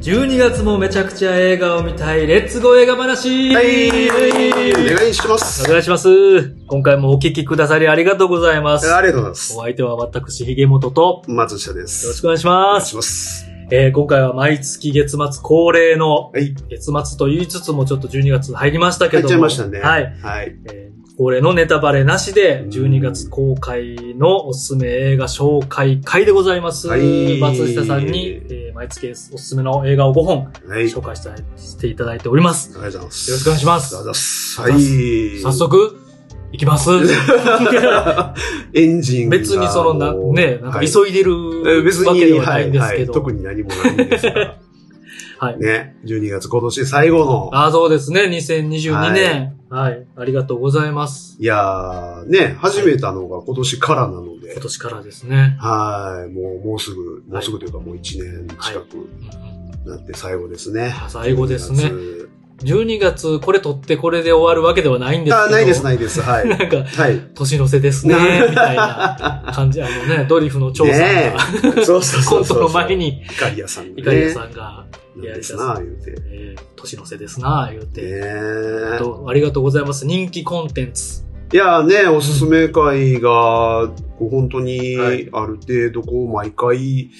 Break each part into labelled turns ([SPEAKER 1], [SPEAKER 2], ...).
[SPEAKER 1] 12月もめちゃくちゃ映画を見たい、レッツゴー映画話
[SPEAKER 2] はい、お願いします。
[SPEAKER 1] お
[SPEAKER 2] あ
[SPEAKER 1] 願いします。今回もお聞きくださりありがとうございます。
[SPEAKER 2] りがとうございます
[SPEAKER 1] お。相手は私、ひげもとと、
[SPEAKER 2] 松下です。
[SPEAKER 1] よろしくお願いしま
[SPEAKER 2] 願い
[SPEAKER 1] す。
[SPEAKER 2] します。
[SPEAKER 1] えー、今回は毎月月末恒例の、
[SPEAKER 2] はい。
[SPEAKER 1] 月末と言いつつもちょっと12月入りましたけど
[SPEAKER 2] 入っ
[SPEAKER 1] も。
[SPEAKER 2] ちゃいましたね。
[SPEAKER 1] はい。。
[SPEAKER 2] はい。
[SPEAKER 1] えー恒例のネタバレなしで、
[SPEAKER 2] うん
[SPEAKER 1] 12月公開のおすすめ映画紹介会でございます。
[SPEAKER 2] はい
[SPEAKER 1] 松下さんに、えー毎月おすすめの映画を5本
[SPEAKER 2] はい。
[SPEAKER 1] 紹介したいしていただいております。
[SPEAKER 2] ありがとうございます。
[SPEAKER 1] よろしくお願いします
[SPEAKER 2] ありがとうございます。はい。
[SPEAKER 1] 早。速、行き ます。
[SPEAKER 2] エンジンが。
[SPEAKER 1] 別にそのな、
[SPEAKER 2] もう
[SPEAKER 1] ね、なんか
[SPEAKER 2] はい
[SPEAKER 1] 急いでる
[SPEAKER 2] え別
[SPEAKER 1] わけで
[SPEAKER 2] に、
[SPEAKER 1] はないんです けど。
[SPEAKER 2] 特に何もないんですから。
[SPEAKER 1] はい
[SPEAKER 2] ね。12月今年最後の。
[SPEAKER 1] あそうですね、2022年、はい。ありがとうございます。
[SPEAKER 2] いやー、ね、始めたのが今年からなので
[SPEAKER 1] 今。年からですね。
[SPEAKER 2] はい。もう、もうすぐ、もうすぐというかもう1年近く
[SPEAKER 1] うんうん
[SPEAKER 2] なって最後ですね。
[SPEAKER 1] 最後ですね。
[SPEAKER 2] 12
[SPEAKER 1] 12月、これ撮ってこれで終わるわけではないんですけど。
[SPEAKER 2] あ、ないです、ないです。はい。
[SPEAKER 1] なんか、
[SPEAKER 2] はい。
[SPEAKER 1] 年の瀬ですね、みたいな感じ。あのね、ドリフの長さんが、
[SPEAKER 2] ねえそ
[SPEAKER 1] コ
[SPEAKER 2] うそうそう
[SPEAKER 1] ン
[SPEAKER 2] そ
[SPEAKER 1] ト
[SPEAKER 2] う。
[SPEAKER 1] の前。に、
[SPEAKER 2] イカリアさんがね。
[SPEAKER 1] イカリアさんが、
[SPEAKER 2] なんですな、言うて。ね
[SPEAKER 1] えー年の瀬ですな、言うて、
[SPEAKER 2] え。
[SPEAKER 1] どうありがとうございます。人気コンテンツ。
[SPEAKER 2] いやね、おすすめ会が、こう本当に、
[SPEAKER 1] はい
[SPEAKER 2] ある程度、こう、毎回、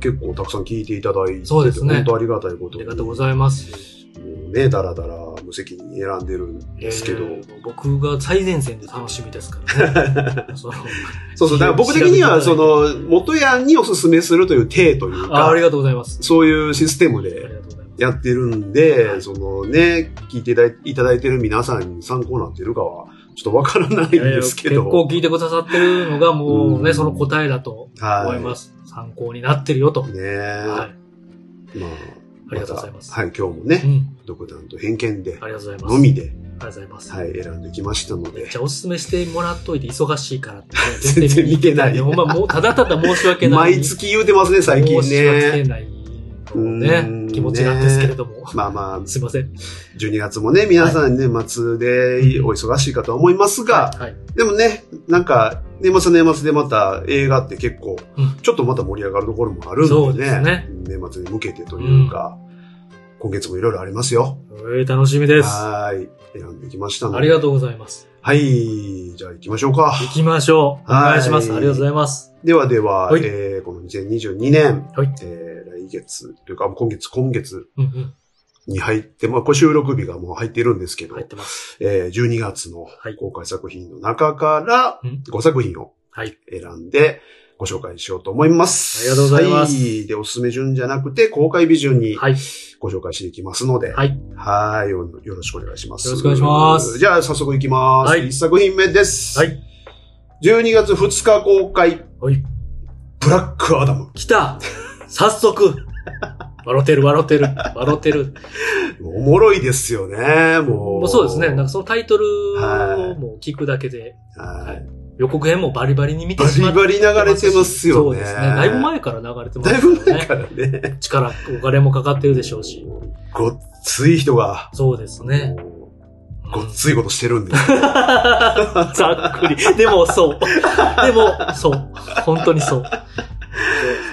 [SPEAKER 2] 結構たくさん聞いていただいてて、
[SPEAKER 1] そうですね
[SPEAKER 2] 本当ありがたいこと
[SPEAKER 1] あ
[SPEAKER 2] に。
[SPEAKER 1] りがとうございます。
[SPEAKER 2] もうね、だらだら無責任に選んでるんですけど。
[SPEAKER 1] えー僕が最前線で楽しみですから ね。その
[SPEAKER 2] そうそう、だから僕的には、その、元屋におすすめするという体という
[SPEAKER 1] ああ
[SPEAKER 2] か
[SPEAKER 1] り、がとうございます。
[SPEAKER 2] そういうシステム
[SPEAKER 1] ありが
[SPEAKER 2] で
[SPEAKER 1] とうございます。
[SPEAKER 2] やってるん
[SPEAKER 1] は
[SPEAKER 2] で、
[SPEAKER 1] い
[SPEAKER 2] そのね、聞いていただいいただいてる皆さんに参考になってるかは、ちょっとわからないん
[SPEAKER 1] いやいや
[SPEAKER 2] で
[SPEAKER 1] 結
[SPEAKER 2] すけど。
[SPEAKER 1] 構聞いてくださってるのがもう
[SPEAKER 2] う
[SPEAKER 1] ね、
[SPEAKER 2] ん
[SPEAKER 1] その答えだと思います。参考になってるよと。は
[SPEAKER 2] はいい。ねえ。
[SPEAKER 1] あ
[SPEAKER 2] まあ、
[SPEAKER 1] りがとうございます。
[SPEAKER 2] たはい、今日も
[SPEAKER 1] う
[SPEAKER 2] ね、
[SPEAKER 1] ん。
[SPEAKER 2] 独断と偏見で
[SPEAKER 1] あ、りがとうございます。
[SPEAKER 2] のみで、
[SPEAKER 1] ありがとうございます。
[SPEAKER 2] はい、選んできましたの
[SPEAKER 1] めっ
[SPEAKER 2] で
[SPEAKER 1] ち。ゃおすすめしてもらっといて忙しいからってね、
[SPEAKER 2] 全然見てない
[SPEAKER 1] ほんまもう、ただただ申し訳ない。
[SPEAKER 2] 毎月言うてますね、最近
[SPEAKER 1] 申し訳
[SPEAKER 2] ね。
[SPEAKER 1] ないの
[SPEAKER 2] う
[SPEAKER 1] ね
[SPEAKER 2] ん、
[SPEAKER 1] 気持ちなんですけれども。
[SPEAKER 2] まあまあ、
[SPEAKER 1] すいません。
[SPEAKER 2] 12月もね、皆さん年末でお忙しいかと思いますが、
[SPEAKER 1] はい。
[SPEAKER 2] でもね、なんか、年末は年末でまた映画って結構
[SPEAKER 1] うん、
[SPEAKER 2] ちょっとまた盛り上がるところもあるんでね。
[SPEAKER 1] そうですね
[SPEAKER 2] 年末に向けてというか、今月もいろいろありますよ。
[SPEAKER 1] えー楽しみです。あ
[SPEAKER 2] はーい。選んできましたので。
[SPEAKER 1] りが
[SPEAKER 2] う。
[SPEAKER 1] とうございます。
[SPEAKER 2] はい。じゃあ行きましょうか。
[SPEAKER 1] 行きましょう。お願いします。あ
[SPEAKER 2] はい
[SPEAKER 1] りがとうございます。
[SPEAKER 2] ではでは、
[SPEAKER 1] はい
[SPEAKER 2] えー、この2022年、
[SPEAKER 1] はい。
[SPEAKER 2] えー、来月というか、今月、今月
[SPEAKER 1] うんうん。
[SPEAKER 2] に入って、まあ、これ収録日がもう入ってるんですけど、
[SPEAKER 1] 入ってます。
[SPEAKER 2] えー、12月の
[SPEAKER 1] はい
[SPEAKER 2] 公開作品の中から
[SPEAKER 1] うん
[SPEAKER 2] 5作品を
[SPEAKER 1] はい。
[SPEAKER 2] 選んでご紹介しようと思います。
[SPEAKER 1] ありがとうございます
[SPEAKER 2] はい。で、おすすめ順じゃなくて、公開日順に
[SPEAKER 1] はい。
[SPEAKER 2] ご紹介していきますので、
[SPEAKER 1] はい。
[SPEAKER 2] はい。よよろしくお願いします。
[SPEAKER 1] よろしくお願いします
[SPEAKER 2] じゃあ、早速いきま
[SPEAKER 1] は
[SPEAKER 2] す。はいい。1作品目です。
[SPEAKER 1] はい。
[SPEAKER 2] 12月2日公開、
[SPEAKER 1] はい。
[SPEAKER 2] ブラックアダム。
[SPEAKER 1] 来 た早速笑ってる、笑ってる、笑ってる。
[SPEAKER 2] おもろいですよね、
[SPEAKER 1] も
[SPEAKER 2] もう。
[SPEAKER 1] うそうですね。なんかそのタイトル
[SPEAKER 2] はい
[SPEAKER 1] をもう聞くだけで、
[SPEAKER 2] はい。
[SPEAKER 1] 予告編もバリバリに見て
[SPEAKER 2] バ
[SPEAKER 1] しま
[SPEAKER 2] リ
[SPEAKER 1] って
[SPEAKER 2] バリ流れてますよね。
[SPEAKER 1] そうですね。だいぶ前から流れてます
[SPEAKER 2] だい
[SPEAKER 1] よ
[SPEAKER 2] ぶ前
[SPEAKER 1] ね。
[SPEAKER 2] からね。
[SPEAKER 1] 力、お金もかかってるでしょうし。
[SPEAKER 2] ごっつい人が、
[SPEAKER 1] そうですね。
[SPEAKER 2] ごっ
[SPEAKER 1] うん
[SPEAKER 2] ついことしてるんです よ。
[SPEAKER 1] ざっくり。でも、そう。でも、そう。本当にそう。そうで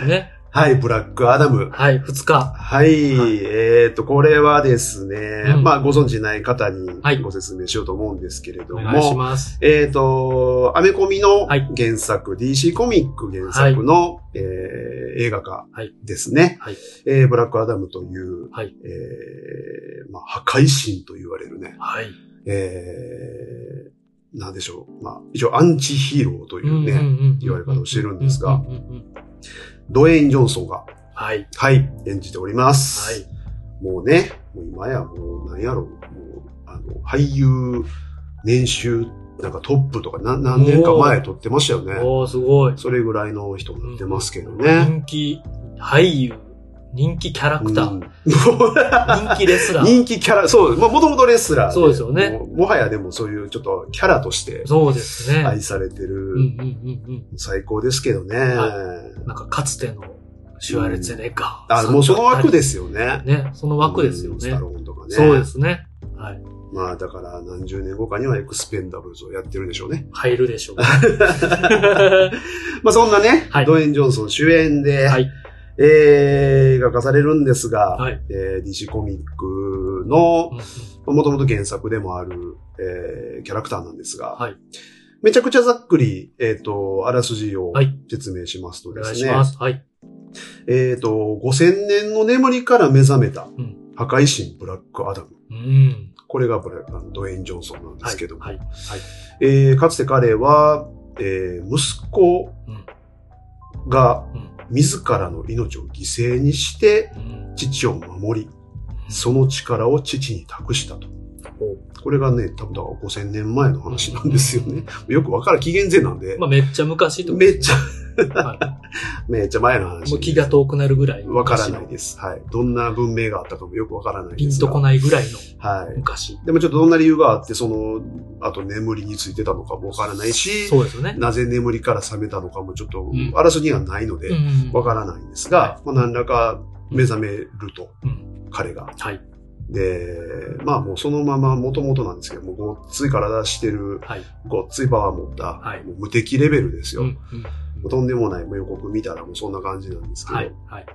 [SPEAKER 1] すね。
[SPEAKER 2] はい、ブラックアダム。
[SPEAKER 1] はい、二日。
[SPEAKER 2] はい、
[SPEAKER 1] はい
[SPEAKER 2] えっ、と、これはですね、
[SPEAKER 1] うん
[SPEAKER 2] まあ、ご存知ない方に
[SPEAKER 1] はい
[SPEAKER 2] ご説明しようと思うんですけれど
[SPEAKER 1] お
[SPEAKER 2] も、
[SPEAKER 1] 願いします。
[SPEAKER 2] えっ、と、アメコミの
[SPEAKER 1] はい
[SPEAKER 2] 原作、DC コミック原作の、えー映画化
[SPEAKER 1] はい
[SPEAKER 2] ですね、
[SPEAKER 1] はい
[SPEAKER 2] えーブラックアダムという、
[SPEAKER 1] はい
[SPEAKER 2] えーまあ、破壊神と言われるね、
[SPEAKER 1] はい。
[SPEAKER 2] えー、なんでしょう、まあ、一応アンチヒーローというね、言われ方をしてるんですが
[SPEAKER 1] うんうんうんうん。
[SPEAKER 2] ドウェイン・ジョンソンが、
[SPEAKER 1] はい。
[SPEAKER 2] はい、演じております。
[SPEAKER 1] はい。
[SPEAKER 2] もうね、もう今やもう何やろう、もう、あの、俳優、年収、なんかトップとか何何年か前撮ってましたよね。
[SPEAKER 1] おー、すごい。
[SPEAKER 2] それぐらいの人になってますけどね。
[SPEAKER 1] 人気俳優、人気キャラクタ
[SPEAKER 2] う
[SPEAKER 1] ー、
[SPEAKER 2] んもう
[SPEAKER 1] 人気レスラー。
[SPEAKER 2] 人気キャラ、そう、まあもともとレスラー。
[SPEAKER 1] そうですよね
[SPEAKER 2] もう。もはやでもそういうちょっとキャラとして
[SPEAKER 1] そうですね。
[SPEAKER 2] 愛されて
[SPEAKER 1] うん
[SPEAKER 2] る、
[SPEAKER 1] うんうん
[SPEAKER 2] 最高ですけどね。
[SPEAKER 1] はうん。なんかかつてのシュワルツェネッガー。。
[SPEAKER 2] あ、もうその枠ですすよね。
[SPEAKER 1] ね、その枠ですよ
[SPEAKER 2] うんス
[SPEAKER 1] ね
[SPEAKER 2] タ。ローンとかね。
[SPEAKER 1] そうで。すね。はい。
[SPEAKER 2] まあだから何十年後かにはエクスペンダブルズをやってるでし ょうね。
[SPEAKER 1] 入るでしょう。は
[SPEAKER 2] まあそんなね、
[SPEAKER 1] はい
[SPEAKER 2] ドウェイン・ジョンソン主演で、
[SPEAKER 1] い。
[SPEAKER 2] ええー映画化されるんですが、
[SPEAKER 1] はい
[SPEAKER 2] えー、DC コミックの
[SPEAKER 1] う、んうん
[SPEAKER 2] もともと原作でもある、えーキャラクターなんですが、
[SPEAKER 1] はい
[SPEAKER 2] めちゃくちゃざっくり、えっ、と、あらすじを
[SPEAKER 1] はい
[SPEAKER 2] 説明しますと
[SPEAKER 1] お
[SPEAKER 2] で
[SPEAKER 1] 願い
[SPEAKER 2] す
[SPEAKER 1] し
[SPEAKER 2] ね、
[SPEAKER 1] ます。はい。
[SPEAKER 2] えっ、と、5000年の眠りから目覚めた
[SPEAKER 1] ん、
[SPEAKER 2] 破壊神ブラックアダム。
[SPEAKER 1] うん。
[SPEAKER 2] これがブラあのドウェイン・ジョンソンなんですけども、
[SPEAKER 1] はい。はい。
[SPEAKER 2] えーかつて彼は、えー息子が
[SPEAKER 1] うん
[SPEAKER 2] 自らの命を犠牲にして
[SPEAKER 1] うん
[SPEAKER 2] 父を守り、その力を父に託したと。
[SPEAKER 1] ほ
[SPEAKER 2] これがね、多分だから5000年前の話なんですよね。。よくわからん、紀元前なんで、
[SPEAKER 1] まあ、めっちゃ昔 ってこと
[SPEAKER 2] めっちゃ、
[SPEAKER 1] は
[SPEAKER 2] めっちゃ前の
[SPEAKER 1] い
[SPEAKER 2] 話
[SPEAKER 1] もう気が遠くなるぐらい。
[SPEAKER 2] わからないです。はい。どんな文明があったかもよくわからない
[SPEAKER 1] ピ
[SPEAKER 2] で
[SPEAKER 1] ン
[SPEAKER 2] すが。
[SPEAKER 1] とこないぐらいの
[SPEAKER 2] はい。
[SPEAKER 1] 昔。
[SPEAKER 2] でもちょっとどんな理由があって、その、あと眠りについてたのかもわからないし、
[SPEAKER 1] そうですよね。
[SPEAKER 2] なぜ眠りから覚めたのかもちょっと
[SPEAKER 1] ん
[SPEAKER 2] 争いにはないの
[SPEAKER 1] う
[SPEAKER 2] で、
[SPEAKER 1] ん
[SPEAKER 2] わからないんですが、まあ、何らか目覚めると、
[SPEAKER 1] うん
[SPEAKER 2] 彼が。
[SPEAKER 1] はい。
[SPEAKER 2] で、まあもうそのまま元々なんですけど、もうごっつい体してる、
[SPEAKER 1] はい。
[SPEAKER 2] ごっついパワー持った、
[SPEAKER 1] はい
[SPEAKER 2] もう無敵レベルですよ。
[SPEAKER 1] うん
[SPEAKER 2] も
[SPEAKER 1] うん
[SPEAKER 2] うとんでもない、もう予告見たらもうそんな感じなんですけど、
[SPEAKER 1] はい。はい。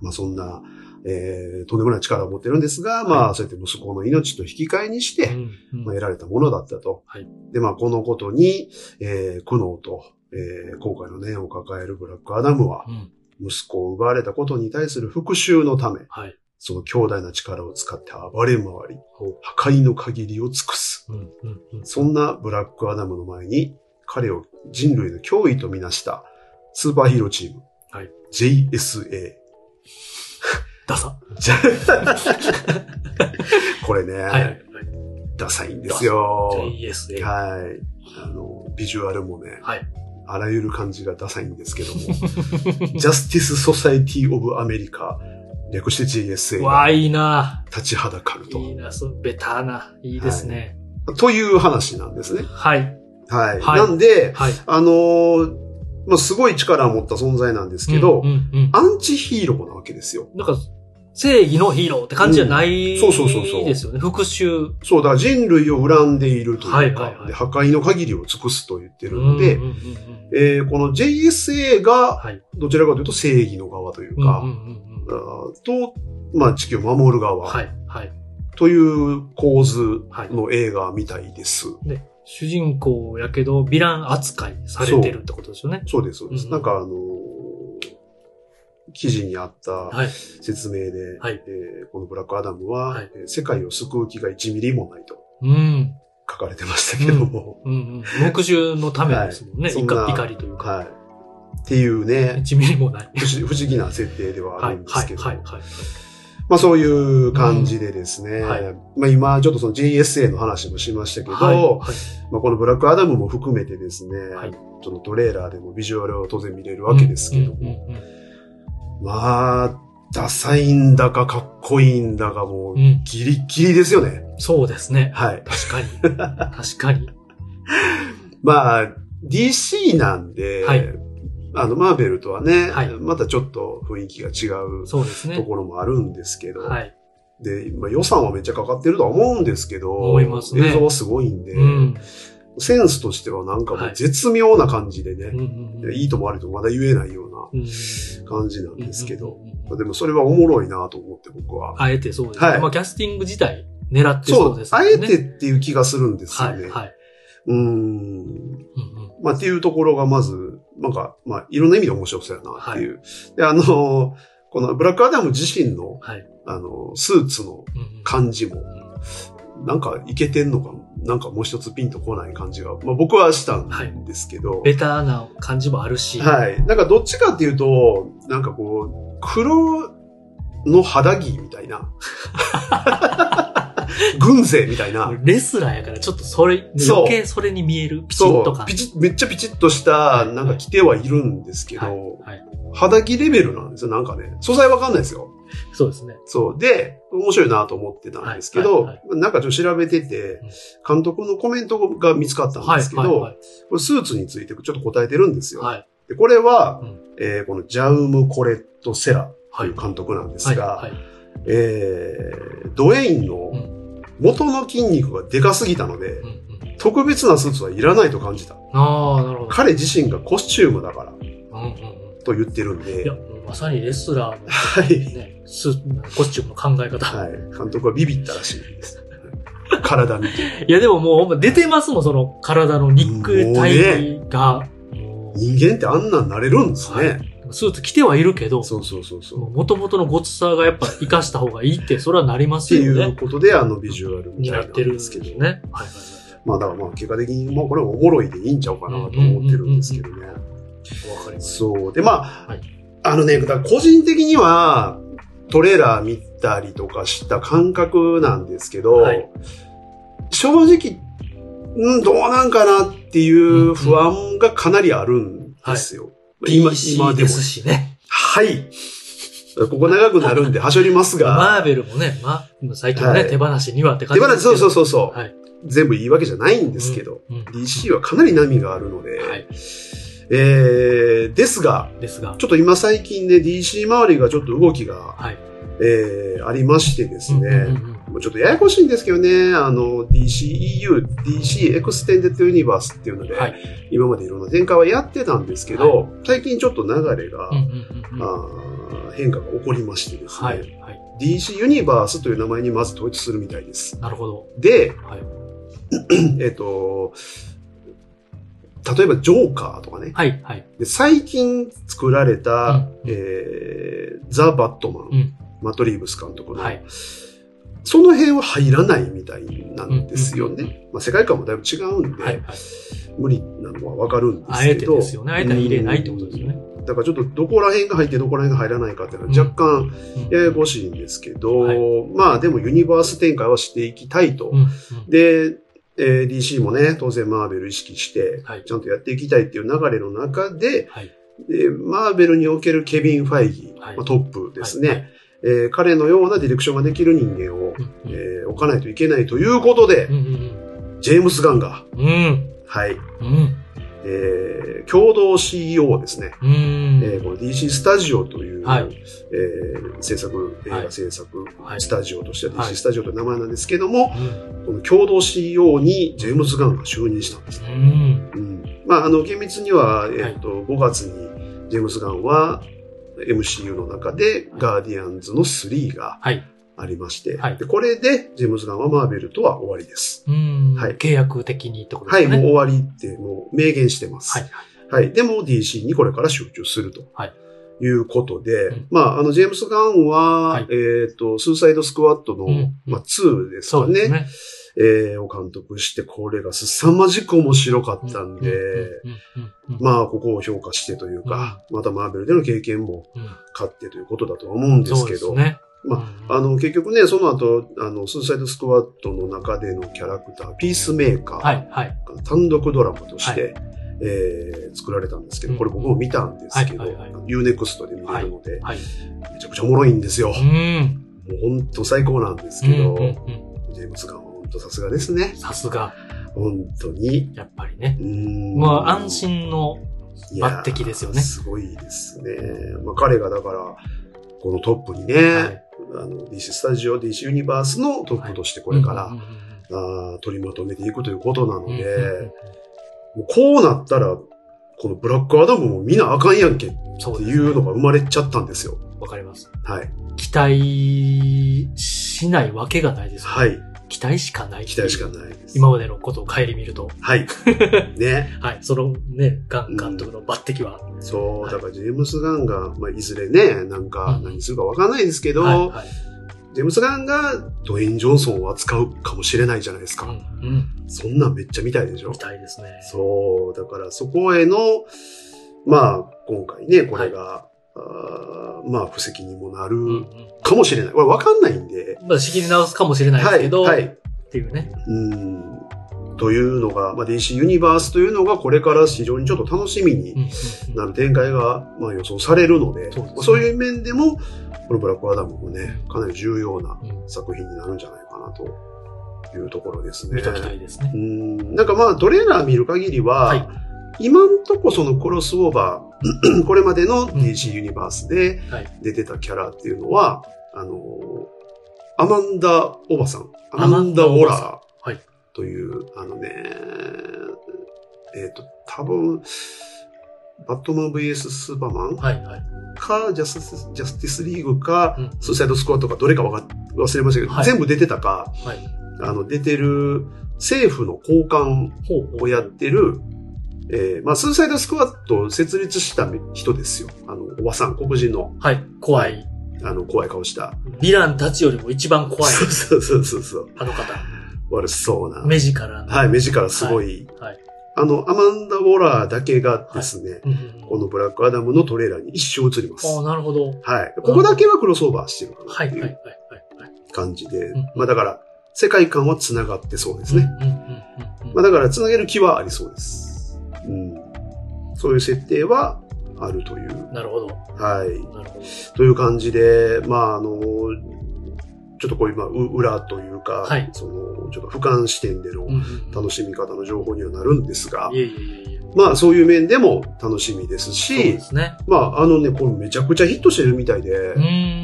[SPEAKER 2] まあそんな、えー、とんでもない力を持ってるんですが、まあそうやって息子の命と引き換えにして、
[SPEAKER 1] うん
[SPEAKER 2] まあ、
[SPEAKER 1] うん
[SPEAKER 2] 得られたものだったと。
[SPEAKER 1] はい
[SPEAKER 2] で、まあ、このことに、えー苦悩と、えー後悔の念を抱えるブラックアダムは、
[SPEAKER 1] うん
[SPEAKER 2] 息子を奪われたことに対する復讐のため、
[SPEAKER 1] はい。
[SPEAKER 2] その強大な力を使って暴れ回り
[SPEAKER 1] ほう、
[SPEAKER 2] 破壊の限りを尽くす。
[SPEAKER 1] うんうんうん
[SPEAKER 2] そんなブラックアダムの前に、彼を人類の脅威とみなした、スーパーヒーローチーム、
[SPEAKER 1] はい
[SPEAKER 2] JSA。
[SPEAKER 1] ダサ。
[SPEAKER 2] じゃこれね、
[SPEAKER 1] はい。はい
[SPEAKER 2] ダサいんですよ。
[SPEAKER 1] JSA。
[SPEAKER 2] はい。あの、ビジュアルもね、
[SPEAKER 1] はい
[SPEAKER 2] あらゆる感じがダサいんですけども、 ジャスティス・ソサイティ・オブ・アメリカ、略して JSA
[SPEAKER 1] わ
[SPEAKER 2] が
[SPEAKER 1] あ、いいな。
[SPEAKER 2] 立ちはだかると。
[SPEAKER 1] いいな。そうベターな。いいですね。
[SPEAKER 2] という話なんですね。
[SPEAKER 1] はい。
[SPEAKER 2] はい。
[SPEAKER 1] はい
[SPEAKER 2] なんで、
[SPEAKER 1] はい。
[SPEAKER 2] あのーまあ、すごい力を持った存在なんですけど、
[SPEAKER 1] うんうんうん
[SPEAKER 2] アンチヒーローなわけですよ。
[SPEAKER 1] なんか、正義のヒーローって感じじゃない、
[SPEAKER 2] うんそうそうそうそう
[SPEAKER 1] ですよね。復讐。
[SPEAKER 2] そう、だから人類を恨んでいるというか、
[SPEAKER 1] はいはいはい
[SPEAKER 2] で破壊の限りを尽くすと言ってるので、
[SPEAKER 1] うんうんうんうん
[SPEAKER 2] えーこの JSA が、
[SPEAKER 1] はい。
[SPEAKER 2] どちらかというと正義の側というか、
[SPEAKER 1] うんうんうんうん
[SPEAKER 2] あーと、まあ、地球を守る
[SPEAKER 1] は
[SPEAKER 2] 側
[SPEAKER 1] い。はい。
[SPEAKER 2] という構図
[SPEAKER 1] はい。
[SPEAKER 2] の映画みたいです。
[SPEAKER 1] ね、主人公やけど、ヴィラン扱いされてるってことですよね。
[SPEAKER 2] そうです、そうです。
[SPEAKER 1] うん
[SPEAKER 2] なんかあのー記事にあった
[SPEAKER 1] はい。
[SPEAKER 2] 説明で、
[SPEAKER 1] はい
[SPEAKER 2] えーこのブラックアダムは、
[SPEAKER 1] はい
[SPEAKER 2] えー世界を救う気が1ミリもないと
[SPEAKER 1] うん。
[SPEAKER 2] 書かれてましたけども、
[SPEAKER 1] うんうん。復讐のためですもんね。
[SPEAKER 2] はいそん
[SPEAKER 1] 怒
[SPEAKER 2] な
[SPEAKER 1] 怒りというか。
[SPEAKER 2] はい。っていうね、
[SPEAKER 1] 1ミリもない。
[SPEAKER 2] 不思不思議な設定ではあ
[SPEAKER 1] はい
[SPEAKER 2] るん。で
[SPEAKER 1] は
[SPEAKER 2] す
[SPEAKER 1] い。
[SPEAKER 2] けど、
[SPEAKER 1] はい。はい。
[SPEAKER 2] まあそういう感じでですね、
[SPEAKER 1] うんはい
[SPEAKER 2] まあ今ちょっとその JSA の話もしましたけど、
[SPEAKER 1] はい。
[SPEAKER 2] まあ、このブラックアダムも含めてですね、
[SPEAKER 1] はい
[SPEAKER 2] そのトレーラーでもビジュアルを当然見れるわけですけども、
[SPEAKER 1] も。うんうんうん
[SPEAKER 2] まあ、ダサいんだかかっこいいんだかも
[SPEAKER 1] う
[SPEAKER 2] う、
[SPEAKER 1] ん
[SPEAKER 2] ギリッギリですよね。
[SPEAKER 1] そうですね。
[SPEAKER 2] はい。
[SPEAKER 1] 確かに。 確かに。
[SPEAKER 2] まあ、DC なんで、
[SPEAKER 1] はい
[SPEAKER 2] あの、マーベルとはね、
[SPEAKER 1] はい
[SPEAKER 2] またちょっと雰囲気が違う
[SPEAKER 1] そうです
[SPEAKER 2] と
[SPEAKER 1] ね。
[SPEAKER 2] ころもあるんですけど、
[SPEAKER 1] はい。
[SPEAKER 2] で、まあ、予算はめっちゃかかってるとは思うんですけど、
[SPEAKER 1] 思いますね
[SPEAKER 2] 映像はすごいんで、
[SPEAKER 1] うん。
[SPEAKER 2] センスとしてはなんかも
[SPEAKER 1] は
[SPEAKER 2] う
[SPEAKER 1] い
[SPEAKER 2] 絶妙な感じで
[SPEAKER 1] うん
[SPEAKER 2] ね、
[SPEAKER 1] うんうん
[SPEAKER 2] いいとも悪いともまだ言えないような
[SPEAKER 1] うん
[SPEAKER 2] 感じなんですけ
[SPEAKER 1] う
[SPEAKER 2] ど
[SPEAKER 1] ん、うんうんうん
[SPEAKER 2] でもそれはおもろいなと思って僕は。
[SPEAKER 1] あえてそうですね。
[SPEAKER 2] はい
[SPEAKER 1] まあ、キャスティング自体狙って
[SPEAKER 2] そ
[SPEAKER 1] そう
[SPEAKER 2] う
[SPEAKER 1] です
[SPEAKER 2] あ
[SPEAKER 1] ね。
[SPEAKER 2] えてっていう気がするんですよ
[SPEAKER 1] はい、
[SPEAKER 2] ね。
[SPEAKER 1] はい。
[SPEAKER 2] うーん。
[SPEAKER 1] うんうん
[SPEAKER 2] まあっていうところがまず、なんか、まあいろんな意味で面白そうやなっていう。で、あのーこのブラックアダム自身の、
[SPEAKER 1] はい
[SPEAKER 2] あのースーツの
[SPEAKER 1] うんうん
[SPEAKER 2] 感じも、なんかいけてんのか、なんかもう一つピンとこない感じが、まあ僕はしたんですけど、
[SPEAKER 1] ベターな感じもあるし、
[SPEAKER 2] はい。なんかどっちかっていうと、なんかこう、黒の肌着みた いな。軍勢みたいな。
[SPEAKER 1] レスラーやから、ちょっとそれ、
[SPEAKER 2] そう
[SPEAKER 1] 余計それに見える、ピチ
[SPEAKER 2] そ
[SPEAKER 1] ッとか
[SPEAKER 2] う。ピ。チッめっちゃピチッとした、
[SPEAKER 1] い
[SPEAKER 2] なんか着てはいるんですけど、
[SPEAKER 1] はいはい
[SPEAKER 2] 肌着レベルなんですよ、なんかね。素材わかんないですよ。
[SPEAKER 1] そうですね。
[SPEAKER 2] そう。で、面白いなと思ってたんですけど、
[SPEAKER 1] はいはい
[SPEAKER 2] なんかちょっと調べてて、監督のコメントが見つかったん
[SPEAKER 1] は
[SPEAKER 2] で
[SPEAKER 1] い、
[SPEAKER 2] すけど、
[SPEAKER 1] はい、はい。
[SPEAKER 2] これスーツについてちょっと答えてるんですよ。
[SPEAKER 1] はい、
[SPEAKER 2] でこれは、
[SPEAKER 1] うん
[SPEAKER 2] えーこのジャウム・コレット・セラと
[SPEAKER 1] はいい。
[SPEAKER 2] う監督なんですが、
[SPEAKER 1] はい、はい。
[SPEAKER 2] えードウェインの
[SPEAKER 1] う
[SPEAKER 2] 元の筋肉がでかすぎたので、
[SPEAKER 1] うんうん
[SPEAKER 2] 特別なスーツはいらないと感じた。
[SPEAKER 1] ああ、なるほど。
[SPEAKER 2] 彼自身がコスチュームだから
[SPEAKER 1] うんうんうん
[SPEAKER 2] と言ってるんで
[SPEAKER 1] いや、、うんまさにレスラーの、
[SPEAKER 2] はい。
[SPEAKER 1] ね、スーツコスチュームの考え方。
[SPEAKER 2] はい。監督はビビったらしいです。はい体見て。
[SPEAKER 1] いや、でももうほんま出てますもん、その体の肉体が。もう
[SPEAKER 2] 人間ってあんなんなれるんです
[SPEAKER 1] は
[SPEAKER 2] ね。
[SPEAKER 1] スーツ着てはいるけど、
[SPEAKER 2] そうそうそうそう。
[SPEAKER 1] もともとのごつさがやっぱ生かした方がいいって、それはなりま
[SPEAKER 2] っ
[SPEAKER 1] す
[SPEAKER 2] てい
[SPEAKER 1] よ
[SPEAKER 2] う
[SPEAKER 1] ね。
[SPEAKER 2] ことで、あのビジュアルみ
[SPEAKER 1] に
[SPEAKER 2] たい
[SPEAKER 1] な
[SPEAKER 2] な
[SPEAKER 1] っ
[SPEAKER 2] ん
[SPEAKER 1] てるん
[SPEAKER 2] で
[SPEAKER 1] ですす
[SPEAKER 2] け
[SPEAKER 1] けど
[SPEAKER 2] ど。
[SPEAKER 1] ね。はいはい
[SPEAKER 2] まあだからまあ結果的に、まあこれはおもろいでいいんちゃうかなと思ってるんですけど
[SPEAKER 1] は
[SPEAKER 2] ね。
[SPEAKER 1] い。わかります。
[SPEAKER 2] そう。で、まあ、
[SPEAKER 1] はい
[SPEAKER 2] あのね、だから個人的には、トレーラー見たりとかした感覚なんですけど、
[SPEAKER 1] はい
[SPEAKER 2] 正直、うん、どうなんかなっていう不安がかなりあるんですよ。
[SPEAKER 1] 今ですしね。
[SPEAKER 2] はい。ここ長くなるんで、はしょりますが、
[SPEAKER 1] マーベルもね、 まあ、最近はね、
[SPEAKER 2] はい
[SPEAKER 1] 手放しにはって感
[SPEAKER 2] 手
[SPEAKER 1] じ
[SPEAKER 2] 放し、そうそう
[SPEAKER 1] う
[SPEAKER 2] そうそう、
[SPEAKER 1] はい
[SPEAKER 2] 全部いいわけじゃないんですけど、
[SPEAKER 1] うん。
[SPEAKER 2] DC はかなり波があるので、
[SPEAKER 1] はい
[SPEAKER 2] えー、ですが、
[SPEAKER 1] ですが、
[SPEAKER 2] ちょっと今最近ね、DC 周りがちょっと動きが、
[SPEAKER 1] はい
[SPEAKER 2] えーありましてですね、
[SPEAKER 1] うんうんうん
[SPEAKER 2] もうちょっとややこしいんですけどね、あの、DCEU、DC エクステンデッドユニバースっていうので、
[SPEAKER 1] はい
[SPEAKER 2] 今までいろんな展開はやってたんですけど、最近ちょっと流れが、
[SPEAKER 1] うんうんうんうんは
[SPEAKER 2] あー変化が起こりましてですね、
[SPEAKER 1] い、はい。
[SPEAKER 2] DC ユニバースという名前にまず統一するみたいです。
[SPEAKER 1] なるほど。
[SPEAKER 2] で、
[SPEAKER 1] はい。
[SPEAKER 2] えっ、と、例えばジョーカーとかね、
[SPEAKER 1] はい、はい。
[SPEAKER 2] で最近作られた、
[SPEAKER 1] うん
[SPEAKER 2] えーザ・バットマン、
[SPEAKER 1] うん
[SPEAKER 2] マットリーブス監督の、
[SPEAKER 1] はい
[SPEAKER 2] その辺は入らないみたいなんですよ
[SPEAKER 1] うんうん
[SPEAKER 2] ね。まあ、世界観もだいぶ違うんで、
[SPEAKER 1] はい、はい。
[SPEAKER 2] 無理なのはわかるんです
[SPEAKER 1] あえ
[SPEAKER 2] け
[SPEAKER 1] て
[SPEAKER 2] ど。
[SPEAKER 1] ですよね。あえては入れないってことですよね。
[SPEAKER 2] うんだからちょっとどこら辺が入ってどこら辺が入らないかっていうのは若干
[SPEAKER 1] うん
[SPEAKER 2] ややこしいんですけど、
[SPEAKER 1] はい
[SPEAKER 2] まあでもユニバース展開はしていきたいと。
[SPEAKER 1] うんうん
[SPEAKER 2] で、えー DC もね、当然マーベル意識して、
[SPEAKER 1] はい
[SPEAKER 2] ちゃんとやっていきたいっていう流れの中で、
[SPEAKER 1] はい
[SPEAKER 2] でマーベルにおけるケビン・ファイギー、
[SPEAKER 1] はい
[SPEAKER 2] まあトップですね、
[SPEAKER 1] はい
[SPEAKER 2] えー彼のようなディレクションができる人間を、
[SPEAKER 1] うんうん
[SPEAKER 2] えー置かないといけないということで、
[SPEAKER 1] うんうん
[SPEAKER 2] ジェームス・ガンが、
[SPEAKER 1] うん。うん。
[SPEAKER 2] はい、
[SPEAKER 1] うん。
[SPEAKER 2] えー共同 CEO ですね、
[SPEAKER 1] うーん。
[SPEAKER 2] えーこの DC スタジオという、
[SPEAKER 1] はい
[SPEAKER 2] えー制作、映
[SPEAKER 1] は
[SPEAKER 2] 画
[SPEAKER 1] い
[SPEAKER 2] 制作、
[SPEAKER 1] はい
[SPEAKER 2] スタジオとしては
[SPEAKER 1] は
[SPEAKER 2] DC
[SPEAKER 1] い
[SPEAKER 2] スタジオという名前なんですけども、
[SPEAKER 1] うん
[SPEAKER 2] この共同 CEO にジェームズ・ガンが就任したんです。
[SPEAKER 1] うん。
[SPEAKER 2] うんまあ、あの厳密には、えっと5月にジェームズ・ガンは MCU の中で「ガーディアンズ」の3が
[SPEAKER 1] はい
[SPEAKER 2] ありまして、
[SPEAKER 1] はい
[SPEAKER 2] でこれでジェームズ・ガンはマーベルとは終わりです。
[SPEAKER 1] うん。
[SPEAKER 2] はい
[SPEAKER 1] 契約的にってこと
[SPEAKER 2] は
[SPEAKER 1] で
[SPEAKER 2] い、
[SPEAKER 1] すね。
[SPEAKER 2] もう終わりってもう明言してます。
[SPEAKER 1] はい。
[SPEAKER 2] はい。でも DC にこれから集中すると。
[SPEAKER 1] はい
[SPEAKER 2] いうことで、
[SPEAKER 1] うん
[SPEAKER 2] まあ、あの、ジェームス・ガンは、
[SPEAKER 1] はい
[SPEAKER 2] えっ、と、スーサイド・スクワットの、
[SPEAKER 1] うん
[SPEAKER 2] まあ、2です
[SPEAKER 1] そ
[SPEAKER 2] か
[SPEAKER 1] うで
[SPEAKER 2] ね。
[SPEAKER 1] すね。
[SPEAKER 2] えーを監督して、これが凄まじく面白かったんで、
[SPEAKER 1] うんうんうんうん
[SPEAKER 2] まあ、ここを評価してというか、またマーベルでの経験も
[SPEAKER 1] うん
[SPEAKER 2] 勝ってということだとは思うんです
[SPEAKER 1] そう
[SPEAKER 2] け
[SPEAKER 1] です
[SPEAKER 2] ど、
[SPEAKER 1] ね。
[SPEAKER 2] まあの、結局ね、その後、あの、スーサイドスクワットの中でのキャラクター、ピースメーカ
[SPEAKER 1] は
[SPEAKER 2] ー
[SPEAKER 1] い、はい。
[SPEAKER 2] が単独ドラマとして、えー作られたんですけど、これ僕も見たんですけど、
[SPEAKER 1] うんはいはいは
[SPEAKER 2] UNEXT で見れるので、
[SPEAKER 1] はい。
[SPEAKER 2] めちゃくちゃおもろいんですよ。
[SPEAKER 1] う
[SPEAKER 2] も
[SPEAKER 1] ん。
[SPEAKER 2] う本当最高なんですけ
[SPEAKER 1] う
[SPEAKER 2] ど、
[SPEAKER 1] んうんうん
[SPEAKER 2] ジェームズガンは本当さすがですね。
[SPEAKER 1] さすが、
[SPEAKER 2] 本当に。
[SPEAKER 1] やっぱりね。
[SPEAKER 2] うーん
[SPEAKER 1] まあ、安心の、
[SPEAKER 2] いやー
[SPEAKER 1] 抜擢ですよね
[SPEAKER 2] すごいですね。まあ、彼がだから、このトップにね、
[SPEAKER 1] はい
[SPEAKER 2] あの、DC スタジオ、DC ユニバースのトップとしてこれから、
[SPEAKER 1] うんうんうん
[SPEAKER 2] あー取りまとめていくということなの
[SPEAKER 1] うん
[SPEAKER 2] で、
[SPEAKER 1] うん
[SPEAKER 2] もうこうなったら、このブラックアダムも見なあかんやんけっ
[SPEAKER 1] うんそう
[SPEAKER 2] て
[SPEAKER 1] で
[SPEAKER 2] い
[SPEAKER 1] すね
[SPEAKER 2] うのが生まれちゃったんですよ。
[SPEAKER 1] わかります。
[SPEAKER 2] はい。
[SPEAKER 1] 期待しないわけがないですよね
[SPEAKER 2] はい。
[SPEAKER 1] 期待しかない。
[SPEAKER 2] 期待しか。ないです。
[SPEAKER 1] 今までのことを顧みると、
[SPEAKER 2] はい。ね。
[SPEAKER 1] はい、そのね、ガン監督の抜擢は、
[SPEAKER 2] そう、
[SPEAKER 1] はい
[SPEAKER 2] だからジェームス・ガンが、まあ、いずれね、なんか
[SPEAKER 1] うん
[SPEAKER 2] 何するかわかんないですけど、
[SPEAKER 1] はい、はい。
[SPEAKER 2] ジェームス・ガンがドウェイン・ジョンソンを扱うかもしれないじゃないですか。
[SPEAKER 1] うん、
[SPEAKER 2] そんなんめっちゃ見たいでし
[SPEAKER 1] うん、
[SPEAKER 2] ょ
[SPEAKER 1] み。たいですね。
[SPEAKER 2] そう、だからそこへの、まあ、今回ね、これが、あーまあ、布石にもな
[SPEAKER 1] う
[SPEAKER 2] る
[SPEAKER 1] ん
[SPEAKER 2] かもしれない。これわかんないんで。
[SPEAKER 1] うん、まあ、仕切り直すかもしれないです
[SPEAKER 2] は
[SPEAKER 1] け
[SPEAKER 2] い、
[SPEAKER 1] ど、
[SPEAKER 2] はい。
[SPEAKER 1] っていうね。
[SPEAKER 2] うん。というのが、まあ、DC ユニバースというのが、これから非常にちょっと楽しみ
[SPEAKER 1] うん
[SPEAKER 2] に
[SPEAKER 1] うんうん
[SPEAKER 2] なる展開が、まあ、予想されるので、
[SPEAKER 1] そうです
[SPEAKER 2] そう
[SPEAKER 1] ね
[SPEAKER 2] いう面でも、このブラックアダムもね、かなり重要な
[SPEAKER 1] うん
[SPEAKER 2] 作品になるんじゃないかなというところですね。
[SPEAKER 1] 見ときたいです
[SPEAKER 2] う
[SPEAKER 1] ね。
[SPEAKER 2] んなんかまあトレーラー見る限りは、
[SPEAKER 1] はい
[SPEAKER 2] 今んとこそのクロスオーバー これまでの DC ユニバースで
[SPEAKER 1] はい
[SPEAKER 2] 出てたキャラっていうのは、あのアマンダ・おばさんア
[SPEAKER 1] アマ
[SPEAKER 2] マン
[SPEAKER 1] ン
[SPEAKER 2] ダ・
[SPEAKER 1] ダ
[SPEAKER 2] オ
[SPEAKER 1] オバさん
[SPEAKER 2] ラ
[SPEAKER 1] はい
[SPEAKER 2] という、あのねえっ、と多分バットマン VS スーパーマン
[SPEAKER 1] はいはい。
[SPEAKER 2] か、ジャスジャスティスリーグか、
[SPEAKER 1] うん
[SPEAKER 2] スーサイドスクワットか、どれかわか忘れましたけど、
[SPEAKER 1] はい
[SPEAKER 2] 全部出てたか、
[SPEAKER 1] はい。
[SPEAKER 2] あの、出てる政府の交換
[SPEAKER 1] ほうほう。
[SPEAKER 2] をやってる、えーまあ、スーサイドスクワットを設立した人ですよ。あの、おばさん、黒人の、
[SPEAKER 1] はい。怖い。
[SPEAKER 2] あの、怖い顔した。
[SPEAKER 1] ヴィランたちよりも一番怖い。
[SPEAKER 2] そうそうそうそう。
[SPEAKER 1] あの方。
[SPEAKER 2] 悪そうな。
[SPEAKER 1] 目力の。
[SPEAKER 2] はい、目力すごい。
[SPEAKER 1] はいはい
[SPEAKER 2] あの、アマンダ・ウォラーだけがですね、
[SPEAKER 1] うんうんう
[SPEAKER 2] こ
[SPEAKER 1] ん
[SPEAKER 2] のブラックアダムのトレーラーに一生映ります。
[SPEAKER 1] ああ、なるほど。
[SPEAKER 2] はい。ここだけはクロスオーバーしてるかな
[SPEAKER 1] はい
[SPEAKER 2] っ
[SPEAKER 1] はい
[SPEAKER 2] てい
[SPEAKER 1] はいはいう
[SPEAKER 2] 感じで
[SPEAKER 1] うん。
[SPEAKER 2] まあだから、世界観は繋がってそうです
[SPEAKER 1] はい。
[SPEAKER 2] ね。
[SPEAKER 1] うんうんうんうん
[SPEAKER 2] まあだから、繋げる気はありそうです。うん。そういう設定はあるという。
[SPEAKER 1] なるほど。
[SPEAKER 2] はい。
[SPEAKER 1] なるほど。
[SPEAKER 2] という感じで、まあ、あの、ちょっとこういう、まあ、う裏というか、
[SPEAKER 1] はい
[SPEAKER 2] その、ちょっと俯瞰視点での
[SPEAKER 1] うんうんうん
[SPEAKER 2] 楽しみ方の情報にはなるんですが、
[SPEAKER 1] いえいえいえいえ。
[SPEAKER 2] まあ、そういう面でも楽しみです
[SPEAKER 1] そうで
[SPEAKER 2] し、
[SPEAKER 1] すね。
[SPEAKER 2] まあ、あのね、これめちゃくちゃヒットしてるみたいで
[SPEAKER 1] う、ー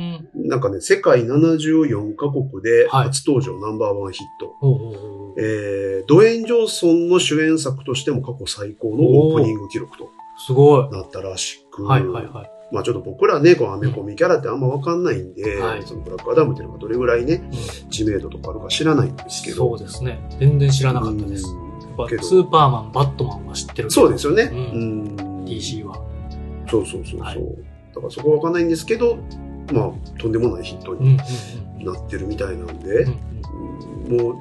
[SPEAKER 1] ん。
[SPEAKER 2] なんかね、世界74カ国で
[SPEAKER 1] はい
[SPEAKER 2] 初登場ナンバーワンヒット。
[SPEAKER 1] ほうほうほう。
[SPEAKER 2] えー、ドウェイン・ジョンソンの主演作としても過去最高のオープニング記録と
[SPEAKER 1] すごい。
[SPEAKER 2] なったらしく、
[SPEAKER 1] はいはいはい。
[SPEAKER 2] まあちょっと僕らね、こうアメコミキャラってあんまわかんないんで、
[SPEAKER 1] はい
[SPEAKER 2] そのブラックアダムっていうのがどれぐらいね、
[SPEAKER 1] うん
[SPEAKER 2] 知名度とかあるか知らないんですけど。
[SPEAKER 1] そうですね。全然知らなかったです。
[SPEAKER 2] う
[SPEAKER 1] や
[SPEAKER 2] ん
[SPEAKER 1] っぱ
[SPEAKER 2] けど
[SPEAKER 1] スーパーマン、バットマンは知ってるけど
[SPEAKER 2] そうですよね。う。
[SPEAKER 1] うん DC は。
[SPEAKER 2] そうそうそうそう。
[SPEAKER 1] はい
[SPEAKER 2] だからそこはわかんないんですけど、まあとんでもないヒット
[SPEAKER 1] うんうん
[SPEAKER 2] になってるみたいなんで、
[SPEAKER 1] うんうん
[SPEAKER 2] も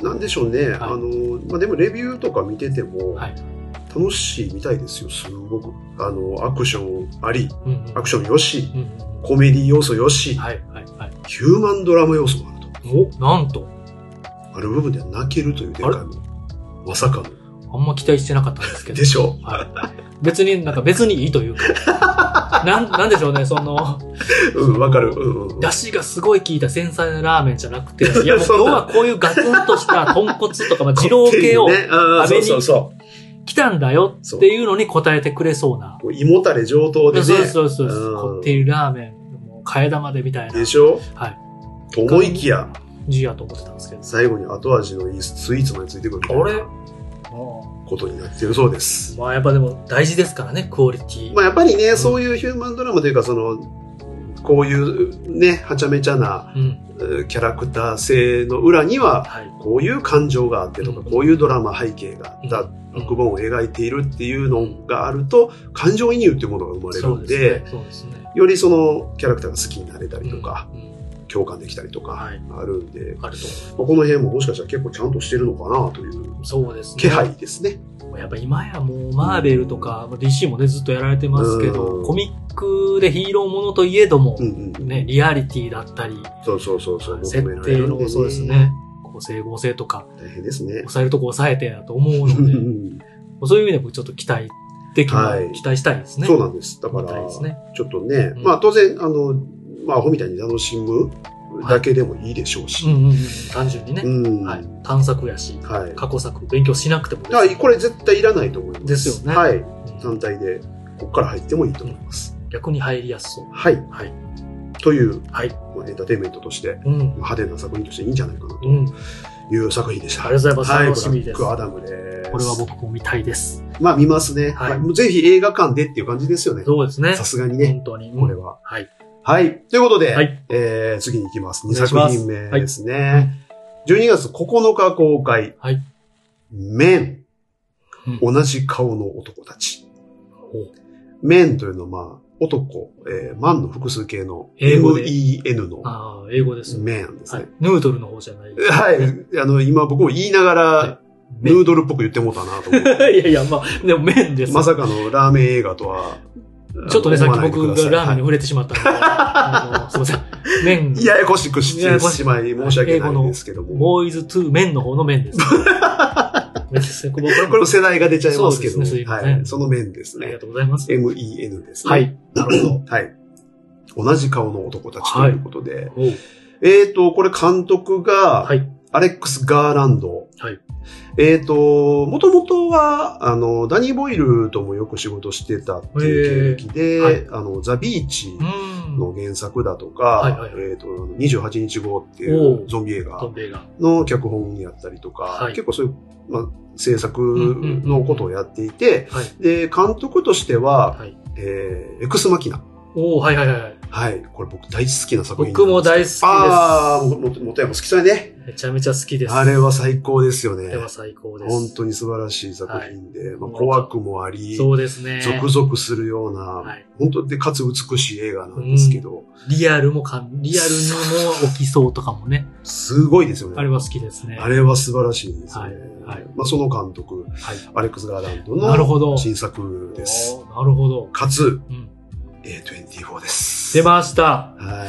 [SPEAKER 2] う、なんでしょうね。あの、まあ、でもレビューとか見てても、
[SPEAKER 1] はい
[SPEAKER 2] 楽しいみたいですよ、すごく。あの、アクションあり、
[SPEAKER 1] うんうんうん。
[SPEAKER 2] アクションよし、
[SPEAKER 1] うんうんうん。
[SPEAKER 2] コメディ要素よし、
[SPEAKER 1] はいはいはい。
[SPEAKER 2] ヒューマンドラマ要素もある
[SPEAKER 1] お、
[SPEAKER 2] と。
[SPEAKER 1] なんと。
[SPEAKER 2] ある部分では泣けるという展開も、まさかの。
[SPEAKER 1] あんま期待してなかったんですけど
[SPEAKER 2] で。しょ
[SPEAKER 1] はい。別に、なんか別にいいという か。なん、なんでしょうね、その、
[SPEAKER 2] う。うん、わかる。うん、うん。
[SPEAKER 1] 出汁がすごい効いた繊細なラーメンじゃなく て、いやもう
[SPEAKER 2] そ
[SPEAKER 1] 今
[SPEAKER 2] う
[SPEAKER 1] 日はこういうガツンとした豚骨とか、まあ、二郎系を
[SPEAKER 2] こってりねあー
[SPEAKER 1] 食べ
[SPEAKER 2] そ
[SPEAKER 1] に
[SPEAKER 2] うそうそう。
[SPEAKER 1] 来たんだよっていうのに答えてくれそうな。
[SPEAKER 2] こう胃もたれ上等でね。
[SPEAKER 1] そうそうそう
[SPEAKER 2] うん
[SPEAKER 1] こってりラーメン、もう替え玉でみたいな
[SPEAKER 2] でしょ
[SPEAKER 1] はい。
[SPEAKER 2] と思いきや、
[SPEAKER 1] 字やと思ってたんですけど。
[SPEAKER 2] 最後に後味のいいスイーツまでついてくるみたい
[SPEAKER 1] あれ
[SPEAKER 2] なことになってるそうです。
[SPEAKER 1] まあやっぱでも大事ですからね、クオリティ。
[SPEAKER 2] まあ、やっぱりね、そういうヒューマンドラマというか、その、こういうね、はちゃめちゃな
[SPEAKER 1] うん。
[SPEAKER 2] えーキャラクター性の裏には、
[SPEAKER 1] はい。
[SPEAKER 2] こういう感情があってとか、
[SPEAKER 1] うん
[SPEAKER 2] こういうドラマ背景があった、
[SPEAKER 1] うん
[SPEAKER 2] 悪本を描いているっていうのがあると、感情移入っていうものが生まれる
[SPEAKER 1] そ
[SPEAKER 2] ん
[SPEAKER 1] う
[SPEAKER 2] で、
[SPEAKER 1] ですね。そうですね。
[SPEAKER 2] よりそのキャラクターが好きになれたりとか、
[SPEAKER 1] うん。うん
[SPEAKER 2] 共感できたりとか
[SPEAKER 1] はい。
[SPEAKER 2] あるんで、
[SPEAKER 1] あると思
[SPEAKER 2] まあこの辺ももしかしたら結構ちゃんとしてるのかなという
[SPEAKER 1] う。そうですね。
[SPEAKER 2] 気配ですね。
[SPEAKER 1] やっぱ今やもうマーベルとか、まあ DC もね、ずっとやられてますけど、
[SPEAKER 2] うん
[SPEAKER 1] コミックでヒーローものといえども、
[SPEAKER 2] うんうん。
[SPEAKER 1] ね、リアリティだったり、
[SPEAKER 2] そうそうそうそう。
[SPEAKER 1] 設定
[SPEAKER 2] 求められるん
[SPEAKER 1] の、そうですね。、こう整合性とか、
[SPEAKER 2] 大変ですね。
[SPEAKER 1] 抑えるとこ抑えてだと思うので、 そういう意味でもちょっと期待できる、
[SPEAKER 2] はい
[SPEAKER 1] 期待したいですね。
[SPEAKER 2] そうなんです。だから、
[SPEAKER 1] みたいですね
[SPEAKER 2] ちょっとね、
[SPEAKER 1] うん
[SPEAKER 2] まあ当然、あの、まあアホみたいに楽しむだけでもいいでしょうし。
[SPEAKER 1] うんうんうん、単純にね、
[SPEAKER 2] うん。
[SPEAKER 1] は
[SPEAKER 2] はい
[SPEAKER 1] い。。探索やし、
[SPEAKER 2] はい。
[SPEAKER 1] 過去作、勉強しなくても
[SPEAKER 2] だからこれ絶対いらないと思います。
[SPEAKER 1] ですよね
[SPEAKER 2] はい。
[SPEAKER 1] う
[SPEAKER 2] 単
[SPEAKER 1] ん
[SPEAKER 2] 体で、ここから入ってもいいと思います。
[SPEAKER 1] 逆に入りやすそう。
[SPEAKER 2] はい。
[SPEAKER 1] はい。
[SPEAKER 2] という、
[SPEAKER 1] はい。
[SPEAKER 2] まあエンターテインメントとして、
[SPEAKER 1] うん。
[SPEAKER 2] 派手な作品としていいんじゃないかなと
[SPEAKER 1] うん。
[SPEAKER 2] いう作品でした。
[SPEAKER 1] ありがとうございます楽し
[SPEAKER 2] は
[SPEAKER 1] みです
[SPEAKER 2] ブラックアダムです。
[SPEAKER 1] これは僕も見たいです。
[SPEAKER 2] まあ見ますね。
[SPEAKER 1] はい
[SPEAKER 2] まあもうぜひ映画館でっていう感じですよね。
[SPEAKER 1] そうですね
[SPEAKER 2] さ。すがにね、
[SPEAKER 1] 本当に。うん
[SPEAKER 2] これは。
[SPEAKER 1] はい。
[SPEAKER 2] はい。ということで、
[SPEAKER 1] はい
[SPEAKER 2] えー、次に行きます。
[SPEAKER 1] お
[SPEAKER 2] 2
[SPEAKER 1] 願いし
[SPEAKER 2] 作
[SPEAKER 1] ます
[SPEAKER 2] 品目ですね。12月9日公開。
[SPEAKER 1] はい
[SPEAKER 2] 面。
[SPEAKER 1] う
[SPEAKER 2] 同じ顔の男たち。
[SPEAKER 1] お
[SPEAKER 2] 面というのは、まあ、男、えー、万の複数形の
[SPEAKER 1] 英語で
[SPEAKER 2] MEN の
[SPEAKER 1] ああ、英語ですよね。
[SPEAKER 2] 面です
[SPEAKER 1] は
[SPEAKER 2] ね
[SPEAKER 1] い。。ヌードルの方じゃない。
[SPEAKER 2] はい。あの、今僕も言いながら
[SPEAKER 1] は、
[SPEAKER 2] ヌードルっぽく言ってもうたなと思って。
[SPEAKER 1] いやいや、まあ、でも麺です。
[SPEAKER 2] まさかのラーメン映画とは、
[SPEAKER 1] ちょっとね、さっ
[SPEAKER 2] 思
[SPEAKER 1] き
[SPEAKER 2] わないでく
[SPEAKER 1] 僕
[SPEAKER 2] ださ
[SPEAKER 1] が
[SPEAKER 2] い
[SPEAKER 1] ラーメンに
[SPEAKER 2] は
[SPEAKER 1] 触れてしまったので、あのすいません。麺
[SPEAKER 2] い、、ややこしくしてしまい申し訳ないんですけども。
[SPEAKER 1] ボーイズ2麺の方の麺 です。麺ですね。ここ
[SPEAKER 2] これこれも世代が出ちゃいますけど
[SPEAKER 1] そう
[SPEAKER 2] も、
[SPEAKER 1] ですねすいませ
[SPEAKER 2] は
[SPEAKER 1] ん
[SPEAKER 2] い、その面です
[SPEAKER 1] あり
[SPEAKER 2] ね
[SPEAKER 1] が。とうございます。
[SPEAKER 2] MEN ですね。
[SPEAKER 1] はい。
[SPEAKER 2] なるほど。はい。同じ顔の男たちということで。
[SPEAKER 1] おう
[SPEAKER 2] えっ、ー、と、これ監督が
[SPEAKER 1] は、い。
[SPEAKER 2] アレックス・ガーランド。
[SPEAKER 1] はい
[SPEAKER 2] えっ、ー、と、もともとは、あの、ダニー・ボイルともよく仕事してたっていう経歴で、
[SPEAKER 1] へーはい
[SPEAKER 2] あの、ザ・ビーチ
[SPEAKER 1] うん。うん
[SPEAKER 2] の原作だと
[SPEAKER 1] はい
[SPEAKER 2] か
[SPEAKER 1] はい、
[SPEAKER 2] えっと、28日号ってい
[SPEAKER 1] おう
[SPEAKER 2] うゾンビ映画
[SPEAKER 1] トンベイが。
[SPEAKER 2] の脚本やったりとか、
[SPEAKER 1] はい
[SPEAKER 2] 結構そういう、まあ、制作のことをやっていて、
[SPEAKER 1] はい。
[SPEAKER 2] で、監督としては、
[SPEAKER 1] はい。
[SPEAKER 2] えーエクスマキナ。
[SPEAKER 1] おおはいはいはい。
[SPEAKER 2] はい。これ僕大好きな作品
[SPEAKER 1] 僕も
[SPEAKER 2] 好き
[SPEAKER 1] 大好きです。
[SPEAKER 2] ああ、もも元山好きそうやね。
[SPEAKER 1] めちゃめちゃ好きです。
[SPEAKER 2] あれは最高ですよね
[SPEAKER 1] あ。れは最高です。
[SPEAKER 2] 本当に素晴らしい作品で、ま
[SPEAKER 1] も
[SPEAKER 2] あ、
[SPEAKER 1] う
[SPEAKER 2] 怖くもあり、
[SPEAKER 1] そうですね。
[SPEAKER 2] ゾクゾクするような、
[SPEAKER 1] はい
[SPEAKER 2] 本当で、かつ美しい映画なんですけど、
[SPEAKER 1] リアルもかん、リアルにも起きそうとかもね。
[SPEAKER 2] すごいですよね。
[SPEAKER 1] あれは好きですね。
[SPEAKER 2] あれは素晴らしいですね。
[SPEAKER 1] はいはい
[SPEAKER 2] まあ、その監督、
[SPEAKER 1] はい
[SPEAKER 2] アレックス・ガーランド
[SPEAKER 1] なる
[SPEAKER 2] の
[SPEAKER 1] ほど。
[SPEAKER 2] 新作です。
[SPEAKER 1] おーなるほど。
[SPEAKER 2] かつ、
[SPEAKER 1] うん。
[SPEAKER 2] A24 です。
[SPEAKER 1] 出ました。
[SPEAKER 2] は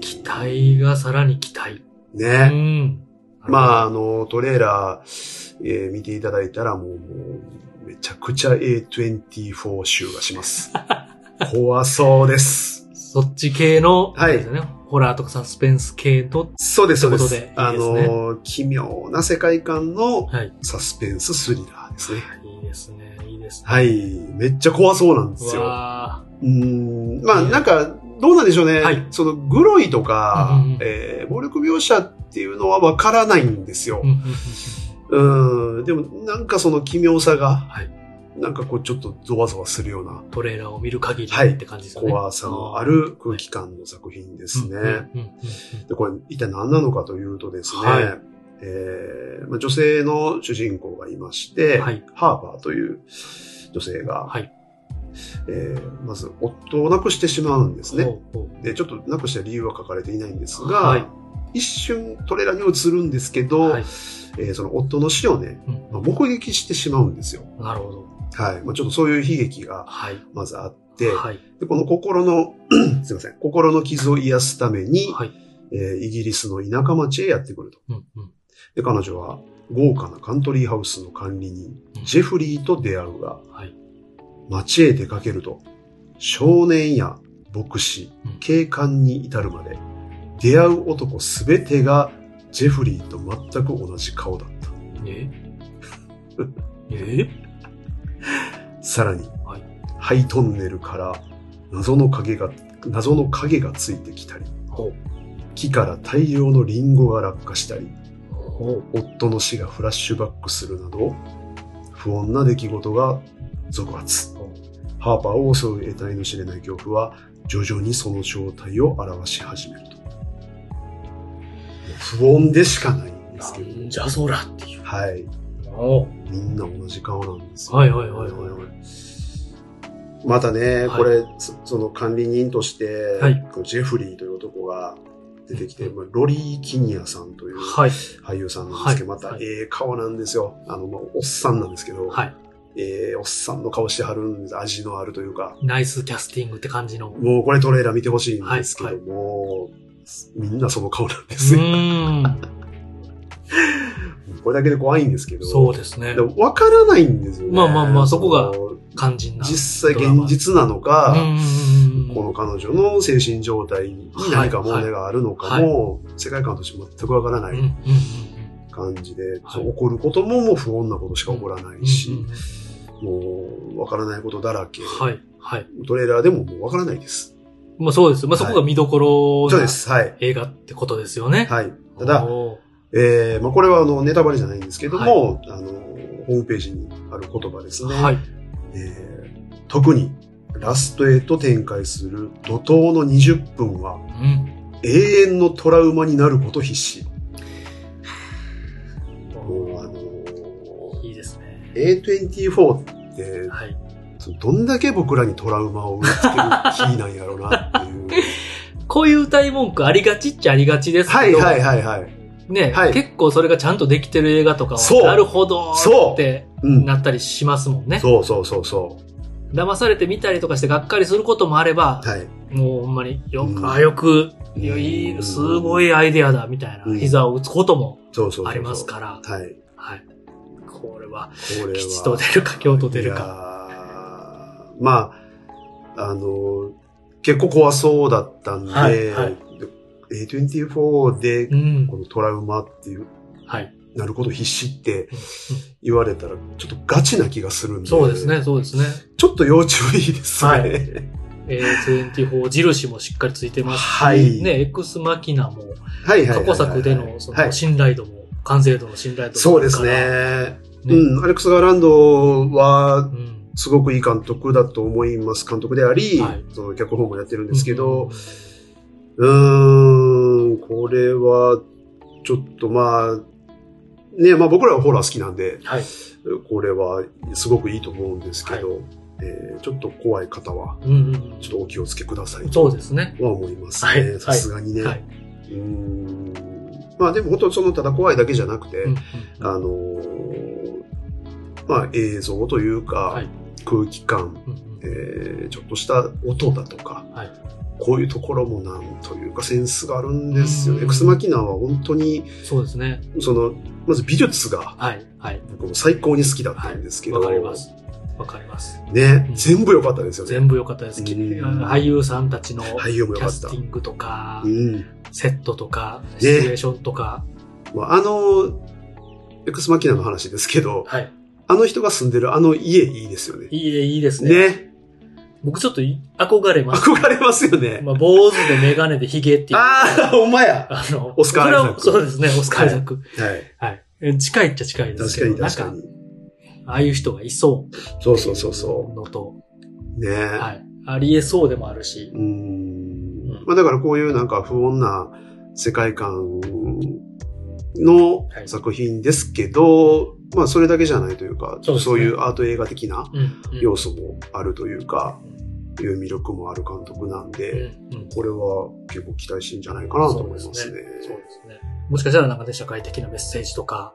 [SPEAKER 2] い。
[SPEAKER 1] 期。待がさらに期待。う
[SPEAKER 2] ね。
[SPEAKER 1] ん。
[SPEAKER 2] まあ、あの、トレーラー、えー見ていただいたらもう、もうめちゃくちゃ A24 集が します。怖そうです。
[SPEAKER 1] そっち系の、
[SPEAKER 2] はい
[SPEAKER 1] ですよね、ホラーとかサスペンス系と、
[SPEAKER 2] そうです、そうです。
[SPEAKER 1] ということ
[SPEAKER 2] あ
[SPEAKER 1] でいいですね
[SPEAKER 2] の、奇妙な世界観の
[SPEAKER 1] はい。
[SPEAKER 2] サスペンススリラーですね。
[SPEAKER 1] いいですね。いいですね。
[SPEAKER 2] はい。めっちゃ怖そうなんですよ。
[SPEAKER 1] わ
[SPEAKER 2] うーんまあなんか、どうなんでしょうね。
[SPEAKER 1] はい
[SPEAKER 2] その、グロいと
[SPEAKER 1] うん
[SPEAKER 2] か、
[SPEAKER 1] うんうん
[SPEAKER 2] えー暴力描写っていうのはわからないんですよ
[SPEAKER 1] ー。うん。うんうんうん
[SPEAKER 2] うん、んでもなんかその奇妙さが、
[SPEAKER 1] はい
[SPEAKER 2] なんかこうちょっとゾワゾワするような
[SPEAKER 1] トレーラーを見る限り
[SPEAKER 2] はい
[SPEAKER 1] って感じですよね。
[SPEAKER 2] 怖さのある空気感の作品ですね。
[SPEAKER 1] うんうんうんうん
[SPEAKER 2] で、これ一体何なのかというとですね、
[SPEAKER 1] はい
[SPEAKER 2] えーまあ、女性の主人公がいまして、
[SPEAKER 1] はい
[SPEAKER 2] ハーバーという女性が、
[SPEAKER 1] はい
[SPEAKER 2] えーまず夫を亡くしてしまうんですね。
[SPEAKER 1] ほうほう
[SPEAKER 2] で、ちょっとなくした理由は書かれていないんですが、
[SPEAKER 1] はい
[SPEAKER 2] 一瞬トレーラーに映るんですけど、
[SPEAKER 1] はい
[SPEAKER 2] えーその夫の死をね、
[SPEAKER 1] うん
[SPEAKER 2] まあ目撃してしまうんですよ。
[SPEAKER 1] なるほど。
[SPEAKER 2] はい。まあ、ちょっとそういう悲劇が
[SPEAKER 1] はい。
[SPEAKER 2] まずあって、
[SPEAKER 1] はい。
[SPEAKER 2] でこの心の、 すいません、心の傷を癒すために、
[SPEAKER 1] はい。
[SPEAKER 2] えーイギリスの田舎町へやってくると。
[SPEAKER 1] うんうん。
[SPEAKER 2] で、彼女は豪華なカントリーハウスの管理人、ジェフリーと出会うが、
[SPEAKER 1] はい。
[SPEAKER 2] 町へ出かけると、少年や牧師
[SPEAKER 1] うん、
[SPEAKER 2] 警官に至るまで、出会う男すべてがジェフリーと全く同じ顔だった。
[SPEAKER 1] ええ
[SPEAKER 2] さらに、
[SPEAKER 1] はい
[SPEAKER 2] ハイトンネルから謎の影が、謎の影がついてきたり、
[SPEAKER 1] ほう。
[SPEAKER 2] 木から大量のリンゴが落下したり、
[SPEAKER 1] ほ
[SPEAKER 2] 夫の死がフラッシュバックするなど、不穏な出来事が続発。ハーパーを襲う得体の知れない恐怖は、徐々にその正体を表し始めると。もう不穏でしかないん
[SPEAKER 1] う。
[SPEAKER 2] ですけど、
[SPEAKER 1] じゃそらっていう。
[SPEAKER 2] はい。
[SPEAKER 1] お
[SPEAKER 2] みんな同じ顔なんですよ
[SPEAKER 1] はいはいはいはいはい。
[SPEAKER 2] またね、
[SPEAKER 1] はい
[SPEAKER 2] これ、そその管理人として、
[SPEAKER 1] はい
[SPEAKER 2] このジェフリーという男が出てきて、
[SPEAKER 1] うん
[SPEAKER 2] まあロリー・キニアさんという
[SPEAKER 1] はい。
[SPEAKER 2] 俳優さんなんですけど、
[SPEAKER 1] はい
[SPEAKER 2] また
[SPEAKER 1] はい
[SPEAKER 2] ええ顔なんですよ。あの、まあ、おっさんなんですけど、
[SPEAKER 1] はい。
[SPEAKER 2] ええおっさんの顔してはるんです。味のあるというか。
[SPEAKER 1] ナイスキャスティングって感じの。う
[SPEAKER 2] もうこれトレーラー見てほしいんですけども、みんなその顔なんですよ。
[SPEAKER 1] ーん。
[SPEAKER 2] これだけで怖いんですけど。
[SPEAKER 1] そうですね
[SPEAKER 2] で。も分からないんですよね。
[SPEAKER 1] まあまあまあそこが
[SPEAKER 2] の
[SPEAKER 1] 肝心な。
[SPEAKER 2] 実際現実なのか、
[SPEAKER 1] うんうんうんうん
[SPEAKER 2] この彼女の精神状態に何か問題があるのかも、世界観として全くわからな
[SPEAKER 1] うんうんう
[SPEAKER 2] い
[SPEAKER 1] んうん
[SPEAKER 2] 感じで、
[SPEAKER 1] はい
[SPEAKER 2] そう起こることももう不穏なことしか起こらない
[SPEAKER 1] うんう
[SPEAKER 2] し
[SPEAKER 1] ん、
[SPEAKER 2] もうわからないことだらけ。
[SPEAKER 1] うんはい。はい。
[SPEAKER 2] トレーラーでももうわからないです。
[SPEAKER 1] まあそうです。まあそこが見どころ
[SPEAKER 2] そう
[SPEAKER 1] な
[SPEAKER 2] です。はい。
[SPEAKER 1] 映画ってことですよね。
[SPEAKER 2] はい。ただ、
[SPEAKER 1] お
[SPEAKER 2] えーまあ、これはあのネタバレじゃないんですけども、あの、ホームページにある言葉です
[SPEAKER 1] ー
[SPEAKER 2] ね。
[SPEAKER 1] はい。
[SPEAKER 2] えー特にラストへと展開する怒涛の20分は
[SPEAKER 1] うん。
[SPEAKER 2] 永遠のトラウマになること必至。もうあの
[SPEAKER 1] いいですね。
[SPEAKER 2] A24 って、
[SPEAKER 1] はい。
[SPEAKER 2] そのどんだけ僕らにトラウマを植え付けるキーなんやろうなっ ていう。
[SPEAKER 1] こういう歌い文句ありがちっちゃありがちです
[SPEAKER 2] は
[SPEAKER 1] け
[SPEAKER 2] い
[SPEAKER 1] ど、
[SPEAKER 2] はいはいはい。
[SPEAKER 1] ね、
[SPEAKER 2] はい
[SPEAKER 1] 結構それがちゃんとできてる映画とか
[SPEAKER 2] そ
[SPEAKER 1] は、
[SPEAKER 2] う
[SPEAKER 1] なるほど
[SPEAKER 2] そう
[SPEAKER 1] って
[SPEAKER 2] うん。
[SPEAKER 1] なったりしますもんね。
[SPEAKER 2] そうそうそうそ
[SPEAKER 1] 騙されてみたりとかしてがっかりすることもあれば
[SPEAKER 2] う。、はい。
[SPEAKER 1] もうほんまによ
[SPEAKER 2] う
[SPEAKER 1] く、
[SPEAKER 2] ん
[SPEAKER 1] あ、よく、
[SPEAKER 2] うん
[SPEAKER 1] いやいい、すごいアイデアだみたいな、
[SPEAKER 2] うん
[SPEAKER 1] 膝を打つことも
[SPEAKER 2] そうそうそうそう
[SPEAKER 1] ありますから、
[SPEAKER 2] はい。こ
[SPEAKER 1] はい。これは、
[SPEAKER 2] れは。
[SPEAKER 1] 吉と出るか、京と出る
[SPEAKER 2] い
[SPEAKER 1] か。
[SPEAKER 2] やーまあ、あの、結構怖そうだったんで、
[SPEAKER 1] はいはい
[SPEAKER 2] A24 で
[SPEAKER 1] うん
[SPEAKER 2] こ。のトラウマっていう、
[SPEAKER 1] はい。
[SPEAKER 2] なること必死っ
[SPEAKER 1] う
[SPEAKER 2] て
[SPEAKER 1] ん
[SPEAKER 2] 言われたら、ちょっとガチな気がするんで。
[SPEAKER 1] そうですね、そうですね。
[SPEAKER 2] ちょっと要注意ですね。
[SPEAKER 1] はいえー、24印もしっかりついてますし、
[SPEAKER 2] はい
[SPEAKER 1] ね、エクスマキナも、
[SPEAKER 2] はいはいはいはいは
[SPEAKER 1] 過
[SPEAKER 2] い。
[SPEAKER 1] 去作でのそ
[SPEAKER 2] は
[SPEAKER 1] の
[SPEAKER 2] い。
[SPEAKER 1] 信頼度も、完成度の信頼度も
[SPEAKER 2] そうです
[SPEAKER 1] あるか
[SPEAKER 2] ね。
[SPEAKER 1] ら。
[SPEAKER 2] うん、アレックス・ガーランドは、
[SPEAKER 1] うん。
[SPEAKER 2] すごくいい監督だと思います。監督であり、
[SPEAKER 1] はい
[SPEAKER 2] その脚本もやってるんですけ
[SPEAKER 1] うん
[SPEAKER 2] ど、、うーん、これは、ちょっとまあ、ね、まあ僕らはホラー好きなんで、
[SPEAKER 1] はい。
[SPEAKER 2] これはすごくいいと思うんですけど、えーちょっと怖い方は、
[SPEAKER 1] うんうん
[SPEAKER 2] ちょっとお気をつけください
[SPEAKER 1] うん。
[SPEAKER 2] と
[SPEAKER 1] そうですね。
[SPEAKER 2] は思います
[SPEAKER 1] はいは
[SPEAKER 2] ね。
[SPEAKER 1] い
[SPEAKER 2] さすがにね。
[SPEAKER 1] はい。
[SPEAKER 2] うーん。まあでも本当そのただ怖いだけじゃなくて、
[SPEAKER 1] うん
[SPEAKER 2] あのーまあ映像というか、
[SPEAKER 1] はい
[SPEAKER 2] 空気感、
[SPEAKER 1] うんうん
[SPEAKER 2] えーちょっとした音だとか、
[SPEAKER 1] はい
[SPEAKER 2] こういうところもなんというかセンスがあるんですよ。
[SPEAKER 1] うん
[SPEAKER 2] エクスマキナは本当に、
[SPEAKER 1] そうですね。
[SPEAKER 2] その、まず美術が
[SPEAKER 1] はい。はい。
[SPEAKER 2] 僕も最高に好きだったんですけど、
[SPEAKER 1] わかります。わかります。
[SPEAKER 2] ね
[SPEAKER 1] う、ん
[SPEAKER 2] 全部良かったですよね。
[SPEAKER 1] 全部良かったです。
[SPEAKER 2] うん
[SPEAKER 1] 俳優さんたちのキ
[SPEAKER 2] 俳優も良か
[SPEAKER 1] ャ
[SPEAKER 2] っ
[SPEAKER 1] ス
[SPEAKER 2] た
[SPEAKER 1] テ。ィングとか
[SPEAKER 2] う、ん。
[SPEAKER 1] セットとか、シチュエーションとか。
[SPEAKER 2] まああの、エクスマキナの話ですけど、
[SPEAKER 1] はい。
[SPEAKER 2] あの人が住んでるあの家いいですよね。
[SPEAKER 1] いいえ、いいですね。
[SPEAKER 2] ね。
[SPEAKER 1] 僕ちょっとい憧れます。
[SPEAKER 2] 憧れますよね。
[SPEAKER 1] まあ、坊主でメガネでヒゲっていう。
[SPEAKER 2] ああ、ほんまや。
[SPEAKER 1] あの、
[SPEAKER 2] オスカー
[SPEAKER 1] それは
[SPEAKER 2] アイザック
[SPEAKER 1] そうですね、オスカー・アイザック。
[SPEAKER 2] はい。
[SPEAKER 1] はい。え近いっちゃ近いです
[SPEAKER 2] 確
[SPEAKER 1] け
[SPEAKER 2] か
[SPEAKER 1] ど、
[SPEAKER 2] に確かに。
[SPEAKER 1] なんか、ああいう人がいそう。
[SPEAKER 2] そうそうそうそ
[SPEAKER 1] のと、
[SPEAKER 2] う。ね
[SPEAKER 1] はい。ありえそうでもあるし
[SPEAKER 2] う。ーん。まあだからこういうなんか不穏な世界観の
[SPEAKER 1] はい
[SPEAKER 2] 作品ですけど、まあそれだけじゃないというか、
[SPEAKER 1] そうですね
[SPEAKER 2] そういうアート映画的な
[SPEAKER 1] うん。うん
[SPEAKER 2] 要素もあるというか、いう魅力もある監督なん
[SPEAKER 1] うん
[SPEAKER 2] で、
[SPEAKER 1] うん
[SPEAKER 2] これは結構期待してんじゃないかなと思いますね。
[SPEAKER 1] そうですね。もしかしたらなんかね、社会的なメッセージとか、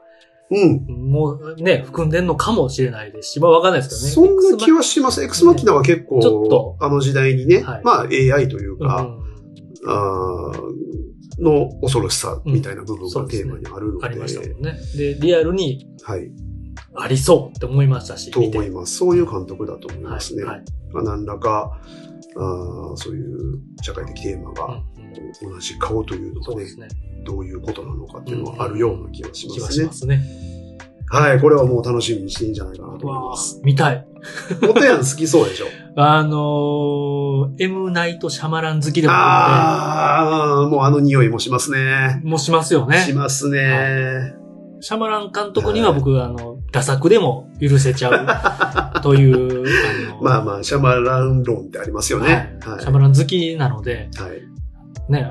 [SPEAKER 2] うん。
[SPEAKER 1] もうね、含んでんのかもしれないですし、まあわかんないですけ
[SPEAKER 2] そ
[SPEAKER 1] どね。
[SPEAKER 2] んな気
[SPEAKER 1] は、
[SPEAKER 2] はします。エクスマキナは
[SPEAKER 1] ち
[SPEAKER 2] 結
[SPEAKER 1] ょっ
[SPEAKER 2] 構
[SPEAKER 1] と、
[SPEAKER 2] あの時代にね、
[SPEAKER 1] はい
[SPEAKER 2] まあ AI というか、
[SPEAKER 1] うん
[SPEAKER 2] あーの恐ろしさみたいな部分
[SPEAKER 1] うんそう
[SPEAKER 2] が
[SPEAKER 1] です
[SPEAKER 2] テー
[SPEAKER 1] ね
[SPEAKER 2] マにあるの
[SPEAKER 1] あり
[SPEAKER 2] で、
[SPEAKER 1] ましたもんね。で、リアルに
[SPEAKER 2] はい、
[SPEAKER 1] ありそうって思いましたし、
[SPEAKER 2] と
[SPEAKER 1] 見て
[SPEAKER 2] 思います。そういう監督だと思いますね。
[SPEAKER 1] はい。はい
[SPEAKER 2] まあ何らかあーそういう社会的テーマ
[SPEAKER 1] うん
[SPEAKER 2] が
[SPEAKER 1] うん
[SPEAKER 2] 同じ顔というの
[SPEAKER 1] そう
[SPEAKER 2] が
[SPEAKER 1] で
[SPEAKER 2] ね、
[SPEAKER 1] すね。
[SPEAKER 2] どういうことなのかっていうのはあるような気がし
[SPEAKER 1] 気
[SPEAKER 2] ま
[SPEAKER 1] は
[SPEAKER 2] す
[SPEAKER 1] し
[SPEAKER 2] ね
[SPEAKER 1] ま。すね。
[SPEAKER 2] はい、これはもう楽しみにしていいんじゃないかなと思います。
[SPEAKER 1] 見たい。
[SPEAKER 2] 元やん好きそうでしょ。
[SPEAKER 1] あのー、M ナイトシャマラン好きでもあ
[SPEAKER 2] ああ、もうあの匂いもしますね
[SPEAKER 1] る。ので、もうしますよ
[SPEAKER 2] し
[SPEAKER 1] ね。
[SPEAKER 2] ますね。
[SPEAKER 1] シャマラン監督には僕、あの、打作でも許せちゃうという、あの、
[SPEAKER 2] まあまあ、シャマラン論ってありますよね。
[SPEAKER 1] はい
[SPEAKER 2] はい。
[SPEAKER 1] シャマラン好きなので、
[SPEAKER 2] はい。
[SPEAKER 1] ね、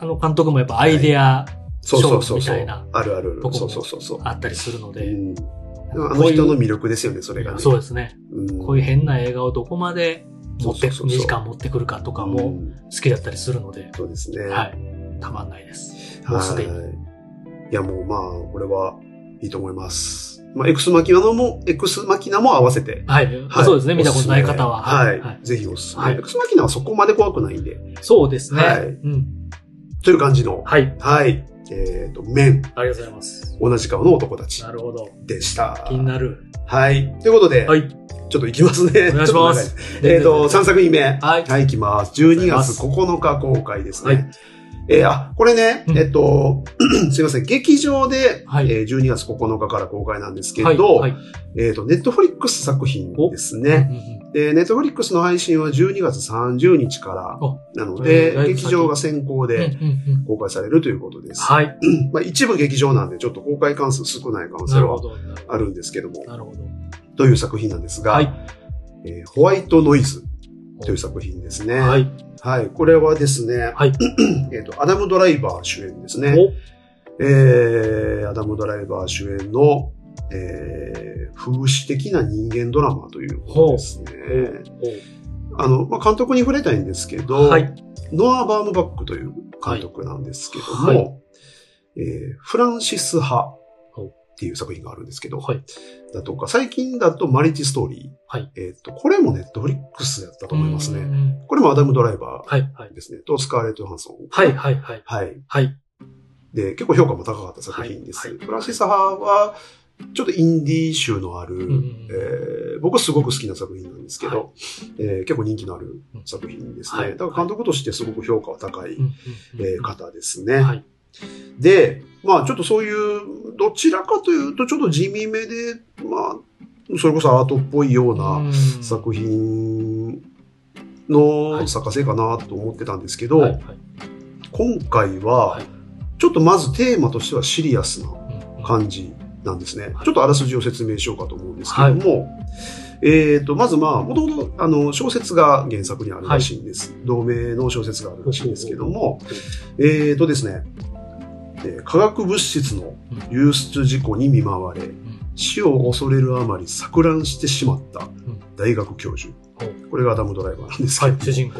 [SPEAKER 1] あの監督もやっぱアイデア
[SPEAKER 2] そうそうそうそ
[SPEAKER 1] 勝負
[SPEAKER 2] う
[SPEAKER 1] みたいな。
[SPEAKER 2] あるあるある。
[SPEAKER 1] 僕
[SPEAKER 2] そ
[SPEAKER 1] も
[SPEAKER 2] うそうそうそう。
[SPEAKER 1] あったりするの
[SPEAKER 2] う
[SPEAKER 1] で、
[SPEAKER 2] ん、でもあの人の魅力ですよね、それがね。
[SPEAKER 1] そうですね。
[SPEAKER 2] うん
[SPEAKER 1] こういう変な映画をどこまで持って、
[SPEAKER 2] そうそうそうそう
[SPEAKER 1] 2時間持ってくるかとか
[SPEAKER 2] う
[SPEAKER 1] も
[SPEAKER 2] ん
[SPEAKER 1] 好きだったりするので、
[SPEAKER 2] そうですね。
[SPEAKER 1] はい。たまんないです。
[SPEAKER 2] い
[SPEAKER 1] もうすでに
[SPEAKER 2] いや、もうまあ、これはいいと思います。まあ、エクスマキナのも、エクスマキナも合わせて。
[SPEAKER 1] はい。
[SPEAKER 2] はい
[SPEAKER 1] そうですね。見たことない方は。
[SPEAKER 2] おすすめはい。
[SPEAKER 1] はい
[SPEAKER 2] ぜひおすすめ、
[SPEAKER 1] はい
[SPEAKER 2] エクスマキナはそこまで怖くないんで。
[SPEAKER 1] そうですね。
[SPEAKER 2] はい
[SPEAKER 1] うん。
[SPEAKER 2] という感じの。
[SPEAKER 1] はい。
[SPEAKER 2] はい。えっ、と、面、
[SPEAKER 1] ありがとうございます。
[SPEAKER 2] 同じ顔の男たち
[SPEAKER 1] なるほど。
[SPEAKER 2] でした。
[SPEAKER 1] 気になる。
[SPEAKER 2] はい。ということで、
[SPEAKER 1] はい。
[SPEAKER 2] ちょっと行きますね。
[SPEAKER 1] お願いします。
[SPEAKER 2] ちょっと長い。えっ、と、3作品目。
[SPEAKER 1] はい。
[SPEAKER 2] はい、行きます。
[SPEAKER 1] ござ
[SPEAKER 2] 12
[SPEAKER 1] いま
[SPEAKER 2] 月
[SPEAKER 1] す
[SPEAKER 2] 9日公開ですね。
[SPEAKER 1] はい
[SPEAKER 2] えーあ、これね、
[SPEAKER 1] うん
[SPEAKER 2] えっと、 すいません、劇場で、
[SPEAKER 1] はい
[SPEAKER 2] えー12月9日から公開なんですけ
[SPEAKER 1] はい。
[SPEAKER 2] ど、
[SPEAKER 1] はい。
[SPEAKER 2] えっと、ネットフリックス作品ですね。
[SPEAKER 1] うんうん
[SPEAKER 2] で、ネットフリックスの配信は12月30日からなので、
[SPEAKER 1] えーだいぶ先
[SPEAKER 2] 劇場が先行
[SPEAKER 1] うん
[SPEAKER 2] で
[SPEAKER 1] うんうん
[SPEAKER 2] 公開されるということです。
[SPEAKER 1] はい。
[SPEAKER 2] まあ、一部劇場なんで、ちょっと公開関数少ない可能性
[SPEAKER 1] なるほ
[SPEAKER 2] は
[SPEAKER 1] ど。
[SPEAKER 2] あるんですけども、
[SPEAKER 1] なるほど。
[SPEAKER 2] という作品なんですが、
[SPEAKER 1] はい。
[SPEAKER 2] えーホワイトノイズという作品ですね。
[SPEAKER 1] はい。
[SPEAKER 2] はい、これはですね、
[SPEAKER 1] はい
[SPEAKER 2] えっと、アダム・ドライバー主演ですね。
[SPEAKER 1] お
[SPEAKER 2] えー、アダム・ドライバー主演の、えー、風刺的な人間ドラマということですね。あの、まあ、監督に触れたいんですけど、
[SPEAKER 1] はい。
[SPEAKER 2] ノア・バームバックという監督なんですけども、
[SPEAKER 1] はいは
[SPEAKER 2] えーフランシス派
[SPEAKER 1] お
[SPEAKER 2] っていう作品があるんですけど、
[SPEAKER 1] はい。
[SPEAKER 2] だとか、最近だとマリティ・ストーリー。
[SPEAKER 1] はい
[SPEAKER 2] えっ、と、これもネットフリックスだったと思います
[SPEAKER 1] う
[SPEAKER 2] ね。
[SPEAKER 1] ん
[SPEAKER 2] これもアダム・ドライバ
[SPEAKER 1] はい。はい
[SPEAKER 2] ー。ですね。と、スカーレット・ヨハンソン。
[SPEAKER 1] はい。はい。はい。
[SPEAKER 2] はい。
[SPEAKER 1] はい。
[SPEAKER 2] で、結構評価も高かった作品です。
[SPEAKER 1] はいはい
[SPEAKER 2] フランシス・ハーは、ちょっとインディー集のある、
[SPEAKER 1] ん
[SPEAKER 2] えー僕すごく好きな作品なんですけど、えー結構人気のある作品ですね。
[SPEAKER 1] はい
[SPEAKER 2] だから監督としてすごく評価は高い、
[SPEAKER 1] うんうんうん
[SPEAKER 2] えー方ですね。
[SPEAKER 1] はい。
[SPEAKER 2] で、まあちょっとそういう、どちらかというとちょっと地味めで、まあ、それこそアートっぽいような
[SPEAKER 1] うん
[SPEAKER 2] 作品の作家性かなと思ってたんですけど、
[SPEAKER 1] はいはい
[SPEAKER 2] 今回は
[SPEAKER 1] はい
[SPEAKER 2] ちょっとまずテーマとしてはシリアスな
[SPEAKER 1] うん
[SPEAKER 2] 感じなんですね
[SPEAKER 1] は。い
[SPEAKER 2] ちょっとあらすじを説明しようかと思うんですけども、えっ、と、まずまあ、もともと、あの、小説が原作にあるらしいんです。同名の小説があるらしいんですけども、えっ、とですね、えー化学物質の流出事故に見舞われ、死を恐れるあまり錯乱してしまった大学教授
[SPEAKER 1] ほ。
[SPEAKER 2] これがアダム・ドライバーなんです
[SPEAKER 1] は
[SPEAKER 2] けど、
[SPEAKER 1] い、主人公。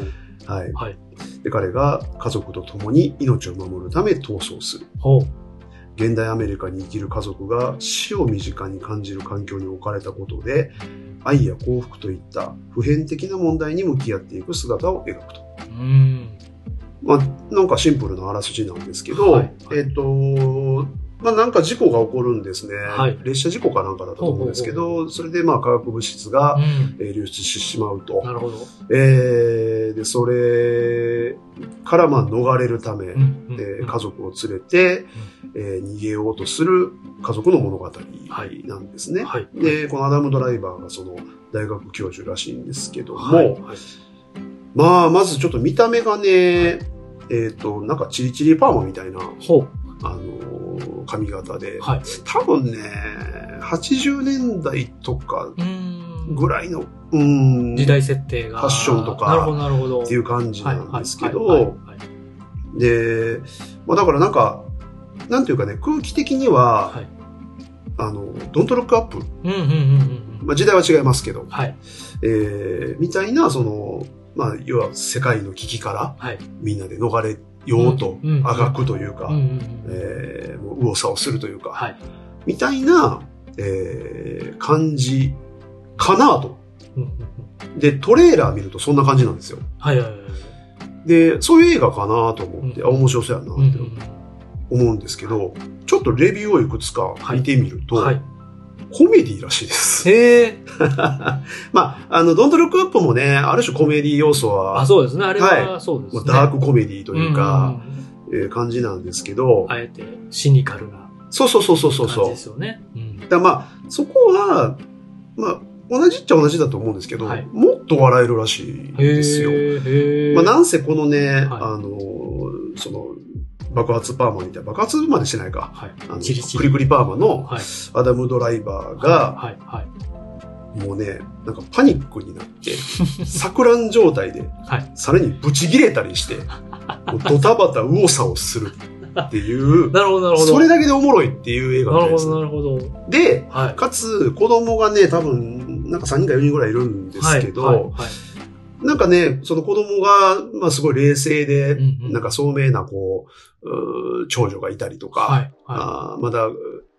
[SPEAKER 2] はい
[SPEAKER 1] はい
[SPEAKER 2] で彼が家族と共に命を守るため逃走する。
[SPEAKER 1] ほう。
[SPEAKER 2] 現代アメリカに生きる家族が死を身近に感じる環境に置かれたことで愛や幸福といった普遍的な問題に向き合っていく姿を描くと。
[SPEAKER 1] うん。
[SPEAKER 2] まあ、なんかシンプルなあらすじなんですけど、
[SPEAKER 1] はい
[SPEAKER 2] えっ、と、まあなんか事故が起こるんですね。
[SPEAKER 1] はい
[SPEAKER 2] 列車事故かなんかだったと思うんですけ
[SPEAKER 1] ほうほう
[SPEAKER 2] ど、それでまあ化学物質が
[SPEAKER 1] うん
[SPEAKER 2] えー流出してしまうと。
[SPEAKER 1] なるほど。
[SPEAKER 2] えーで、それからまあ逃れるため、
[SPEAKER 1] うん
[SPEAKER 2] で
[SPEAKER 1] うん
[SPEAKER 2] 家族を連れて、えー逃げようとする家族の物語
[SPEAKER 1] はい
[SPEAKER 2] なんですね。
[SPEAKER 1] はい。
[SPEAKER 2] で、このアダム・ドライバーがその大学教授らしいんですけども、
[SPEAKER 1] はい、はい
[SPEAKER 2] まあ、まずちょっと見た目がね、えっ、と、なんかチリチリパーマみたいな、
[SPEAKER 1] ほう。
[SPEAKER 2] あのー髪型で、
[SPEAKER 1] はい。
[SPEAKER 2] 多分ね、80年代とか
[SPEAKER 1] うん
[SPEAKER 2] ぐらいの、うん、
[SPEAKER 1] 時代設定が。
[SPEAKER 2] ファッションとか
[SPEAKER 1] なるほど、なるほど。
[SPEAKER 2] っていうう感じなんですけ
[SPEAKER 1] はいはい
[SPEAKER 2] ど、
[SPEAKER 1] はい
[SPEAKER 2] で、まあ、だからなんか、なんていうかね、空気的には、
[SPEAKER 1] はい
[SPEAKER 2] あの、ドントロックアップ、
[SPEAKER 1] うんうんうんうんうん。
[SPEAKER 2] まあ、時代は違いますけど、
[SPEAKER 1] はい。
[SPEAKER 2] えーみたいな、その、まあ、要は世界の危機から
[SPEAKER 1] はい。
[SPEAKER 2] みんなで逃れようと
[SPEAKER 1] うんう、ん
[SPEAKER 2] あがくというか
[SPEAKER 1] うんう、んうん。
[SPEAKER 2] えーもう右往左往するというか、
[SPEAKER 1] はい。
[SPEAKER 2] みたいな、えー感じかなと。
[SPEAKER 1] うんうんうん
[SPEAKER 2] で、トレーラー見るとそんな感じなんですよ。
[SPEAKER 1] はいはいはいはい。
[SPEAKER 2] で、そういう映画かなと思って、
[SPEAKER 1] うん
[SPEAKER 2] あ、面白そうやな
[SPEAKER 1] うんう
[SPEAKER 2] って
[SPEAKER 1] ん
[SPEAKER 2] 思うんですけど、ちょっとレビューをいくつか見てみると、
[SPEAKER 1] うんはい。
[SPEAKER 2] コメディらしい です。
[SPEAKER 1] へえ。
[SPEAKER 2] まあ、あの、ドントルックアップもね、ある種コメディ要素は
[SPEAKER 1] あ、、そうですね。あれ
[SPEAKER 2] は
[SPEAKER 1] は、そうです
[SPEAKER 2] まあ
[SPEAKER 1] ね。
[SPEAKER 2] ダークコメディと
[SPEAKER 1] と
[SPEAKER 2] いうか、、えー感じなんですけど、
[SPEAKER 1] あえてシニカルな
[SPEAKER 2] そうそうそうそうそう
[SPEAKER 1] 感じ
[SPEAKER 2] そ
[SPEAKER 1] ですよね。うん
[SPEAKER 2] う。だまあ、そこは、まあ、同じっちゃ同じだと思うんですけど、
[SPEAKER 1] はい
[SPEAKER 2] もっと笑えるらしいですよ。
[SPEAKER 1] へえ。
[SPEAKER 2] まあ、なんせこのね、あのー、その、爆発パーマみたいな、爆発までしてないか。
[SPEAKER 1] はい
[SPEAKER 2] あの、
[SPEAKER 1] チリチリ
[SPEAKER 2] クリクリパーマの
[SPEAKER 1] はい
[SPEAKER 2] アダム・ドライバーが、
[SPEAKER 1] はいはい
[SPEAKER 2] もうね、なんかパニックにな って、錯乱状態で、
[SPEAKER 1] はい
[SPEAKER 2] さらにブチ切れたりして、 もうドタバタ右往左往するっていう、
[SPEAKER 1] なるほどなるほど
[SPEAKER 2] それだけでおもろいっていう映画み
[SPEAKER 1] な
[SPEAKER 2] たい
[SPEAKER 1] る
[SPEAKER 2] で
[SPEAKER 1] ほ
[SPEAKER 2] すね
[SPEAKER 1] どなるほど
[SPEAKER 2] で、
[SPEAKER 1] はい
[SPEAKER 2] かつ、子供がね、多分、なんか3人か4人ぐらいいるんですけど、
[SPEAKER 1] はいはいはい
[SPEAKER 2] なんかね、その子供が、まあすごい冷静で、
[SPEAKER 1] うんうん
[SPEAKER 2] なんか聡明な、こう、うー長女がいたりとか、
[SPEAKER 1] はいは
[SPEAKER 2] あーまだ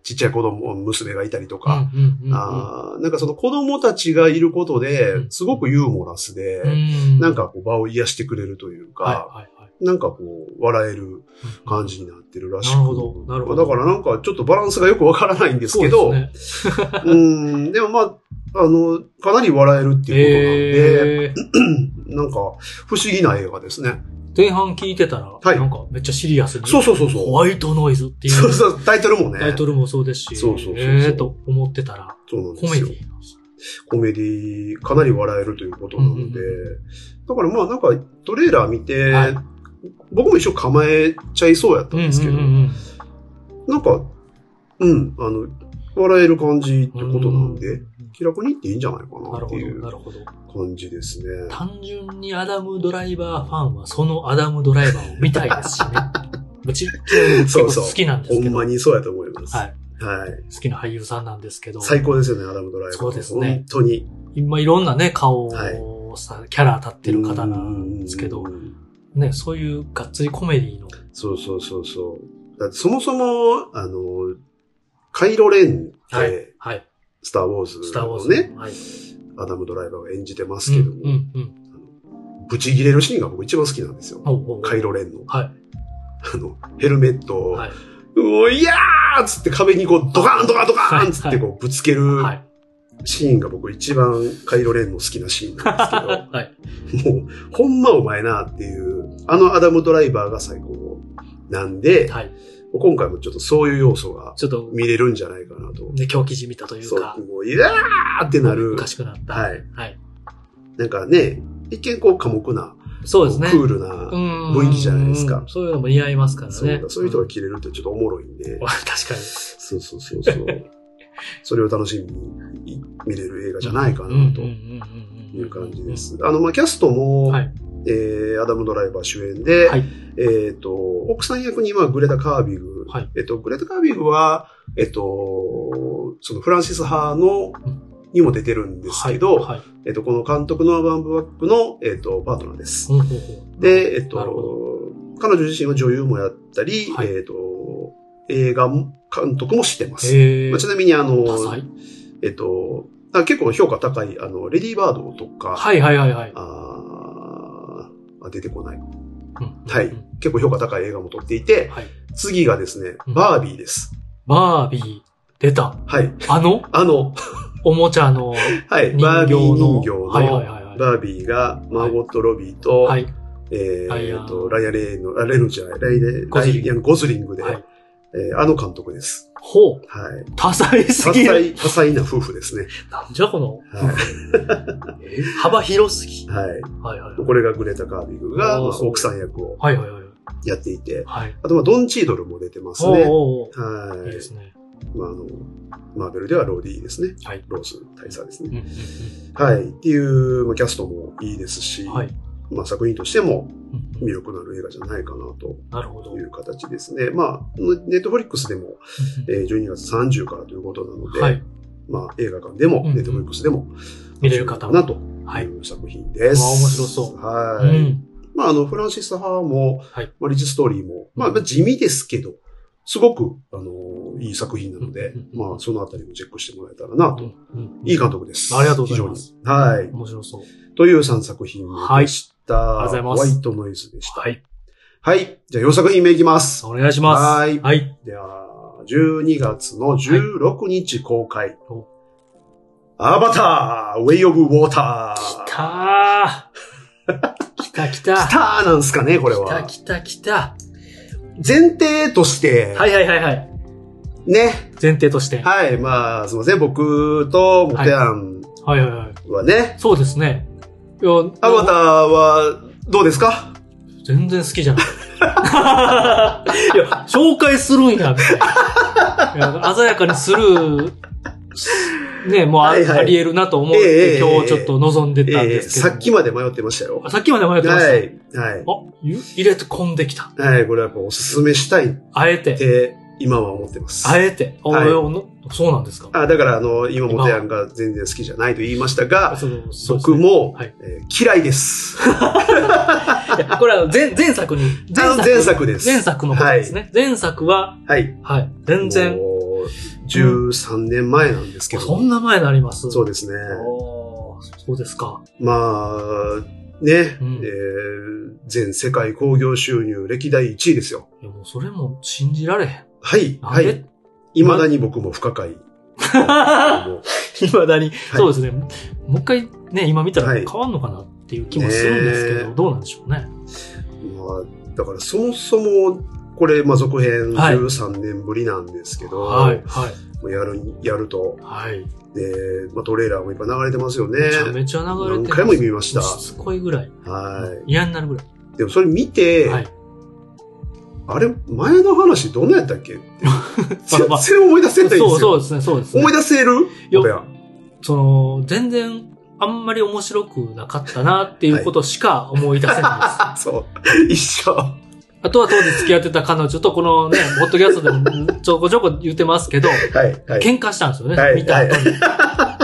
[SPEAKER 2] ちっちゃい子供、娘がいたりと
[SPEAKER 1] い
[SPEAKER 2] か、
[SPEAKER 1] うんうんうんうん
[SPEAKER 2] あーなんかその子供たちがいることで
[SPEAKER 1] う、ん
[SPEAKER 2] すごくユーモラスで、
[SPEAKER 1] うん
[SPEAKER 2] なんかこう場を癒してくれるというか、
[SPEAKER 1] はいはいはい
[SPEAKER 2] なんかこう、笑える感じになってるらしく
[SPEAKER 1] なるほどなるほど
[SPEAKER 2] だからなんかちょっとバランスがよくわからないんですけ
[SPEAKER 1] そ
[SPEAKER 2] ど、
[SPEAKER 1] うですね
[SPEAKER 2] うーん、でもまあ、あの、かなり笑えるっていう
[SPEAKER 1] へえ
[SPEAKER 2] ことなんで、なんか、不思議な映画ですね。
[SPEAKER 1] 前半聞いてたら
[SPEAKER 2] はい
[SPEAKER 1] なんかめっちゃシリアスに
[SPEAKER 2] そうそうそう
[SPEAKER 1] ホ
[SPEAKER 2] そう。
[SPEAKER 1] ワイトノイズってい
[SPEAKER 2] そうそうう、タイトルもね。
[SPEAKER 1] タイトルもそうですし
[SPEAKER 2] そうそうそうそう
[SPEAKER 1] ええと思ってたら
[SPEAKER 2] そうなんで
[SPEAKER 1] コメ
[SPEAKER 2] す
[SPEAKER 1] デ
[SPEAKER 2] よ。
[SPEAKER 1] ィなんです
[SPEAKER 2] コメディ、かなり笑えるということなので、
[SPEAKER 1] うんうん
[SPEAKER 2] だからまあなんか、トレーラー見て、
[SPEAKER 1] はい
[SPEAKER 2] 僕も一生構えちゃいそうやったんですけど、
[SPEAKER 1] うんうんうん
[SPEAKER 2] なんか、うん、あの、笑える感じってこ
[SPEAKER 1] うん
[SPEAKER 2] となんで、気楽に行っていいんじゃないか
[SPEAKER 1] な
[SPEAKER 2] な
[SPEAKER 1] る
[SPEAKER 2] っ
[SPEAKER 1] ほ
[SPEAKER 2] て
[SPEAKER 1] ど
[SPEAKER 2] いう
[SPEAKER 1] なるほど
[SPEAKER 2] 感じですね。
[SPEAKER 1] 単純にアダム・ドライバーファンはそのアダム・ドライバーを見たいですしね。 うち結構好きなんです
[SPEAKER 2] ほ
[SPEAKER 1] け
[SPEAKER 2] ん
[SPEAKER 1] ど、
[SPEAKER 2] まにそうやと思います。
[SPEAKER 1] はい
[SPEAKER 2] はい
[SPEAKER 1] 好きな俳優さんなんですけど、
[SPEAKER 2] 最高ですよね、アダム・ドライバー。
[SPEAKER 1] そうですね
[SPEAKER 2] 本当に。
[SPEAKER 1] 今いろんなね、顔を
[SPEAKER 2] はい
[SPEAKER 1] さ、キャラ立ってる方なんですけど
[SPEAKER 2] う、ん。
[SPEAKER 1] ね、そういうがっつりコメディの、
[SPEAKER 2] そうそうそうそう。だってそもそも、あの、カイロ・レンって、
[SPEAKER 1] はい、はい、
[SPEAKER 2] スター・ウォーズ
[SPEAKER 1] スター・ウォー
[SPEAKER 2] を
[SPEAKER 1] ズ
[SPEAKER 2] ね、
[SPEAKER 1] はい。
[SPEAKER 2] アダム・ドライバーが演じてます
[SPEAKER 1] うん
[SPEAKER 2] けども、
[SPEAKER 1] うん、うん。
[SPEAKER 2] ブチギレるシーンが僕一番好きなんですよ。
[SPEAKER 1] おうおう
[SPEAKER 2] カイロ・レン の。
[SPEAKER 1] はい、
[SPEAKER 2] あの、ヘルメットを、
[SPEAKER 1] はい、
[SPEAKER 2] うおいやーっつって壁にこう、ドカーンドカーンドカーンっつってこう、ぶつける
[SPEAKER 1] はい、
[SPEAKER 2] シーンが僕一番カイロ・レンの好きなシーンなんですけど、
[SPEAKER 1] はい。
[SPEAKER 2] もう、ほんまお前なっていう、あのアダム・ドライバーが最高なんで、
[SPEAKER 1] はい。
[SPEAKER 2] 今回もちょっとそういう要素が
[SPEAKER 1] ちょっと、
[SPEAKER 2] 見れるんじゃないかなと。
[SPEAKER 1] ね、今日記事見たという
[SPEAKER 2] そ
[SPEAKER 1] か
[SPEAKER 2] う、、もう、いやーってなる
[SPEAKER 1] おか。しくなった。
[SPEAKER 2] はい。
[SPEAKER 1] はい。
[SPEAKER 2] なんかね、一見こう寡黙な、
[SPEAKER 1] そうですね。
[SPEAKER 2] クールな、
[SPEAKER 1] 雰
[SPEAKER 2] 囲気じゃないですか
[SPEAKER 1] そういうのも似合いますからね。
[SPEAKER 2] そうだそういう人が
[SPEAKER 1] ん
[SPEAKER 2] 着れるってちょっとおもろいんで、
[SPEAKER 1] わ確かに。
[SPEAKER 2] そうそうそうそう。 それを楽しみに見れる映画じゃないかなとい
[SPEAKER 1] いう
[SPEAKER 2] 感じで。す。あの、まあ、キャストも、
[SPEAKER 1] はい
[SPEAKER 2] えーアダム・ドライバー主演で、
[SPEAKER 1] はい
[SPEAKER 2] えっ、と、奥さん役に今、グレタ・カービグ。
[SPEAKER 1] はい
[SPEAKER 2] えっ、と、グレタ・カービグは、えっ、と、そのフランシス派
[SPEAKER 1] う
[SPEAKER 2] の
[SPEAKER 1] ん、
[SPEAKER 2] にも出てるんですけど、
[SPEAKER 1] はいはい
[SPEAKER 2] えっ、と、この監督のアバン・ブワックの、えっ、と、パートナーです。
[SPEAKER 1] うんうんうん
[SPEAKER 2] で、えっ、
[SPEAKER 1] なるほど
[SPEAKER 2] と、彼女自身は女優もやったり、
[SPEAKER 1] はい
[SPEAKER 2] えっ、と、映画も監督もしてます。
[SPEAKER 1] へ
[SPEAKER 2] まあ、ち
[SPEAKER 1] ー
[SPEAKER 2] なみに、あの、
[SPEAKER 1] 多彩
[SPEAKER 2] えっ、と、あ結構評価高い、あの、レディー・バードとか、
[SPEAKER 1] はいはいはいはい。
[SPEAKER 2] あーあ出てこない。
[SPEAKER 1] うん
[SPEAKER 2] はい
[SPEAKER 1] うん
[SPEAKER 2] 結構評価高い映画も撮っていて、
[SPEAKER 1] はい
[SPEAKER 2] 次がですね、
[SPEAKER 1] うん
[SPEAKER 2] バービーです。
[SPEAKER 1] バービー、出た。
[SPEAKER 2] はい。
[SPEAKER 1] あの、
[SPEAKER 2] あの、
[SPEAKER 1] おもちゃの
[SPEAKER 2] はい、
[SPEAKER 1] 人形の。
[SPEAKER 2] バービー人形の、
[SPEAKER 1] はいはいはいはい。
[SPEAKER 2] バービーがマーゴット・ロビーと、
[SPEAKER 1] はい。
[SPEAKER 2] え
[SPEAKER 1] ライア
[SPEAKER 2] ー、
[SPEAKER 1] ン
[SPEAKER 2] と、ライアン・レーの、あ、レーのじゃない、ライレ
[SPEAKER 1] ゴズリング
[SPEAKER 2] ライアン・ゴズリングで、
[SPEAKER 1] はい
[SPEAKER 2] えーあの監督です。
[SPEAKER 1] ほう。
[SPEAKER 2] はい。
[SPEAKER 1] 多彩す
[SPEAKER 2] 多
[SPEAKER 1] ぎる。
[SPEAKER 2] 彩、多彩な夫婦ですね。
[SPEAKER 1] なんじゃこの。
[SPEAKER 2] は
[SPEAKER 1] え幅広すぎ
[SPEAKER 2] い。。はい。
[SPEAKER 1] はいはい
[SPEAKER 2] これがグレタ・カービグが、
[SPEAKER 1] あー
[SPEAKER 2] まあ
[SPEAKER 1] そう
[SPEAKER 2] 奥さん役を
[SPEAKER 1] はい。はいはいはい。
[SPEAKER 2] やっていて、
[SPEAKER 1] はい。
[SPEAKER 2] あと、まあ、ドン・チードルも出てます
[SPEAKER 1] おう
[SPEAKER 2] ね。
[SPEAKER 1] おうおういい
[SPEAKER 2] は
[SPEAKER 1] ですね。
[SPEAKER 2] い。まあ、あの、マーベルではローディーですね。
[SPEAKER 1] はい。
[SPEAKER 2] ローズ大佐です
[SPEAKER 1] うんう
[SPEAKER 2] ね。
[SPEAKER 1] んう
[SPEAKER 2] はい。っていう、まあ、キャストもいいですし、
[SPEAKER 1] んはい。
[SPEAKER 2] まあ、作品としても
[SPEAKER 1] うんうん
[SPEAKER 2] 魅力のある映画じゃないかなと
[SPEAKER 1] なるほど。
[SPEAKER 2] いう形ですね。まあ、ネットフリックスでも、えー12月30からということなので、
[SPEAKER 1] はい。
[SPEAKER 2] まあ、映画館でも、
[SPEAKER 1] うん
[SPEAKER 2] ネットフリックスでも、
[SPEAKER 1] 見れる方
[SPEAKER 2] かな
[SPEAKER 1] は。
[SPEAKER 2] と
[SPEAKER 1] はいい。
[SPEAKER 2] う作品です。
[SPEAKER 1] うわ面白そう
[SPEAKER 2] は
[SPEAKER 1] う
[SPEAKER 2] い。
[SPEAKER 1] ん
[SPEAKER 2] まあ、あの、フランシス・ハーも、
[SPEAKER 1] はい
[SPEAKER 2] まあ、リチストーリーも、まあ、まあ地味ですけど、すごく、あの、いい作品なので
[SPEAKER 1] うんうん、うん
[SPEAKER 2] まあ、そのあたりもチェックしてもらえたらな
[SPEAKER 1] う
[SPEAKER 2] と。
[SPEAKER 1] んうん
[SPEAKER 2] いい監督です。
[SPEAKER 1] ありがとうございます
[SPEAKER 2] 非常に。はい。
[SPEAKER 1] 面白そう。
[SPEAKER 2] という3作品でし
[SPEAKER 1] い
[SPEAKER 2] た。
[SPEAKER 1] ありがとうご
[SPEAKER 2] ホ
[SPEAKER 1] ざいま
[SPEAKER 2] ワ
[SPEAKER 1] す
[SPEAKER 2] イトノイズでした。
[SPEAKER 1] はい。
[SPEAKER 2] はい。じゃあ4作品目いきます。
[SPEAKER 1] お願いします。
[SPEAKER 2] はい
[SPEAKER 1] はい。
[SPEAKER 2] では、12月の16日公開。
[SPEAKER 1] お
[SPEAKER 2] アバターウェイオブウォーター
[SPEAKER 1] きたー。きたきた。
[SPEAKER 2] 来たーなんすかね、これ
[SPEAKER 1] きた
[SPEAKER 2] は。
[SPEAKER 1] きたきた。
[SPEAKER 2] 前提として、
[SPEAKER 1] はいはいはいはい。
[SPEAKER 2] ね。
[SPEAKER 1] 前提として。は
[SPEAKER 2] はい。まあ、すいません。僕とモテアン
[SPEAKER 1] いはいはい。
[SPEAKER 2] はね、
[SPEAKER 1] そうですね。いや、
[SPEAKER 2] アバターはどうですか
[SPEAKER 1] 全然好き じゃない。いや、紹介するんや、みたいな。いや鮮やかにスルー、ね、もうあ,、
[SPEAKER 2] はいはい
[SPEAKER 1] あり得るなと思っ
[SPEAKER 2] え
[SPEAKER 1] て、
[SPEAKER 2] えええ
[SPEAKER 1] 今日ちょっと望んでたん
[SPEAKER 2] ええ
[SPEAKER 1] ですけども、
[SPEAKER 2] さっきまで迷ってましたよ
[SPEAKER 1] あ。さっきまで迷ってました。
[SPEAKER 2] はい。はい。
[SPEAKER 1] あ、ゆ入れ込んできた。
[SPEAKER 2] はい、これはやっぱおすすめしたいっ
[SPEAKER 1] あえて。
[SPEAKER 2] て、今は思ってます。
[SPEAKER 1] あえて。あ
[SPEAKER 2] はい
[SPEAKER 1] おのそうなんですか。
[SPEAKER 2] あだから、あの、今、モテヤンが全然好きじゃないと言いましたが、
[SPEAKER 1] そうそうですね
[SPEAKER 2] 僕も、
[SPEAKER 1] はい
[SPEAKER 2] えー嫌いです。
[SPEAKER 1] いやこれは前前作に。
[SPEAKER 2] あの前作です。
[SPEAKER 1] 前作のことですね。前作は、
[SPEAKER 2] はい。
[SPEAKER 1] はい、全然、
[SPEAKER 2] もう13年前なんですけど。
[SPEAKER 1] そんな前になります。
[SPEAKER 2] そうですね。
[SPEAKER 1] おーそうですか。
[SPEAKER 2] まあ、ね、
[SPEAKER 1] うん
[SPEAKER 2] えー全世界興行収入歴代1位ですよ。
[SPEAKER 1] いやもうそれも信じられへん。
[SPEAKER 2] はい、
[SPEAKER 1] なん
[SPEAKER 2] は
[SPEAKER 1] で
[SPEAKER 2] い。未だに僕も不可解。 も
[SPEAKER 1] いまだに、そうですね。もう一回ね、今見たら
[SPEAKER 2] はい
[SPEAKER 1] 変わんのかなっていう気もするんですけど、
[SPEAKER 2] ねえ
[SPEAKER 1] どうなんでしょうね。
[SPEAKER 2] うまあ、だからそもそも、これ、まあ、続編
[SPEAKER 1] はい
[SPEAKER 2] 13年ぶりなんですけど、
[SPEAKER 1] はい、はい、
[SPEAKER 2] もうやる、やると、
[SPEAKER 1] はい。
[SPEAKER 2] で、まあ、トレーラーもいっぱい流れてますよね。
[SPEAKER 1] めちゃめちゃ流れて
[SPEAKER 2] 何
[SPEAKER 1] る。
[SPEAKER 2] 回も見ました。
[SPEAKER 1] しつこいぐらい。
[SPEAKER 2] は
[SPEAKER 1] 嫌になるぐらい。
[SPEAKER 2] い。でもそれ見て、
[SPEAKER 1] はい。
[SPEAKER 2] あれ、前の話どんなやっ たっけって。
[SPEAKER 1] まあまあ
[SPEAKER 2] 全然思い出せないんですよ。
[SPEAKER 1] そうそうですね、そうですね。
[SPEAKER 2] 思い出せる
[SPEAKER 1] よ
[SPEAKER 2] やっぱ
[SPEAKER 1] その、全然、あんまり面白くなかったなっていうことしか思い出せないです。
[SPEAKER 2] やそう。一緒。は
[SPEAKER 1] あとは当時付き合ってた彼女とこのね、ホットキャストでもちょこちょこ言ってますけど、
[SPEAKER 2] い。はい。
[SPEAKER 1] 喧嘩したんですよね、
[SPEAKER 2] はい
[SPEAKER 1] 見た後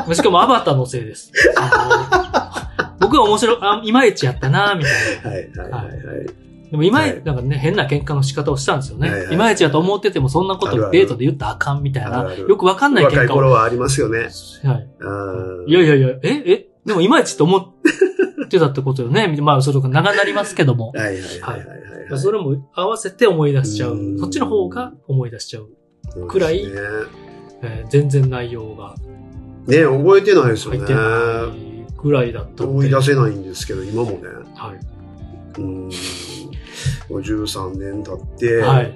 [SPEAKER 1] に。 しかもアバターのせい です。あの僕は面白い、あいまいちやったなみたい
[SPEAKER 2] はい。はい。はい。はい
[SPEAKER 1] な。でもいまい
[SPEAKER 2] はい
[SPEAKER 1] なんかね、変な喧嘩の仕方をしたんですよね。
[SPEAKER 2] はい
[SPEAKER 1] い
[SPEAKER 2] はい
[SPEAKER 1] まいちやと思っててもそんなこ
[SPEAKER 2] あるあ
[SPEAKER 1] と
[SPEAKER 2] る
[SPEAKER 1] デートで言ったらあかんみたい
[SPEAKER 2] あ
[SPEAKER 1] な、
[SPEAKER 2] るある
[SPEAKER 1] よくわかんない
[SPEAKER 2] 若
[SPEAKER 1] 喧
[SPEAKER 2] い
[SPEAKER 1] 嘩を。
[SPEAKER 2] 頃はありますよね。
[SPEAKER 1] はい、
[SPEAKER 2] うん
[SPEAKER 1] いやいやいや、え、え、でもいまいちと思ってたってことよね。まあ、それが長なりますけども。
[SPEAKER 2] はいはいはいはいはいはい。
[SPEAKER 1] それも合わせて思い出しちゃ
[SPEAKER 2] う
[SPEAKER 1] う。
[SPEAKER 2] ん
[SPEAKER 1] そっちの方が思い出しちゃう。
[SPEAKER 2] そうですね
[SPEAKER 1] くらいえー全然内容が
[SPEAKER 2] ね覚えてないですよ
[SPEAKER 1] 入
[SPEAKER 2] ね
[SPEAKER 1] って。ないぐらいだったの
[SPEAKER 2] 思
[SPEAKER 1] で。
[SPEAKER 2] い出せないんですけど、今もね。
[SPEAKER 1] は
[SPEAKER 2] うん。13年経って、
[SPEAKER 1] い。はい。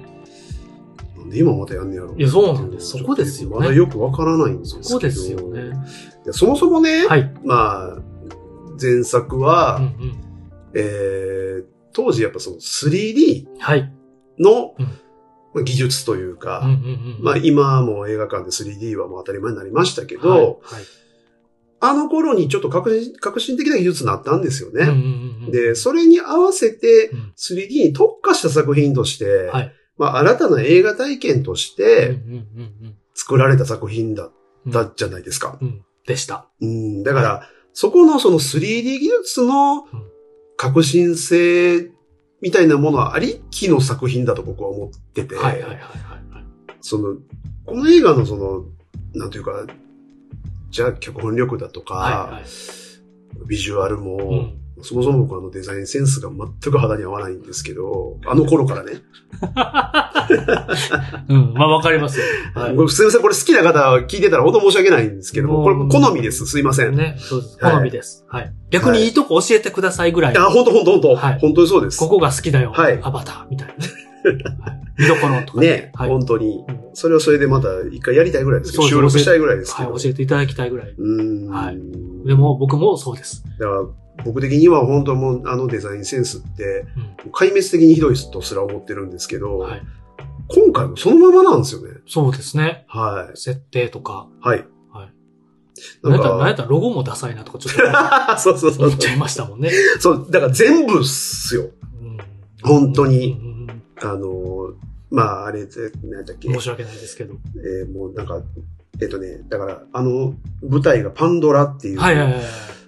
[SPEAKER 2] なんで今またやんねやろ
[SPEAKER 1] いやそうなんですそこですよね
[SPEAKER 2] まだよくわからないんですけど。
[SPEAKER 1] そうですよね。
[SPEAKER 2] いやそもそもね、
[SPEAKER 1] はい。
[SPEAKER 2] まあ、前作は、
[SPEAKER 1] うんうん。
[SPEAKER 2] えー当時やっぱその 3D
[SPEAKER 1] はい。
[SPEAKER 2] の
[SPEAKER 1] うん
[SPEAKER 2] まあ技術というか、
[SPEAKER 1] うんうんうん。
[SPEAKER 2] まあ今も映画館で 3D はもう当たり前になりましたけど、
[SPEAKER 1] はい、
[SPEAKER 2] あの頃にちょっと革新革新的な技術になったんですよ
[SPEAKER 1] はいうん
[SPEAKER 2] ね。
[SPEAKER 1] うんうん、
[SPEAKER 2] で、それに合わせて
[SPEAKER 1] うん
[SPEAKER 2] 3D に特化した作品として、
[SPEAKER 1] はい
[SPEAKER 2] まあ新たな映画体験とし
[SPEAKER 1] うんう
[SPEAKER 2] て
[SPEAKER 1] んうん
[SPEAKER 2] 作られた作品だ
[SPEAKER 1] うん
[SPEAKER 2] ったじゃないですか。
[SPEAKER 1] うん、でした。
[SPEAKER 2] うん、だから、そこのその 3D 技術の革新性みたいなものはありきの作品だと僕は思ってて、
[SPEAKER 1] はいはいはいはいはい。
[SPEAKER 2] その、この映画のその、なんというか、じゃあ脚本力だとか、
[SPEAKER 1] はいはい。
[SPEAKER 2] ビジュアルも、
[SPEAKER 1] うん
[SPEAKER 2] そもそも僕あのデザインセンスが全く肌に合わないんですけど、あの頃からね。
[SPEAKER 1] うん、まあわかり ますよ。はい
[SPEAKER 2] これすいません、これ好きな方聞いてたら本当申し訳ないんですけども、これ
[SPEAKER 1] もう
[SPEAKER 2] 好みです。すいません。
[SPEAKER 1] ね、そうです。
[SPEAKER 2] はい
[SPEAKER 1] 好みです。はい。逆にいいとこ教えてくださいぐらい。
[SPEAKER 2] あ、本当本当本当、
[SPEAKER 1] はい
[SPEAKER 2] 本当にそうです。
[SPEAKER 1] ここが好きだよ。
[SPEAKER 2] はい
[SPEAKER 1] アバターみたいな。はい見どころ とか。
[SPEAKER 2] ね、
[SPEAKER 1] はい
[SPEAKER 2] 本当に
[SPEAKER 1] うん。
[SPEAKER 2] それはそれでまた一回やりたいぐらいですけど、
[SPEAKER 1] そうです
[SPEAKER 2] 収録したいぐらいですけ
[SPEAKER 1] は
[SPEAKER 2] ど。
[SPEAKER 1] い、教えていただきたいぐらい。
[SPEAKER 2] うーん。
[SPEAKER 1] はいでも僕もそうです。
[SPEAKER 2] だから僕的には本当もうあのデザインセンスって
[SPEAKER 1] うん、
[SPEAKER 2] 壊滅的にひどいとすら思ってるんですけど、
[SPEAKER 1] はい。
[SPEAKER 2] 今回もそのままなんですよね。
[SPEAKER 1] そうですね。
[SPEAKER 2] は
[SPEAKER 1] 設定とか。
[SPEAKER 2] い。はい。
[SPEAKER 1] はい
[SPEAKER 2] な
[SPEAKER 1] なんんか、なんやっ
[SPEAKER 2] か、
[SPEAKER 1] たらロゴもダサいなとかちょっと
[SPEAKER 2] そうそうそう
[SPEAKER 1] 思っちゃいましたもんね。
[SPEAKER 2] そう。だから全部っすよ。
[SPEAKER 1] うん
[SPEAKER 2] 本当に
[SPEAKER 1] うんうんうん
[SPEAKER 2] あの、まあ、あれで、なんだっけ、
[SPEAKER 1] 申し訳ないですけど。
[SPEAKER 2] えーもうなんか、えっ、とね、だから、あの、舞台がパンドラっていう、
[SPEAKER 1] はいはいはいはい。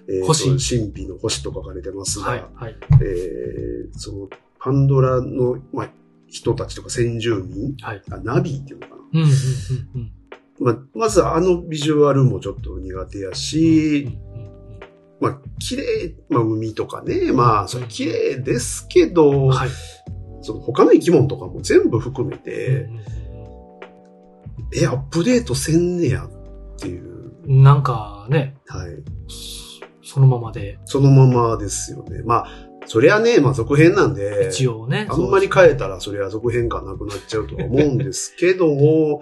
[SPEAKER 2] えーと
[SPEAKER 1] 星
[SPEAKER 2] 神秘の星と書かれてますが、
[SPEAKER 1] はいはい。
[SPEAKER 2] えーそのパンドラの、まあ、人たちとか先住民、
[SPEAKER 1] はい
[SPEAKER 2] あナビっていうのかな。
[SPEAKER 1] うんうんうんうん。
[SPEAKER 2] まあ、まずあのビジュアルもちょっと苦手やし、
[SPEAKER 1] うんうん
[SPEAKER 2] まあ、綺麗、まあ、海とかね、まあ、それ
[SPEAKER 1] うん
[SPEAKER 2] 綺麗ですけど、
[SPEAKER 1] うんはい。
[SPEAKER 2] その他の生き物とかも全部含めて、
[SPEAKER 1] うんうん
[SPEAKER 2] え、アップデートせんねやっていう、
[SPEAKER 1] うんなんかね、
[SPEAKER 2] はい。
[SPEAKER 1] そのままで、
[SPEAKER 2] そのままですよね。まあ、そりゃね、まあ、続編なんで、
[SPEAKER 1] 一応ね。
[SPEAKER 2] あんまり変えたらそりゃ続編感なくなっちゃうとは思うんですけど も、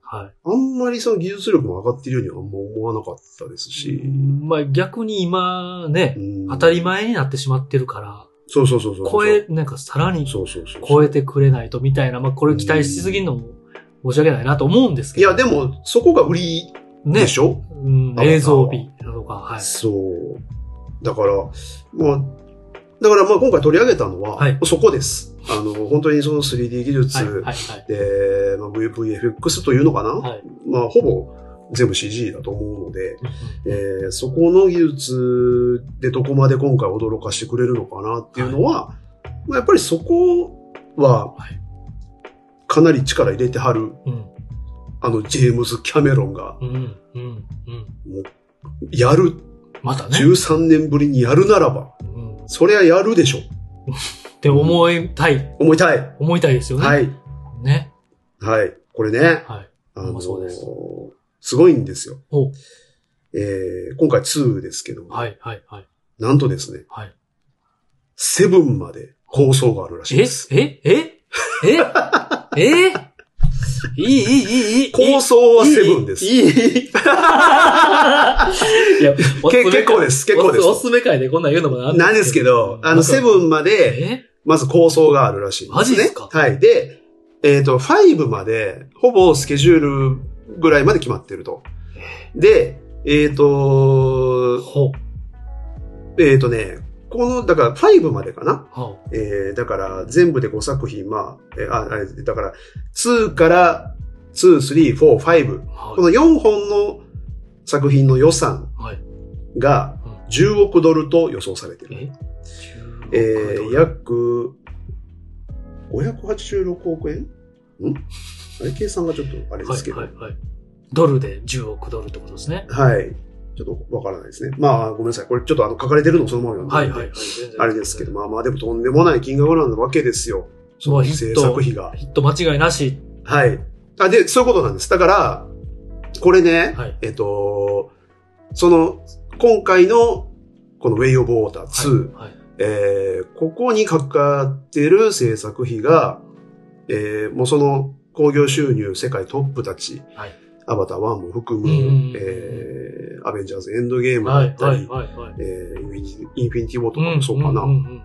[SPEAKER 1] は
[SPEAKER 2] あんまりその技術力も上がってるようにはあんま思わなかったです
[SPEAKER 1] い。
[SPEAKER 2] し。
[SPEAKER 1] まあ逆に今ね、
[SPEAKER 2] うん
[SPEAKER 1] 当たり前になってしまってるから、
[SPEAKER 2] そうそうそうそうそう。
[SPEAKER 1] 超え、なんかさらに
[SPEAKER 2] そうそうそう。
[SPEAKER 1] 超えてくれないとみたいな、まあこれ期待しすぎるのも申し訳ないなと思うんですけ
[SPEAKER 2] い
[SPEAKER 1] ど。
[SPEAKER 2] や、でも、そこが売り
[SPEAKER 1] ね
[SPEAKER 2] でしょ、
[SPEAKER 1] うん
[SPEAKER 2] あ
[SPEAKER 1] 映像美とか、はい。
[SPEAKER 2] そう。だから、まあ、だからまあ今回取り上げたのは、
[SPEAKER 1] はい
[SPEAKER 2] そこです。あの、本当にその 3D 技術
[SPEAKER 1] はい、
[SPEAKER 2] で、
[SPEAKER 1] はい、はい。
[SPEAKER 2] まあ、VFX というのかな、
[SPEAKER 1] はい
[SPEAKER 2] まあ、ほぼ全部 CG だと思うので、
[SPEAKER 1] うんうん
[SPEAKER 2] えーそこの技術でどこまで今回驚かしてくれるのかなっていうのは、まあ、やっぱりそこは
[SPEAKER 1] はい、
[SPEAKER 2] かなり力入れてはる、
[SPEAKER 1] うん
[SPEAKER 2] あの、ジェームズ・キャメロンが、
[SPEAKER 1] うん、うん、うん。
[SPEAKER 2] やる、
[SPEAKER 1] またね。
[SPEAKER 2] 13年ぶりにやるならば、
[SPEAKER 1] うんっ
[SPEAKER 2] そりゃやるでしょ。
[SPEAKER 1] て思いたい、
[SPEAKER 2] 思いたい。
[SPEAKER 1] 思いたいですよね。。
[SPEAKER 2] はいい。
[SPEAKER 1] ね。
[SPEAKER 2] はい。これね、
[SPEAKER 1] はい。
[SPEAKER 2] あのー
[SPEAKER 1] そうです
[SPEAKER 2] すごいんですよ
[SPEAKER 1] お。
[SPEAKER 2] えー今回2ですけど、
[SPEAKER 1] はい、はい、はい。
[SPEAKER 2] なんとですね、
[SPEAKER 1] はい。
[SPEAKER 2] セブンまで構想があるらしい
[SPEAKER 1] え
[SPEAKER 2] です。
[SPEAKER 1] えええええいい、いい、いい、いい。
[SPEAKER 2] 構想はセブンです。
[SPEAKER 1] いい、いい。いや、。
[SPEAKER 2] け結構ですす、結構で
[SPEAKER 1] おすお
[SPEAKER 2] す。
[SPEAKER 1] すすめ会でこんなん言うのもなん
[SPEAKER 2] なんですけど、あの、セ
[SPEAKER 1] ン
[SPEAKER 2] ブンまで、
[SPEAKER 1] え
[SPEAKER 2] まず構想があるらしいん
[SPEAKER 1] マジですか
[SPEAKER 2] はい。で、えっ、と、5まで、ほぼスケジュールぐらいまで決まってると。で、えっ、と、
[SPEAKER 1] ほう。
[SPEAKER 2] えっ、とね、この、だから5までかな
[SPEAKER 1] ほう。
[SPEAKER 2] えーだから全部で5作品、まあ、えーあ、あだから2から2、3、4、5。こ
[SPEAKER 1] は
[SPEAKER 2] の4本の作品の予算
[SPEAKER 1] い。はい。
[SPEAKER 2] が
[SPEAKER 1] うん
[SPEAKER 2] 10億ドルと予想されてる。
[SPEAKER 1] え
[SPEAKER 2] えー、約586億円んあれ計算がちょっとあれで
[SPEAKER 1] は
[SPEAKER 2] すけ
[SPEAKER 1] い、
[SPEAKER 2] ど。
[SPEAKER 1] は
[SPEAKER 2] はい
[SPEAKER 1] い、はい。ドルで10億ドルってことですね。
[SPEAKER 2] ちょっとわからないですね。まあ、ごめんなさい。これちょっとあの書かれてるのそのまま読んで。
[SPEAKER 1] はい、はい、はい。全然
[SPEAKER 2] あれですけど、まあまあでもとんでもない金額なわけですよ。そ
[SPEAKER 1] も
[SPEAKER 2] の
[SPEAKER 1] うヒ
[SPEAKER 2] 制
[SPEAKER 1] ット
[SPEAKER 2] 作費が。
[SPEAKER 1] ヒット間違いなし。
[SPEAKER 2] はい。あ、で、そういうことなんです。だから、これね、
[SPEAKER 1] はい
[SPEAKER 2] えっと、その、今回の、この Way of Water 2、
[SPEAKER 1] はい。
[SPEAKER 2] えーここにかかってる制作費が、えーもうその、興行収入世界トップたち、
[SPEAKER 1] はい
[SPEAKER 2] アバター1も含む、
[SPEAKER 1] うんうんうん
[SPEAKER 2] えーアベンジャーズエンドゲームだ
[SPEAKER 1] は
[SPEAKER 2] っ
[SPEAKER 1] い、
[SPEAKER 2] た
[SPEAKER 1] はい、
[SPEAKER 2] り、
[SPEAKER 1] はい、はい。
[SPEAKER 2] えーインフィニティインフィニティ・ウォーとかもそうかな。
[SPEAKER 1] んんうん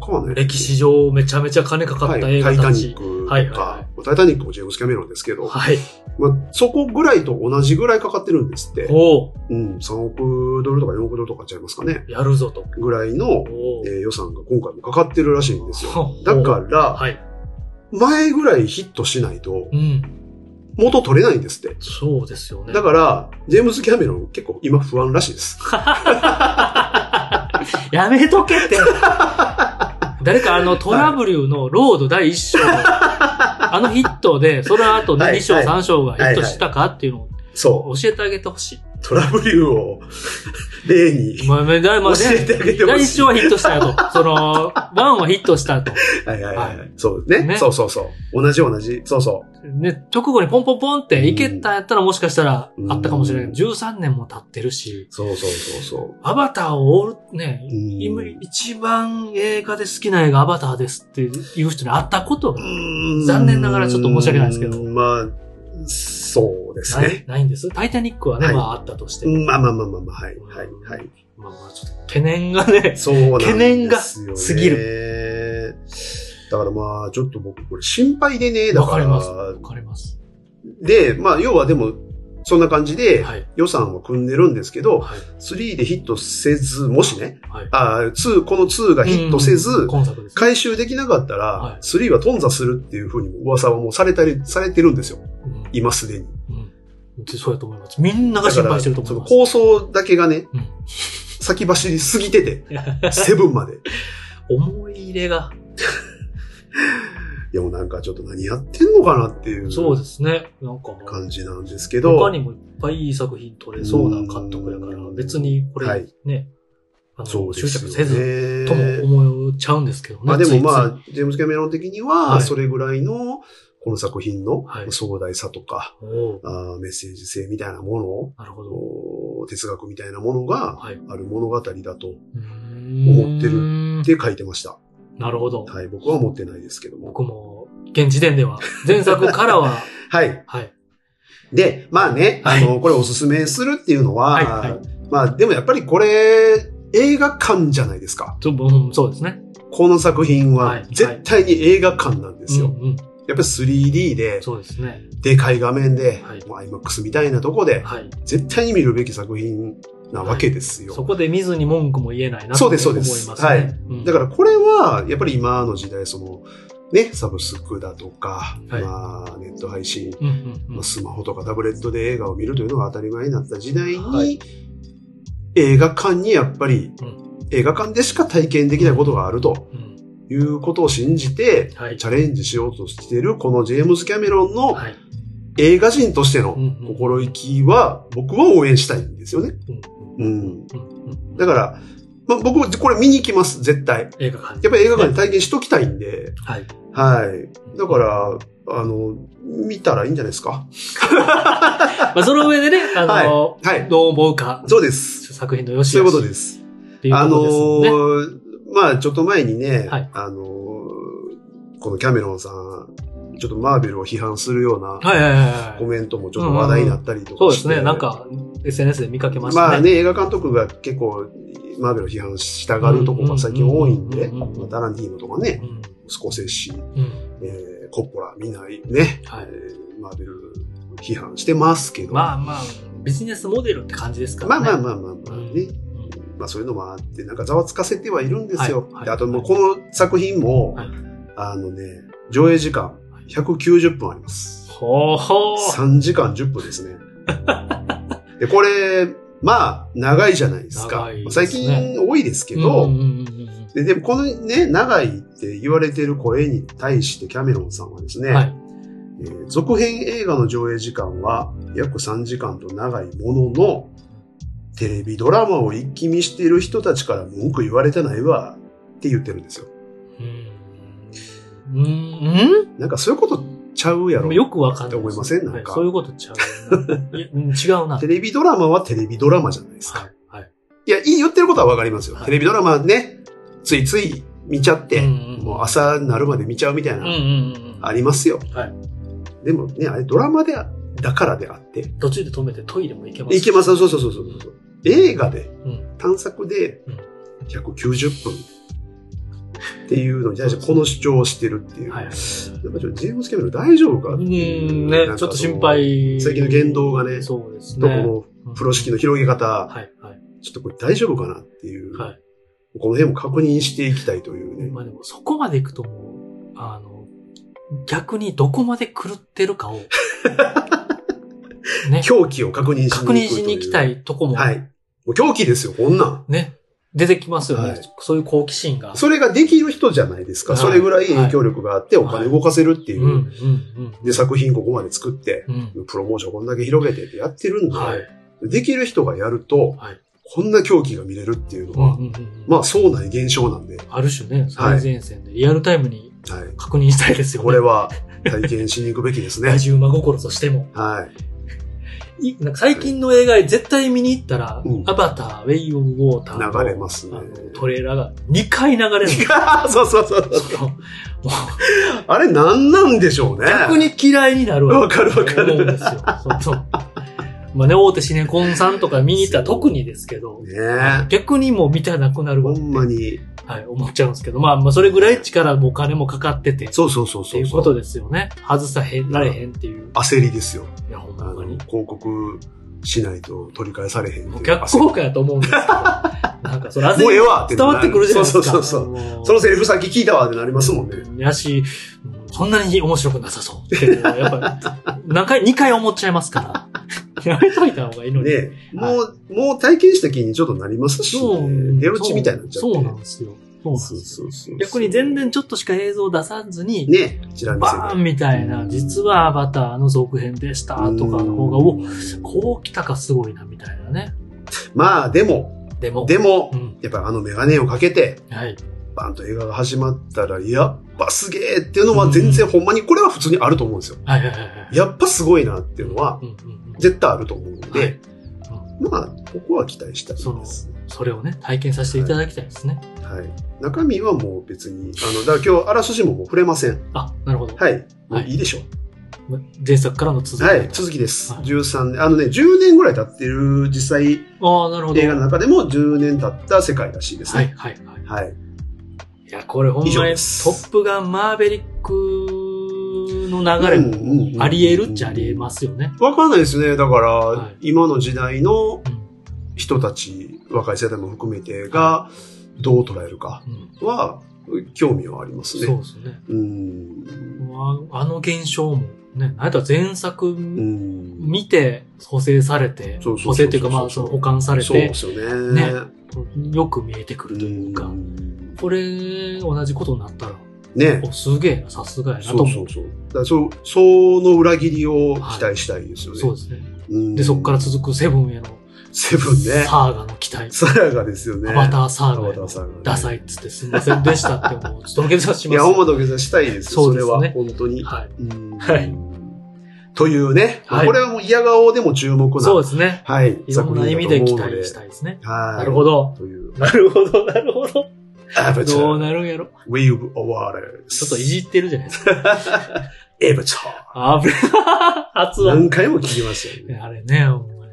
[SPEAKER 2] 他はね、
[SPEAKER 1] 歴史上めちゃめちゃ金かかった映画
[SPEAKER 2] はいタ
[SPEAKER 1] た
[SPEAKER 2] イタニッ
[SPEAKER 1] ち。
[SPEAKER 2] クとか、
[SPEAKER 1] はいはいはい
[SPEAKER 2] まあタイタニックもジェームス・キャメロンですけど、
[SPEAKER 1] はい。
[SPEAKER 2] まあ、そこぐらいと同じぐらいかかってるんですって、
[SPEAKER 1] おう
[SPEAKER 2] うん、3億ドルとか4億ドルとかちゃいますかね、
[SPEAKER 1] やるぞと。
[SPEAKER 2] ぐらいの、
[SPEAKER 1] おう
[SPEAKER 2] えー予算が今回もかかってるらしいんですよ。
[SPEAKER 1] ほう
[SPEAKER 2] だから、
[SPEAKER 1] はい。
[SPEAKER 2] 前ぐらいヒットしないと
[SPEAKER 1] う、ん。
[SPEAKER 2] 元取れないんですって。
[SPEAKER 1] そうですよね。
[SPEAKER 2] だから、ジェームズ・キャメロン結構今不安らし いです。
[SPEAKER 1] やめとけ って。誰かあのトラブリューのロード第1章の、あのヒットで、その後ね
[SPEAKER 2] はい
[SPEAKER 1] 2章
[SPEAKER 2] はい
[SPEAKER 1] 3章がヒットしたかっていうの
[SPEAKER 2] そ
[SPEAKER 1] を教えてあげてほしい。
[SPEAKER 2] う。トラブリューを 例に。
[SPEAKER 1] まあ、まあだまあね
[SPEAKER 2] 教えてあげてほしい
[SPEAKER 1] 第1章はヒットしたよ と。その、1はヒットしたと。
[SPEAKER 2] はいはいはい。
[SPEAKER 1] は
[SPEAKER 2] そうね
[SPEAKER 1] ね
[SPEAKER 2] そうそうそう。同じ同じ。そうそ
[SPEAKER 1] ね、直後にポンポンポンっていけたんやったらもしかしたら
[SPEAKER 2] うん
[SPEAKER 1] あったかもしれない。13年も経ってるし、
[SPEAKER 2] う。そうそうそうそう。
[SPEAKER 1] アバターをオール、ね、
[SPEAKER 2] うん
[SPEAKER 1] 今一番映画で好きな映画アバターですっていう人に会ったことが残念ながらちょっと申し訳ないですけど
[SPEAKER 2] うーんまあ、そうです
[SPEAKER 1] ない,、
[SPEAKER 2] ね。
[SPEAKER 1] ないんです。タイタニックはね、
[SPEAKER 2] はい
[SPEAKER 1] まああったとして。
[SPEAKER 2] まあまあまあまあまあ、はい、はい、はい。
[SPEAKER 1] まあまあちょっと懸念がね、
[SPEAKER 2] そうなんですよ、ね。
[SPEAKER 1] 懸念が過ぎ
[SPEAKER 2] る。だからまあ、ちょっと僕、これ心配でね、だ
[SPEAKER 1] わ
[SPEAKER 2] か。
[SPEAKER 1] からります。わかります。
[SPEAKER 2] で、まあ、要はでも、そんな感じで、
[SPEAKER 1] はい。
[SPEAKER 2] 予算を組んでるんですけど、
[SPEAKER 1] はい。
[SPEAKER 2] 3でヒットせず、もしね、
[SPEAKER 1] はい。
[SPEAKER 2] あー2、この2がヒットせ
[SPEAKER 1] うん
[SPEAKER 2] ず、
[SPEAKER 1] 今作ですね。
[SPEAKER 2] 回収できなかった
[SPEAKER 1] はい
[SPEAKER 2] ら、3は頓挫するっていうふうにも噂はもうされたり、されてるんですよ。今すでに。
[SPEAKER 1] うん。うん。そうやと思います。みんなが心配してると思います。
[SPEAKER 2] 構想だけがね、
[SPEAKER 1] うん
[SPEAKER 2] 先走りすぎて て、セブンまで。い
[SPEAKER 1] 思い入れが。
[SPEAKER 2] やもうなんかちょっと何やってんのかなっていう
[SPEAKER 1] そうですね。なんか、
[SPEAKER 2] 感じなんですけど。
[SPEAKER 1] 他にもいっぱいいい作品撮れそうな監督だから
[SPEAKER 2] うん、
[SPEAKER 1] 別にこれね、
[SPEAKER 2] はい
[SPEAKER 1] あの
[SPEAKER 2] そうで
[SPEAKER 1] 執
[SPEAKER 2] すよ
[SPEAKER 1] 着せ
[SPEAKER 2] ね
[SPEAKER 1] ずとも思っちゃうんですけどね。
[SPEAKER 2] まあでもま
[SPEAKER 1] つい
[SPEAKER 2] あ、ジェームス・キャメロン的に
[SPEAKER 1] は
[SPEAKER 2] は、
[SPEAKER 1] い
[SPEAKER 2] それぐらいのこの作品の
[SPEAKER 1] はい
[SPEAKER 2] 壮大さとか、
[SPEAKER 1] つい。おう
[SPEAKER 2] あーメッセージ性みたいなも
[SPEAKER 1] なるほ
[SPEAKER 2] の
[SPEAKER 1] ど。
[SPEAKER 2] を、哲学みたいなものが
[SPEAKER 1] はい。
[SPEAKER 2] ある物語だと、
[SPEAKER 1] 思
[SPEAKER 2] って
[SPEAKER 1] る
[SPEAKER 2] で書いてました。
[SPEAKER 1] なるほど。
[SPEAKER 2] はい、僕は思ってないですけども。
[SPEAKER 1] 僕も、現時点では、前作から は、
[SPEAKER 2] はい。
[SPEAKER 1] はい。
[SPEAKER 2] で、まあね、あの、これおすすめするっていうのは、
[SPEAKER 1] はいはい
[SPEAKER 2] まあでもやっぱりこれ、映画館じゃないですか。
[SPEAKER 1] ちょうんそうですね。
[SPEAKER 2] この作品
[SPEAKER 1] は
[SPEAKER 2] はい絶対に映画館なんですよ。
[SPEAKER 1] うんうん
[SPEAKER 2] やっぱり 3D で、
[SPEAKER 1] そうですね。
[SPEAKER 2] でかい画面で、
[SPEAKER 1] はい
[SPEAKER 2] もう IMAX みたいなとこで、
[SPEAKER 1] はい。
[SPEAKER 2] 絶対に見るべき作品なわけですよ。
[SPEAKER 1] そこで見ずに文句も言えないなと
[SPEAKER 2] そう
[SPEAKER 1] 思い
[SPEAKER 2] で
[SPEAKER 1] ますすね。
[SPEAKER 2] そうですはいだからこれは、やっぱり今の時代、その、ね、サブスクだとか、
[SPEAKER 1] はい
[SPEAKER 2] まあ、ネット配信、
[SPEAKER 1] ら、うんうんう
[SPEAKER 2] ま
[SPEAKER 1] ん
[SPEAKER 2] あ、スマホとかタブレットで映画を見るというのが当たり前になった時代に、
[SPEAKER 1] はい
[SPEAKER 2] 映画館にやっぱり、
[SPEAKER 1] う
[SPEAKER 2] 映画館でしか体験できないことがあると
[SPEAKER 1] うん
[SPEAKER 2] いうことを信じて、
[SPEAKER 1] はい。
[SPEAKER 2] チャレンジしようとしている、このジェームズ・キャメロンの
[SPEAKER 1] はい。
[SPEAKER 2] 映画人としての
[SPEAKER 1] うんうん
[SPEAKER 2] 心意気は、僕は応援したいんですよね。
[SPEAKER 1] うん
[SPEAKER 2] うん。
[SPEAKER 1] うんうん
[SPEAKER 2] だから、まあ、僕、これ見に行きます、絶対。
[SPEAKER 1] 映画館
[SPEAKER 2] やっぱり映画館で体験しときたいんで、
[SPEAKER 1] はい。
[SPEAKER 2] はい。だから、あの、見たらいいんじゃないですか。
[SPEAKER 1] まあ、その上でね、あの、
[SPEAKER 2] はい。
[SPEAKER 1] どう思うか、
[SPEAKER 2] そうです。
[SPEAKER 1] 作品の良し
[SPEAKER 2] そ
[SPEAKER 1] 悪
[SPEAKER 2] ういう
[SPEAKER 1] し
[SPEAKER 2] こ
[SPEAKER 1] っ
[SPEAKER 2] とです。
[SPEAKER 1] ていうこ
[SPEAKER 2] あの
[SPEAKER 1] とですもんね。
[SPEAKER 2] ーまあ、ちょっと前にね、
[SPEAKER 1] はい
[SPEAKER 2] あのーこのキャメロンさん、ちょっとマーベルを批判するような
[SPEAKER 1] はいはいはい
[SPEAKER 2] コ
[SPEAKER 1] はい。
[SPEAKER 2] メントもちょっと話題になったりと
[SPEAKER 1] そう
[SPEAKER 2] か
[SPEAKER 1] で
[SPEAKER 2] して、
[SPEAKER 1] すね。なんか、SNS で見かけましたね。
[SPEAKER 2] まあね、映画監督が結構、マーベルを批判したがるとこが最近多いんで、
[SPEAKER 1] うんうんうんうん
[SPEAKER 2] まあタランティーノとかね、
[SPEAKER 1] うん。
[SPEAKER 2] スコセッシ、
[SPEAKER 1] うん。
[SPEAKER 2] えーコッポラ、みんなね、
[SPEAKER 1] はい
[SPEAKER 2] えーマーベル批判してますけど、
[SPEAKER 1] まあまあ、ビジネスモデルって感じですか
[SPEAKER 2] ま
[SPEAKER 1] ら
[SPEAKER 2] あ
[SPEAKER 1] ね。
[SPEAKER 2] ま
[SPEAKER 1] あ。
[SPEAKER 2] あまあまあまあね、まあそういうのもあって、なんかざわつかせてはいるんですよ。
[SPEAKER 1] はいはい
[SPEAKER 2] であともうこの作品も、
[SPEAKER 1] はい
[SPEAKER 2] あのね、上映時間190分あります。
[SPEAKER 1] ほうほう。
[SPEAKER 2] 3時間10 分ですね。で、これ、まあ、長いじゃないですか。
[SPEAKER 1] 長いですね
[SPEAKER 2] 最近多いですけど、
[SPEAKER 1] うんうんうんうん
[SPEAKER 2] ででもこのね、長いって言われてる声に対してキャメロンさんはですね、
[SPEAKER 1] はい。
[SPEAKER 2] えー続編映画の上映時間は約3時間と長いものの、テレビドラマを一気見している人たちから文句言われてないわって言ってるんですよ。
[SPEAKER 1] うん。うん
[SPEAKER 2] なんかそういうことちゃうや
[SPEAKER 1] う
[SPEAKER 2] ろ。
[SPEAKER 1] んよくわかんない。
[SPEAKER 2] って思いませんなんか
[SPEAKER 1] はいそういうことちゃうな。 いやうん違うな。は
[SPEAKER 2] テ
[SPEAKER 1] い。
[SPEAKER 2] レビドラマはテレビドラマじゃないですか。
[SPEAKER 1] はい。
[SPEAKER 2] いや、いい言ってることはわかりますよ。
[SPEAKER 1] はい
[SPEAKER 2] テレビドラマね、ついつい見ちゃって、
[SPEAKER 1] うんうん
[SPEAKER 2] もう朝になるまで見ちゃうみたい
[SPEAKER 1] うん
[SPEAKER 2] な、
[SPEAKER 1] うんうんうん。
[SPEAKER 2] ありますよ。
[SPEAKER 1] はい
[SPEAKER 2] でもね、あれドラマで、だからであって。
[SPEAKER 1] 途中で止めてトイレも行けます。
[SPEAKER 2] いけます、そうそうそうそうそうそう。映画で、
[SPEAKER 1] うん
[SPEAKER 2] 探索で
[SPEAKER 1] うん
[SPEAKER 2] 190分っていうのに対してこの主張をしてるっていう。
[SPEAKER 1] はいはいはい。
[SPEAKER 2] やっぱちょっとジェームス・キャメロン大丈夫か
[SPEAKER 1] う
[SPEAKER 2] ってい
[SPEAKER 1] ー
[SPEAKER 2] う。
[SPEAKER 1] ん、
[SPEAKER 2] なん
[SPEAKER 1] ね、
[SPEAKER 2] か
[SPEAKER 1] ち
[SPEAKER 2] そ
[SPEAKER 1] ょっ
[SPEAKER 2] の
[SPEAKER 1] と心。配。
[SPEAKER 2] 最近の言動がね
[SPEAKER 1] そうです
[SPEAKER 2] と
[SPEAKER 1] ね。
[SPEAKER 2] このプロ式の広げ
[SPEAKER 1] うん。
[SPEAKER 2] 方、
[SPEAKER 1] はい、はい。
[SPEAKER 2] ちょっとこれ大丈夫かなっていう。
[SPEAKER 1] はい
[SPEAKER 2] この辺も確認していきたいというね。
[SPEAKER 1] まあでも、そこまで行くともう、あの、逆にどこまで狂ってるか を、ね、
[SPEAKER 2] 狂気を確認しに行く
[SPEAKER 1] 確認しに行きた
[SPEAKER 2] い
[SPEAKER 1] いとこ
[SPEAKER 2] う。
[SPEAKER 1] も、
[SPEAKER 2] はい。もう狂気ですよ、こんなん。
[SPEAKER 1] ね、出てきますよね。
[SPEAKER 2] はい
[SPEAKER 1] そういう好奇心が。
[SPEAKER 2] それができる人じゃないですか。
[SPEAKER 1] はい
[SPEAKER 2] それぐらい影響力があって、お金動かせるって
[SPEAKER 1] う
[SPEAKER 2] い
[SPEAKER 1] ん、うん、う
[SPEAKER 2] う。
[SPEAKER 1] ん。
[SPEAKER 2] で、作品ここまで作って、
[SPEAKER 1] うん。
[SPEAKER 2] プロモーションこんだけ広げてってやってるんで、
[SPEAKER 1] はい。
[SPEAKER 2] できる人がやると、
[SPEAKER 1] はい
[SPEAKER 2] こんな狂気が見れるっていうの
[SPEAKER 1] うん
[SPEAKER 2] は、
[SPEAKER 1] うんうん
[SPEAKER 2] まあ、そうない現象なんで、は
[SPEAKER 1] ある種ね、最前線でリアルタイムに
[SPEAKER 2] い。
[SPEAKER 1] 確認したいですよね。
[SPEAKER 2] これ は体験しに行くべきですね
[SPEAKER 1] ラ。ジウマ心としても。
[SPEAKER 2] はい。
[SPEAKER 1] いなんか最近の映画で絶対見に行ったら、
[SPEAKER 2] うん
[SPEAKER 1] アバター、ウェイ・オブ・ウォーターの
[SPEAKER 2] 流れますね
[SPEAKER 1] あのトレーラーが2回流れるんですよ
[SPEAKER 2] そうそうそうそう。
[SPEAKER 1] そのもう
[SPEAKER 2] あれ何なんでしょうね。
[SPEAKER 1] 逆に嫌いになるわ
[SPEAKER 2] わかるわかる
[SPEAKER 1] 思うんですよ。そうそうまあね、大手シネコンさんとか見に行ったら特にですけど、
[SPEAKER 2] ねえ。
[SPEAKER 1] 逆にもう見たなくなるわっ
[SPEAKER 2] ほ
[SPEAKER 1] て、
[SPEAKER 2] んまに。
[SPEAKER 1] はい、思っちゃうんですけど、まあまあそれぐらい力もお金もかかってて、っ
[SPEAKER 2] そうそうそう
[SPEAKER 1] て
[SPEAKER 2] そ
[SPEAKER 1] いうう
[SPEAKER 2] そ
[SPEAKER 1] こ
[SPEAKER 2] う。
[SPEAKER 1] とですよね。外さへんられへんっていう。
[SPEAKER 2] 焦りですよ。
[SPEAKER 1] いや、ほん
[SPEAKER 2] あ
[SPEAKER 1] ま
[SPEAKER 2] の
[SPEAKER 1] に。
[SPEAKER 2] 広告しないと取り返されへんって
[SPEAKER 1] も
[SPEAKER 2] いうう
[SPEAKER 1] 逆
[SPEAKER 2] 焦り
[SPEAKER 1] 効果やと思うんです けど、なんかそれ焦り
[SPEAKER 2] もうええわって
[SPEAKER 1] 伝わってくるじゃないですか。
[SPEAKER 2] そうそうそうそう。
[SPEAKER 1] う
[SPEAKER 2] そのセリフさっき聞いたわってなりますもんね。
[SPEAKER 1] うん。やし、うんそんなに面白くなさそうって、やっ ぱ、何回、2回思っちゃいますから。やめといた方がいいのに。
[SPEAKER 2] ねもう、もう体験した気にちょっとなりますし
[SPEAKER 1] そう、
[SPEAKER 2] ね、出落ちみたいになっちゃって。
[SPEAKER 1] そうそうなんですよ。そうなん
[SPEAKER 2] そう
[SPEAKER 1] です
[SPEAKER 2] そ
[SPEAKER 1] よ
[SPEAKER 2] うそう
[SPEAKER 1] 逆に全然ちょっとしか映像を出さずに、
[SPEAKER 2] ね、ちら見せ
[SPEAKER 1] バーンみたいな、実はアバターの続編でしたとかの方が、お、こう来たかすごいなみたいなね。
[SPEAKER 2] まあ、でも、
[SPEAKER 1] でも、
[SPEAKER 2] でも
[SPEAKER 1] う、ん。
[SPEAKER 2] やっぱりあのメガネをかけて、
[SPEAKER 1] はい。
[SPEAKER 2] バンと映画が始まったら、やっぱすげえっていうのは全然ほんまに、これは普通にあると思うんですよ。
[SPEAKER 1] はいはいはいはい。
[SPEAKER 2] やっぱすごいなっていうのは
[SPEAKER 1] う、んうんうん
[SPEAKER 2] 絶対あると思うので、
[SPEAKER 1] はい
[SPEAKER 2] まあ、ここは期待したいです。
[SPEAKER 1] それをね、体験させていただきたいですね。
[SPEAKER 2] はい。中身はもう別に、あの、だから今日、あらすじももう触れません。
[SPEAKER 1] あ、なるほど。
[SPEAKER 2] はい。もう
[SPEAKER 1] はい
[SPEAKER 2] いいでしょ
[SPEAKER 1] 前作からの続
[SPEAKER 2] う。
[SPEAKER 1] き。
[SPEAKER 2] はい。続きです。
[SPEAKER 1] はい
[SPEAKER 2] 13年、あのね、10年ぐらい経ってる実際
[SPEAKER 1] ああ、なるほど。
[SPEAKER 2] 映画の中でも10年経った世界らしいです
[SPEAKER 1] はい
[SPEAKER 2] ね。
[SPEAKER 1] はいはい。
[SPEAKER 2] はい。
[SPEAKER 1] いや、これほんまに
[SPEAKER 2] 以
[SPEAKER 1] ト
[SPEAKER 2] 上です
[SPEAKER 1] ップガンマーベリックの流れ
[SPEAKER 2] うんうんうんうん
[SPEAKER 1] もあり得るっちゃあり得ますよね。
[SPEAKER 2] わかんないですね。だから、
[SPEAKER 1] はい
[SPEAKER 2] 今の時代
[SPEAKER 1] う
[SPEAKER 2] の
[SPEAKER 1] ん
[SPEAKER 2] 人たち、若い世代も含めてが、どう捉えるか
[SPEAKER 1] うん
[SPEAKER 2] は、興味はありますね。
[SPEAKER 1] そうですね。
[SPEAKER 2] うん。
[SPEAKER 1] もうああの現象も、ね、なんやったら前作
[SPEAKER 2] うん。
[SPEAKER 1] 見て補正されて、
[SPEAKER 2] そうそうそうそう
[SPEAKER 1] 補正っていうかまあその保管され
[SPEAKER 2] そうで
[SPEAKER 1] て、
[SPEAKER 2] すよね。
[SPEAKER 1] ねよく見えてく
[SPEAKER 2] う
[SPEAKER 1] るというんか、これ同じことになったら、
[SPEAKER 2] ね。
[SPEAKER 1] お、すげえな、さすがやな
[SPEAKER 2] そ
[SPEAKER 1] と
[SPEAKER 2] う
[SPEAKER 1] 思
[SPEAKER 2] そうう。そう。だからそその裏切りを期待したいですよね。
[SPEAKER 1] そうですね。
[SPEAKER 2] うん
[SPEAKER 1] で、そこから続くセブンへの
[SPEAKER 2] セブンね。
[SPEAKER 1] サーガの期待。
[SPEAKER 2] サヤがですよね。
[SPEAKER 1] アバターサ
[SPEAKER 2] ア
[SPEAKER 1] ーガ
[SPEAKER 2] バ
[SPEAKER 1] へ
[SPEAKER 2] タ
[SPEAKER 1] の
[SPEAKER 2] ーさんがね、
[SPEAKER 1] ダサいっつってすみませんでしたって、もう、ちょっと土下座し
[SPEAKER 2] い
[SPEAKER 1] ます。
[SPEAKER 2] や、ほんま土下座したいですよ。
[SPEAKER 1] そ
[SPEAKER 2] そう
[SPEAKER 1] で
[SPEAKER 2] れ
[SPEAKER 1] すね
[SPEAKER 2] は、本当に。
[SPEAKER 1] はい。
[SPEAKER 2] うん
[SPEAKER 1] はい
[SPEAKER 2] というね、まあ
[SPEAKER 1] はい
[SPEAKER 2] これはもう嫌顔でも注目な、
[SPEAKER 1] そうですね。
[SPEAKER 2] はい、
[SPEAKER 1] いろんな意味で
[SPEAKER 2] 作
[SPEAKER 1] 期
[SPEAKER 2] 品だと思うの
[SPEAKER 1] 待したいですね。
[SPEAKER 2] はい。
[SPEAKER 1] なるほ
[SPEAKER 2] ど。
[SPEAKER 1] ど。
[SPEAKER 2] という。
[SPEAKER 1] なるほど、なるほど。
[SPEAKER 2] エブチ
[SPEAKER 1] どう
[SPEAKER 2] ャー。
[SPEAKER 1] なるんやろ。
[SPEAKER 2] Wave of Waters。
[SPEAKER 1] ちょっといじってるじゃないですか。
[SPEAKER 2] エブチャー。
[SPEAKER 1] あぶね。熱は。
[SPEAKER 2] 何回も聞きましたよね。
[SPEAKER 1] あれね、ほんまに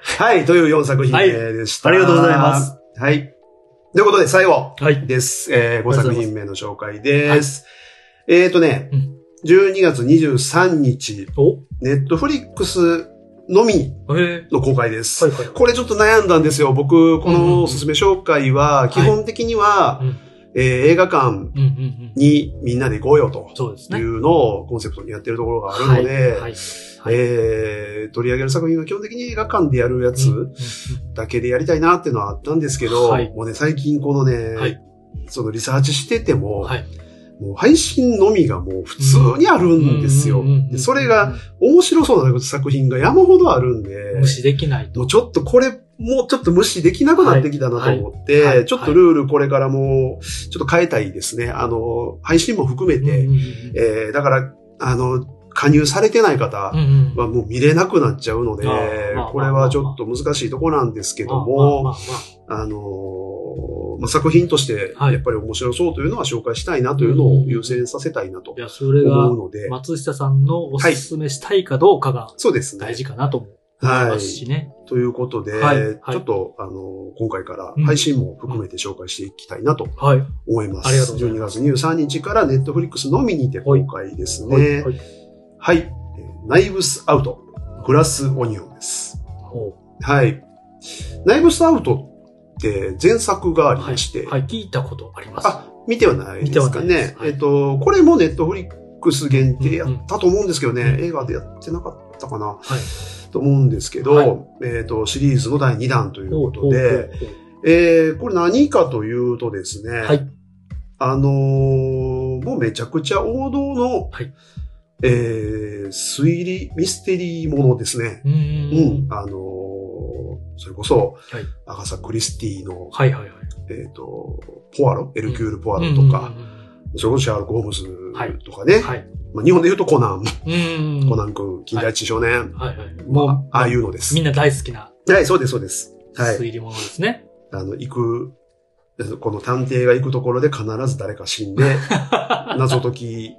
[SPEAKER 2] はい、という4作品
[SPEAKER 1] はい
[SPEAKER 2] でした、
[SPEAKER 1] ありがとうございます。
[SPEAKER 2] はい。ということで、最後
[SPEAKER 1] はい。
[SPEAKER 2] です。え5作品目の紹介です。えっ、とね、
[SPEAKER 1] うん
[SPEAKER 2] 12月23日、
[SPEAKER 1] お
[SPEAKER 2] ネットフリックスのみ
[SPEAKER 1] え
[SPEAKER 2] の公開です。
[SPEAKER 1] ー、はいはい。
[SPEAKER 2] これちょっと悩んだんですよ。僕、こ
[SPEAKER 1] うんうんう
[SPEAKER 2] の
[SPEAKER 1] ん
[SPEAKER 2] おすすめ紹介は、基本的には、
[SPEAKER 1] うん
[SPEAKER 2] えー映画館
[SPEAKER 1] うんうんうん。
[SPEAKER 2] にみんなで行こうよと
[SPEAKER 1] そうです
[SPEAKER 2] い
[SPEAKER 1] ね。
[SPEAKER 2] うのをコンセプトにやってるところがあるので、
[SPEAKER 1] はい。はい。
[SPEAKER 2] えー取り上げる作品は基本的に映画館でやるや
[SPEAKER 1] うんうんう
[SPEAKER 2] つ
[SPEAKER 1] ん
[SPEAKER 2] だけでやりたいなっていうのはあったんですけど、
[SPEAKER 1] はい
[SPEAKER 2] もうね、最近このね、
[SPEAKER 1] はい
[SPEAKER 2] そのリサーチしてても、
[SPEAKER 1] はい。
[SPEAKER 2] もう配信のみがもう普通にあるんですよ。
[SPEAKER 1] うんうんうんうん
[SPEAKER 2] でそれが、面白そうな作品が山ほどあるんで、
[SPEAKER 1] 無視できない
[SPEAKER 2] も
[SPEAKER 1] と
[SPEAKER 2] う。ちょっとこれ、もうちょっと無視できなくなってきたな
[SPEAKER 1] は
[SPEAKER 2] と思っ
[SPEAKER 1] いはいは
[SPEAKER 2] て、
[SPEAKER 1] い
[SPEAKER 2] ちょっとルールこれからもう、ちょっと変えたいですね。あの、配信も含め
[SPEAKER 1] うんうん
[SPEAKER 2] て、
[SPEAKER 1] うんうん
[SPEAKER 2] えーだから、あの、加入されてない方
[SPEAKER 1] うんうん。
[SPEAKER 2] はもう見れなくなっちゃうので
[SPEAKER 1] あーまあまあ、
[SPEAKER 2] これはちょっと難しいとこなんですけど
[SPEAKER 1] まあまあまあ
[SPEAKER 2] も、
[SPEAKER 1] ま
[SPEAKER 2] あのーまあ作品として
[SPEAKER 1] は
[SPEAKER 2] や
[SPEAKER 1] い
[SPEAKER 2] っぱり面白そうというのは紹介したいなというのを優先させたいなと
[SPEAKER 1] あいや、それが
[SPEAKER 2] 思う、ので、
[SPEAKER 1] 松下さんのおすすめしたいかどうかが
[SPEAKER 2] そうですね
[SPEAKER 1] 大。事かなと思い
[SPEAKER 2] は
[SPEAKER 1] ます
[SPEAKER 2] い。
[SPEAKER 1] しね。
[SPEAKER 2] ということで、
[SPEAKER 1] はいはい
[SPEAKER 2] ちょっと、あのー今回から配信も含めて紹介していきたいなと
[SPEAKER 1] はい。
[SPEAKER 2] 思います。
[SPEAKER 1] ありがとうございま
[SPEAKER 2] 12月23日からネットフリックスのみにて公開ですね。
[SPEAKER 1] はい。はい
[SPEAKER 2] はい。えーナイブスアウト、グラスオニオンです。
[SPEAKER 1] おう
[SPEAKER 2] はい。ナイブスアウトって前作がありまして、
[SPEAKER 1] はい。聞いたことあります。
[SPEAKER 2] あ、見てはないですか
[SPEAKER 1] 見てはないで
[SPEAKER 2] ね
[SPEAKER 1] す。はい
[SPEAKER 2] えっと、これもネットフリックス限定やったと思うんですけどね、
[SPEAKER 1] うんうん
[SPEAKER 2] 映画でやってなかったかな、
[SPEAKER 1] い
[SPEAKER 2] と思うんですけど、
[SPEAKER 1] はい
[SPEAKER 2] えっと、シリーズの第2弾という
[SPEAKER 1] お
[SPEAKER 2] こ
[SPEAKER 1] う
[SPEAKER 2] とで、、えーこれ何かというとですね、
[SPEAKER 1] はい
[SPEAKER 2] あのーもうめちゃくちゃ王道の、
[SPEAKER 1] はい
[SPEAKER 2] えー推理、ミステリーものですね。
[SPEAKER 1] おうおうう
[SPEAKER 2] うん
[SPEAKER 1] ん。
[SPEAKER 2] あのーそれこそ、
[SPEAKER 1] はい
[SPEAKER 2] アガサ・クリスティの、
[SPEAKER 1] はいはいはい。
[SPEAKER 2] えっ、と、ポアロ、エルキュール・ポアロとか、
[SPEAKER 1] うんうん
[SPEAKER 2] それこそシャーロック・ホームズ
[SPEAKER 1] はい
[SPEAKER 2] とかね、
[SPEAKER 1] うん。はい。
[SPEAKER 2] まあ、日本で言うとコナン、
[SPEAKER 1] うんうん。
[SPEAKER 2] コナン君、近代一少年、
[SPEAKER 1] はいはい。
[SPEAKER 2] ま
[SPEAKER 1] も
[SPEAKER 2] あ、ああいうので
[SPEAKER 1] う、
[SPEAKER 2] す
[SPEAKER 1] み。んな大好きな
[SPEAKER 2] はい、そうです、そうです。はい。
[SPEAKER 1] 推理物ですね。
[SPEAKER 2] あの、行く、この探偵が行くところで必ず誰か死ん で、謎解き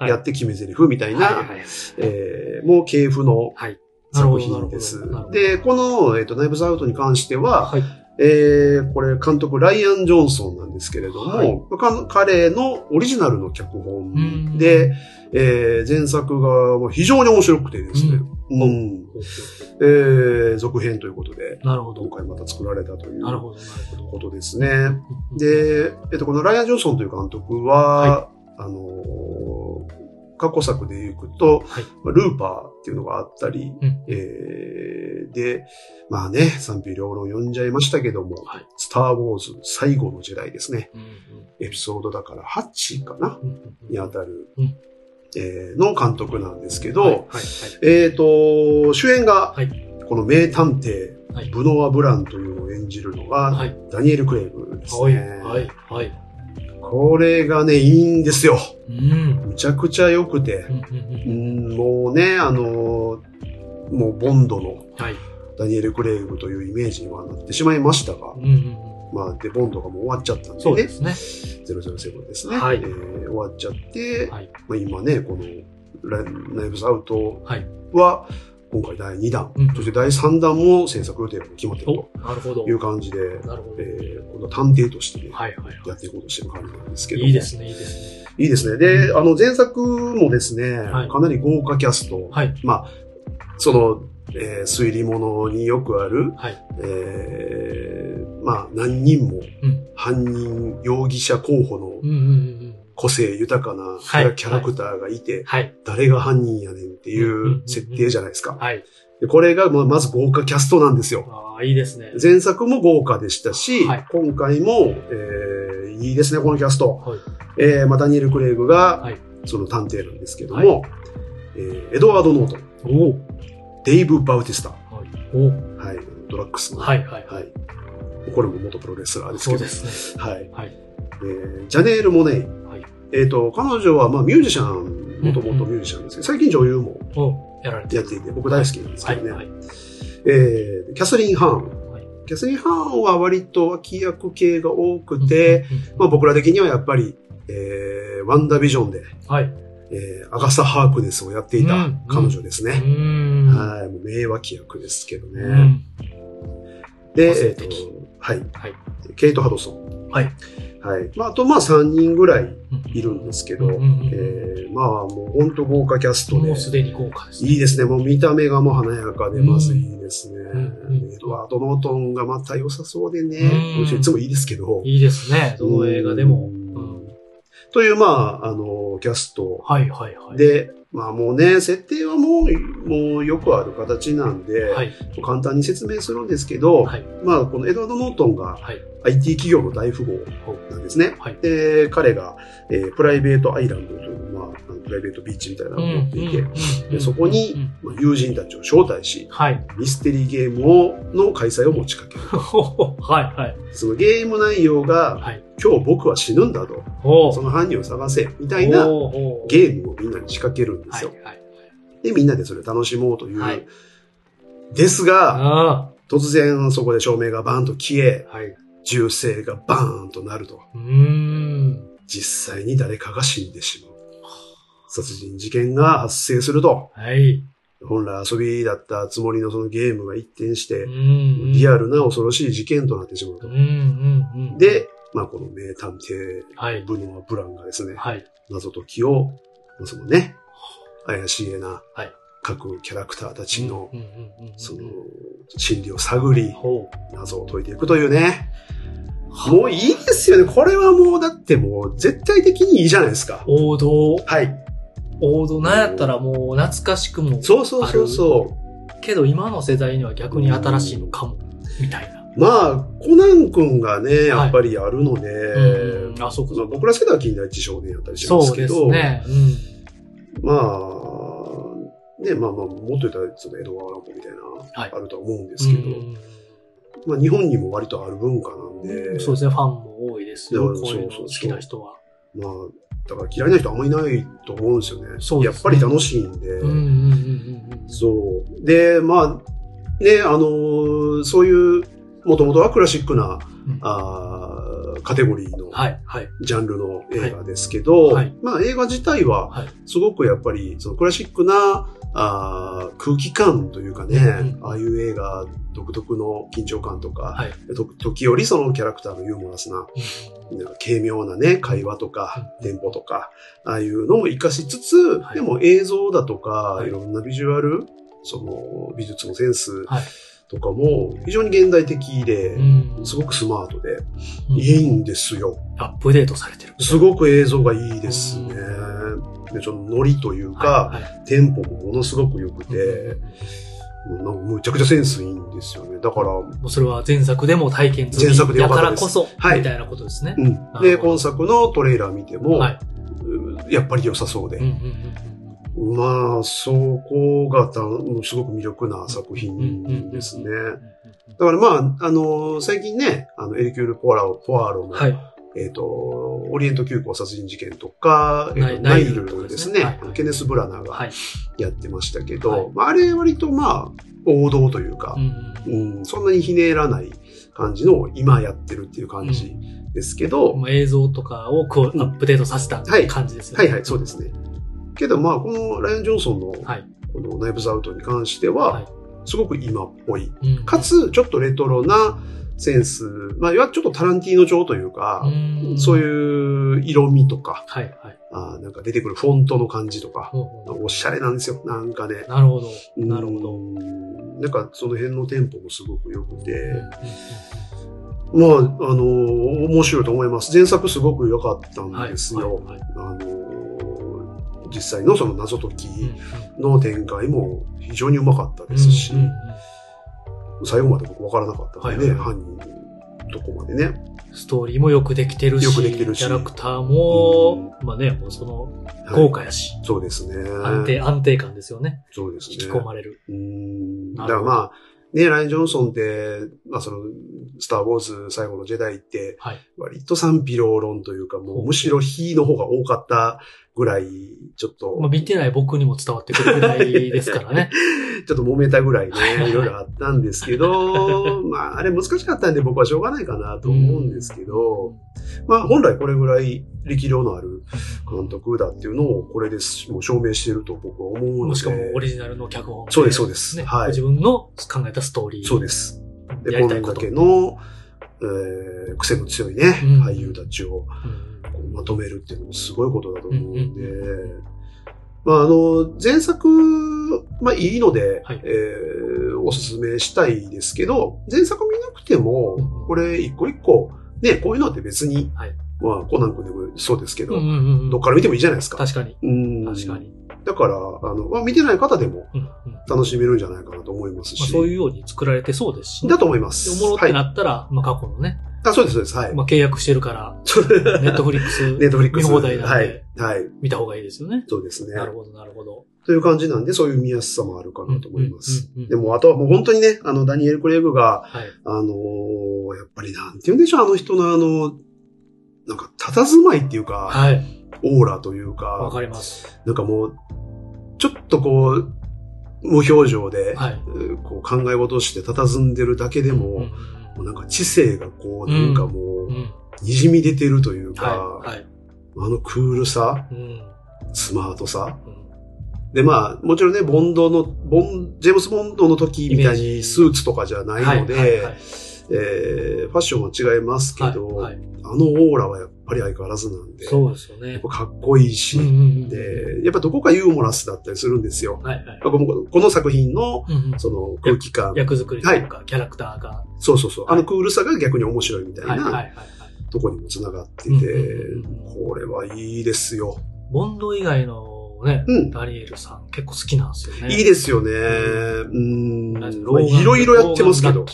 [SPEAKER 2] をやって決め台詞みたいな、
[SPEAKER 1] はいはいはい
[SPEAKER 2] えーもう系譜の
[SPEAKER 1] はい
[SPEAKER 2] 作品です。
[SPEAKER 1] なるほど
[SPEAKER 2] で、この、えっとナイブズアウトに関しては、
[SPEAKER 1] はい。
[SPEAKER 2] えーこれ監督ライアン・ジョンソンなんですけれども、
[SPEAKER 1] はい
[SPEAKER 2] か彼のオリジナルの脚本で、えー前作がもう非常に面白くてですね、うんえー続編ということで、
[SPEAKER 1] なるほど。
[SPEAKER 2] 今回また作られたという
[SPEAKER 1] なるほど、なるほ
[SPEAKER 2] こ
[SPEAKER 1] ど。
[SPEAKER 2] とですね。
[SPEAKER 1] うん、
[SPEAKER 2] で、えっと、このライアン・ジョンソンという監督は、あのー過去作でいくと、
[SPEAKER 1] はい
[SPEAKER 2] ルーパーっていうのがあったり、
[SPEAKER 1] うん
[SPEAKER 2] えーで、まあね、賛否両論呼んじゃいましたけども、
[SPEAKER 1] はい
[SPEAKER 2] スター・ウォーズ最後の時代ですね、
[SPEAKER 1] うん
[SPEAKER 2] エピソードだから8かな、
[SPEAKER 1] うんうんうん
[SPEAKER 2] にあたる、
[SPEAKER 1] うん
[SPEAKER 2] えーの監督なんですけど、
[SPEAKER 1] はいはい
[SPEAKER 2] えっ、と、主演が、
[SPEAKER 1] はい
[SPEAKER 2] この名探偵、
[SPEAKER 1] はい。はい。
[SPEAKER 2] ブノワ・ブランというのを演じるのが、
[SPEAKER 1] はい。
[SPEAKER 2] ダニエル・クレイブです
[SPEAKER 1] はい。
[SPEAKER 2] ね。
[SPEAKER 1] はい。はい。
[SPEAKER 2] これがね、いいんですよ。
[SPEAKER 1] うん。
[SPEAKER 2] むちゃくちゃ良くて
[SPEAKER 1] う。んう
[SPEAKER 2] うんん、もうね、あのーもうボンドの
[SPEAKER 1] うんはい。
[SPEAKER 2] ダニエル・クレイグというイメージにはなってしまいましたが
[SPEAKER 1] う、んうんうん
[SPEAKER 2] まあ、で、ボンドがもう終わっちゃったんで
[SPEAKER 1] そう
[SPEAKER 2] ね
[SPEAKER 1] で、すね。
[SPEAKER 2] 007ですね、
[SPEAKER 1] はい
[SPEAKER 2] えー終わっちゃって、
[SPEAKER 1] はい。
[SPEAKER 2] まあ、今ね、このライナイブズアウト
[SPEAKER 1] はい。
[SPEAKER 2] は、今回第2弾、
[SPEAKER 1] うん
[SPEAKER 2] そして第3弾も制作予定が決まってる
[SPEAKER 1] お、なるほど
[SPEAKER 2] とい。う感じで、
[SPEAKER 1] なるほ
[SPEAKER 2] え
[SPEAKER 1] ど。
[SPEAKER 2] ー、この探偵としてね、
[SPEAKER 1] はいはい
[SPEAKER 2] や
[SPEAKER 1] は
[SPEAKER 2] っていこうとしてる感じなんですけど
[SPEAKER 1] い。
[SPEAKER 2] も。
[SPEAKER 1] いいですね、いいですね。
[SPEAKER 2] いいですね。で、あの、前作もですね、
[SPEAKER 1] はい
[SPEAKER 2] かなり豪華キャスト、
[SPEAKER 1] はい。
[SPEAKER 2] まあ、その、えー推理物によくある、
[SPEAKER 1] はい。
[SPEAKER 2] えーまあ、何人も
[SPEAKER 1] うん、
[SPEAKER 2] 犯人、容疑者候補の
[SPEAKER 1] うんうんうんうん。
[SPEAKER 2] 個性豊かなキ
[SPEAKER 1] は
[SPEAKER 2] ャ
[SPEAKER 1] い
[SPEAKER 2] キャラクターがいて、
[SPEAKER 1] はい。
[SPEAKER 2] 誰が犯人やねんってい
[SPEAKER 1] んうんうん
[SPEAKER 2] う
[SPEAKER 1] うん
[SPEAKER 2] 設定じゃないですか。
[SPEAKER 1] はい。
[SPEAKER 2] でこれが、まあまず豪華キャストなんですよ。
[SPEAKER 1] ああ、いいですね。
[SPEAKER 2] 前作も豪華でしたし、
[SPEAKER 1] はい
[SPEAKER 2] 今回も、えーいいですね、このキャスト。
[SPEAKER 1] はい。
[SPEAKER 2] えーまあ、ダニエル・クレイグが、
[SPEAKER 1] はい
[SPEAKER 2] その探偵なんですけども、えーエドワード・ノートン、
[SPEAKER 1] おー
[SPEAKER 2] デイブ・バウティスタ、は
[SPEAKER 1] はい。おー
[SPEAKER 2] い、ドラッグスの、
[SPEAKER 1] はいはいは。
[SPEAKER 2] はいいこれも元プロレスラーです
[SPEAKER 1] そ
[SPEAKER 2] け
[SPEAKER 1] う
[SPEAKER 2] ど、
[SPEAKER 1] ですね。
[SPEAKER 2] はい
[SPEAKER 1] はい。
[SPEAKER 2] えージャネール・モネイ、
[SPEAKER 1] はい
[SPEAKER 2] えー、と彼女は、まあ、ミュージシャン、もともとミュージシャンですけど、最近女優も
[SPEAKER 1] おやられて
[SPEAKER 2] や
[SPEAKER 1] る
[SPEAKER 2] っていて、僕大好きなんです
[SPEAKER 1] は
[SPEAKER 2] け
[SPEAKER 1] い
[SPEAKER 2] どね、
[SPEAKER 1] はい。
[SPEAKER 2] えーキャサリン・ハーン、
[SPEAKER 1] はい
[SPEAKER 2] キャサリン・ハーンは割と脇役系が多くて、まあ、僕ら的にはやっぱり、えーワンダービジョンで、
[SPEAKER 1] はい。
[SPEAKER 2] えーアガサ・ハークネスをやっていた
[SPEAKER 1] うん
[SPEAKER 2] 彼女です
[SPEAKER 1] う
[SPEAKER 2] ね。
[SPEAKER 1] ーん
[SPEAKER 2] はい、もう名脇役ですけどね。
[SPEAKER 1] うん
[SPEAKER 2] で、
[SPEAKER 1] 個
[SPEAKER 2] え
[SPEAKER 1] 性
[SPEAKER 2] っ、と
[SPEAKER 1] 的、
[SPEAKER 2] はい、
[SPEAKER 1] はい。
[SPEAKER 2] ケイト・ハドソン。
[SPEAKER 1] はい。
[SPEAKER 2] はい。まあ、あと、まあ、3人ぐらいいるんですけど、
[SPEAKER 1] うんうんうん
[SPEAKER 2] えーまあ、もう本当豪華キャストで
[SPEAKER 1] もう、すでに豪華ですね。
[SPEAKER 2] いいですね。もう見た目がもう華やかで、
[SPEAKER 1] うん
[SPEAKER 2] まずいいですね。
[SPEAKER 1] んうん
[SPEAKER 2] エドワード・ノートンがまた良さそうでね、
[SPEAKER 1] うん
[SPEAKER 2] いつもいいですけど、
[SPEAKER 1] いいですね。どの映画でも。
[SPEAKER 2] うんという、まあ、あの、キャスト
[SPEAKER 1] はいはいはい。、
[SPEAKER 2] で、まあもうね、設定はもう、もうよくある形なんで、
[SPEAKER 1] はい。
[SPEAKER 2] 簡単に説明するんですけど、
[SPEAKER 1] はい。
[SPEAKER 2] まあこのエドワード・ノートンが
[SPEAKER 1] はい
[SPEAKER 2] IT 企業の大富豪なんですね。
[SPEAKER 1] はい
[SPEAKER 2] で、彼が、えープライベートアイランドという、まあ、あのプライベートビーチみたいな
[SPEAKER 1] う
[SPEAKER 2] のを
[SPEAKER 1] ん
[SPEAKER 2] 持っていて、
[SPEAKER 1] うんうん
[SPEAKER 2] でそこに
[SPEAKER 1] うん
[SPEAKER 2] まあ、友人たちを招待し、
[SPEAKER 1] はい。
[SPEAKER 2] ミステリーゲームをの開催を持ちかける。
[SPEAKER 1] はいはい。
[SPEAKER 2] そのゲーム内容が
[SPEAKER 1] はい。
[SPEAKER 2] 今日僕は死ぬんだと、
[SPEAKER 1] ほう。
[SPEAKER 2] その犯人を探せ、みたいな
[SPEAKER 1] ほうほう
[SPEAKER 2] ゲームをみんなに仕掛けるんです
[SPEAKER 1] はい
[SPEAKER 2] よ。
[SPEAKER 1] はい。
[SPEAKER 2] で、みんなでそれを楽しもうという。
[SPEAKER 1] はい
[SPEAKER 2] ですが、
[SPEAKER 1] あ
[SPEAKER 2] 突然そこで照明がバーンと消え、
[SPEAKER 1] あ。はい。う
[SPEAKER 2] 銃声がバーンとなると、
[SPEAKER 1] ーん。
[SPEAKER 2] 実際に誰かが死んでしまう。殺人事件が発生すると、
[SPEAKER 1] はい。
[SPEAKER 2] 本来遊びだったつもりのそのゲームが一転して、
[SPEAKER 1] ん
[SPEAKER 2] リア
[SPEAKER 1] ル。
[SPEAKER 2] ルな恐ろしい事件となってしまう
[SPEAKER 1] う
[SPEAKER 2] と
[SPEAKER 1] ん。うんうん。、
[SPEAKER 2] で、まあこの名探偵
[SPEAKER 1] はい。
[SPEAKER 2] ブノワ・ブランがですね、
[SPEAKER 1] はい。
[SPEAKER 2] 謎解きを、そのね、怪しげな
[SPEAKER 1] はい
[SPEAKER 2] 各キャラクターたちの、
[SPEAKER 1] うんうんうんうん
[SPEAKER 2] その、心理を探り、
[SPEAKER 1] ほ
[SPEAKER 2] 謎を解いていくというね。もういいですよね。これはもうだってもう絶対的にいいじゃないですか
[SPEAKER 1] う。。王道。
[SPEAKER 2] はい。
[SPEAKER 1] 王道。なんやったらもう懐かしくも。
[SPEAKER 2] そうそうそうそ
[SPEAKER 1] けど今の世代には逆に新しいのかも。みたいな。
[SPEAKER 2] う。まあ、コナン君がね、やっぱりやるので、
[SPEAKER 1] うんうんあ、そうか
[SPEAKER 2] ま
[SPEAKER 1] そ
[SPEAKER 2] あ
[SPEAKER 1] うか。
[SPEAKER 2] 僕ら世代は近代一少年やったりします
[SPEAKER 1] そう
[SPEAKER 2] け
[SPEAKER 1] で
[SPEAKER 2] ど、
[SPEAKER 1] すね。うん。
[SPEAKER 2] まあ、ね、まあまあ、もっと言ったら、その江戸川乱歩みたいな、
[SPEAKER 1] はい
[SPEAKER 2] あるとは思うんですけど、まあ日本にも割とある文化なん
[SPEAKER 1] う
[SPEAKER 2] で、
[SPEAKER 1] んそうですね。ファンも多いです
[SPEAKER 2] い
[SPEAKER 1] よ。
[SPEAKER 2] や
[SPEAKER 1] こういうの
[SPEAKER 2] そうそうそう
[SPEAKER 1] 好きな人は。
[SPEAKER 2] まあ、だから嫌いな人あんまりいないと思うんですよね。
[SPEAKER 1] そうですね
[SPEAKER 2] やっぱり楽しいんで、
[SPEAKER 1] うんうんうんうんうん。
[SPEAKER 2] そう。で、まあ、ね、あのーそういう、もともとはクラシックな、
[SPEAKER 1] うん
[SPEAKER 2] あーカテゴリーの
[SPEAKER 1] はい、はい。
[SPEAKER 2] ジャンルの映画ですけど、
[SPEAKER 1] はいはい
[SPEAKER 2] まあ映画自体は
[SPEAKER 1] はい、
[SPEAKER 2] すごくやっぱり、そのクラシックな、あー空気感というかね、
[SPEAKER 1] うん
[SPEAKER 2] ああいう映画独特の緊張感とか、
[SPEAKER 1] はい
[SPEAKER 2] と時折そのキャラクターのユーモラスな、なんか軽妙なね、会話とか、
[SPEAKER 1] うん
[SPEAKER 2] テンポとか、ああいうのも活かしつつ、
[SPEAKER 1] はい
[SPEAKER 2] でも映像だとか、
[SPEAKER 1] はい
[SPEAKER 2] い、ろんなビジュアル、その美術のセンス
[SPEAKER 1] はい
[SPEAKER 2] とかも非常に現代的で、
[SPEAKER 1] うん
[SPEAKER 2] すごくスマートで、
[SPEAKER 1] うん
[SPEAKER 2] いいんですよ。
[SPEAKER 1] アップデートされてる。
[SPEAKER 2] すごく映像がいいですね
[SPEAKER 1] う。
[SPEAKER 2] でそのノリというか、
[SPEAKER 1] はいはい
[SPEAKER 2] テンポもものすごく良くて
[SPEAKER 1] うん、
[SPEAKER 2] もうなんかむちゃくちゃセンスいいんですよね。だから、
[SPEAKER 1] もうそれは前作でも体験済み
[SPEAKER 2] 前作でよかったです
[SPEAKER 1] やからこそ、
[SPEAKER 2] はい
[SPEAKER 1] みたいなことですね。
[SPEAKER 2] うん
[SPEAKER 1] ほど
[SPEAKER 2] で、今作のトレーラー見ても、
[SPEAKER 1] はい。
[SPEAKER 2] やっぱり良さそうで、
[SPEAKER 1] うんうんうん
[SPEAKER 2] まあ、そこがたすごく魅力な作
[SPEAKER 1] うんうんうんうん
[SPEAKER 2] 品ですね。だからまあ、あの、最近ね、あの、エリキュール・ポアロ、ポアロの、
[SPEAKER 1] はい。
[SPEAKER 2] えっ、と、オリエント急行殺人事件とか、えーとナ
[SPEAKER 1] ナイ
[SPEAKER 2] イ
[SPEAKER 1] ナイ
[SPEAKER 2] ル
[SPEAKER 1] ルとか
[SPEAKER 2] で
[SPEAKER 1] ですす
[SPEAKER 2] ね、
[SPEAKER 1] ねはいはい
[SPEAKER 2] ケネス・ブラナー
[SPEAKER 1] は
[SPEAKER 2] が
[SPEAKER 1] い。
[SPEAKER 2] やってましたけど、
[SPEAKER 1] はい
[SPEAKER 2] まあ、あれ割とまあ、王道というか
[SPEAKER 1] う、んうん
[SPEAKER 2] うんそんなにひねらない感じのを今やってるっていう感じですけど、
[SPEAKER 1] もう映像とかをこうアップデートさせた
[SPEAKER 2] はい
[SPEAKER 1] 感じですよ
[SPEAKER 2] は
[SPEAKER 1] ね。
[SPEAKER 2] いはい、そうですね。けどまあ、このライアン・ジョンソンの、
[SPEAKER 1] はい
[SPEAKER 2] このナイブズアウトに関して
[SPEAKER 1] は、
[SPEAKER 2] はいすごく今っぽい。
[SPEAKER 1] うん。
[SPEAKER 2] かつ、ちょっとレトロなセンス、まあ、いわゆるちょっとタランティーノ調というか、
[SPEAKER 1] うん、
[SPEAKER 2] そ
[SPEAKER 1] う。
[SPEAKER 2] ういう色味とか、
[SPEAKER 1] はいはい。
[SPEAKER 2] あーなんか出てくるフォントの感じとか、
[SPEAKER 1] ほうほう
[SPEAKER 2] おしゃれなんですよ、なんかね。
[SPEAKER 1] なるほど。なるほど。
[SPEAKER 2] うん。なんかその辺のテンポもすごく良くて、
[SPEAKER 1] うんうんうん
[SPEAKER 2] まあ、あのー面白いと思います。前作すごく良かったんですよ。
[SPEAKER 1] はいはい
[SPEAKER 2] あのー実際のその謎解きの展開も非常にうまかったですし、
[SPEAKER 1] うんうんうん
[SPEAKER 2] 最後まで僕分からなかったんでね、
[SPEAKER 1] はいはい
[SPEAKER 2] 犯人のとこまでね。
[SPEAKER 1] ストーリーもよくできてるし、
[SPEAKER 2] よくできてるし
[SPEAKER 1] キャラクターも、まあね、もうその、
[SPEAKER 2] はい
[SPEAKER 1] 豪華やし、
[SPEAKER 2] そうですね。
[SPEAKER 1] 安定、安定感ですよね。
[SPEAKER 2] そうですね。
[SPEAKER 1] 引き込まれる。
[SPEAKER 2] うん。だ
[SPEAKER 1] なる
[SPEAKER 2] から
[SPEAKER 1] ほど
[SPEAKER 2] まあ、ね、ライアン・ジョンソンって、まあその、スター・ウォーズ最後のジェダイって、
[SPEAKER 1] はい。
[SPEAKER 2] 割と賛否両論というか、も
[SPEAKER 1] ほ
[SPEAKER 2] う
[SPEAKER 1] う
[SPEAKER 2] むしろ非の方が多かったぐらい、ちょっと。
[SPEAKER 1] まあ、見てない僕にも伝わってくるぐらいですからね。
[SPEAKER 2] ちょっと揉めたぐらい
[SPEAKER 1] はいはいは
[SPEAKER 2] ね、
[SPEAKER 1] い
[SPEAKER 2] いろいろあったんです けど、まあ、あれ難しかったんで僕はしょうがないかなと思うんです けど、まあ、本来これぐらい力量のある監督だっていうのを、これです、もう証明してると僕は思うので。
[SPEAKER 1] もしかもオリジナルの脚本
[SPEAKER 2] そうですそうです
[SPEAKER 1] ね
[SPEAKER 2] はい
[SPEAKER 1] 自分の考えたストーリー。
[SPEAKER 2] そうです。で、
[SPEAKER 1] やり
[SPEAKER 2] こん
[SPEAKER 1] た
[SPEAKER 2] だ
[SPEAKER 1] いこと。
[SPEAKER 2] けの、えー癖の強いね、
[SPEAKER 1] うん
[SPEAKER 2] 俳優たちを
[SPEAKER 1] うん
[SPEAKER 2] こうまとめるっていうのもすごいことだと思うんで、
[SPEAKER 1] うん
[SPEAKER 2] まあ、あの、前作、まあいいので、
[SPEAKER 1] はい
[SPEAKER 2] えーおすすめしたいですけど、前作見なくても
[SPEAKER 1] う、ん
[SPEAKER 2] これ一個一個、ね、こういうのって別に、
[SPEAKER 1] はい
[SPEAKER 2] まあコナン君でもそうですけど、
[SPEAKER 1] うんうんうんうん
[SPEAKER 2] どっから見てもいいじゃないですか。
[SPEAKER 1] 確かに。
[SPEAKER 2] うん
[SPEAKER 1] 確かに。
[SPEAKER 2] だから、あの、まあ、見てない方でも
[SPEAKER 1] うんうんま
[SPEAKER 2] 楽しめるんじゃないかなと思います
[SPEAKER 1] あ、
[SPEAKER 2] し、
[SPEAKER 1] そういうように作られてそうですし、ね。
[SPEAKER 2] だと思います。
[SPEAKER 1] でおもろっ
[SPEAKER 2] は
[SPEAKER 1] て
[SPEAKER 2] い。
[SPEAKER 1] なったら、まあ過去のね、
[SPEAKER 2] あ、そうです、そうです。はい。
[SPEAKER 1] まあ契約してるから、 ネットフリックス
[SPEAKER 2] ネットフリックス。
[SPEAKER 1] 見放題なんで
[SPEAKER 2] はい。はい。
[SPEAKER 1] 見た方がいいですよね。
[SPEAKER 2] そうですね。
[SPEAKER 1] なるほど、なるほど。
[SPEAKER 2] という感じなんで、そういう見やすさもあるかなと思います。
[SPEAKER 1] うんうんうんうん
[SPEAKER 2] でも、あとはもう本当にね、あの、ダニエル・クレイグが、
[SPEAKER 1] はい。
[SPEAKER 2] あのーやっぱりなんて言うんでしょう、あの人のあの、佇まいっていうか、
[SPEAKER 1] はい。
[SPEAKER 2] オーラという
[SPEAKER 1] わ
[SPEAKER 2] か、
[SPEAKER 1] かります。
[SPEAKER 2] なんかもう、ちょっとこう、無表情で、
[SPEAKER 1] はい。
[SPEAKER 2] こう考え事をして佇んでるだけでも、
[SPEAKER 1] うん
[SPEAKER 2] もうなんか知性がこう、なんかも
[SPEAKER 1] うんう
[SPEAKER 2] う、
[SPEAKER 1] ん。
[SPEAKER 2] 滲み出てるというか、
[SPEAKER 1] はい。はい。
[SPEAKER 2] あのクールさ、
[SPEAKER 1] うん。
[SPEAKER 2] スマートさ。
[SPEAKER 1] うん
[SPEAKER 2] で、まあ、もちろんね、ボンドの、ボン、ジェームス・ボンドの時みたい
[SPEAKER 1] イメージ
[SPEAKER 2] にスーツとかじゃないので、
[SPEAKER 1] はいはいはい
[SPEAKER 2] えーファッションは違いますけど、
[SPEAKER 1] はいはい
[SPEAKER 2] あのオーラはやっぱり相変わらずなんで、
[SPEAKER 1] そうですよね。
[SPEAKER 2] やっぱかっこいいし、
[SPEAKER 1] うんうんうん
[SPEAKER 2] で、やっぱどこかユーモラスだったりするんですよ。
[SPEAKER 1] はいはい。
[SPEAKER 2] このこの作品の、
[SPEAKER 1] うんうん
[SPEAKER 2] その空気感、
[SPEAKER 1] 役作りというか、キャラクターが。
[SPEAKER 2] そうそうそう、あのクールさが逆に面白いみたい
[SPEAKER 1] はいはいは
[SPEAKER 2] ない
[SPEAKER 1] はい。
[SPEAKER 2] とこにも繋がってて、
[SPEAKER 1] うんうんうん
[SPEAKER 2] これはいいですよ。
[SPEAKER 1] ボンド以外のね、
[SPEAKER 2] うん
[SPEAKER 1] ダリエルさん結構好きなんですよね。
[SPEAKER 2] いいですよね。うん。まあいろいろやってますけど。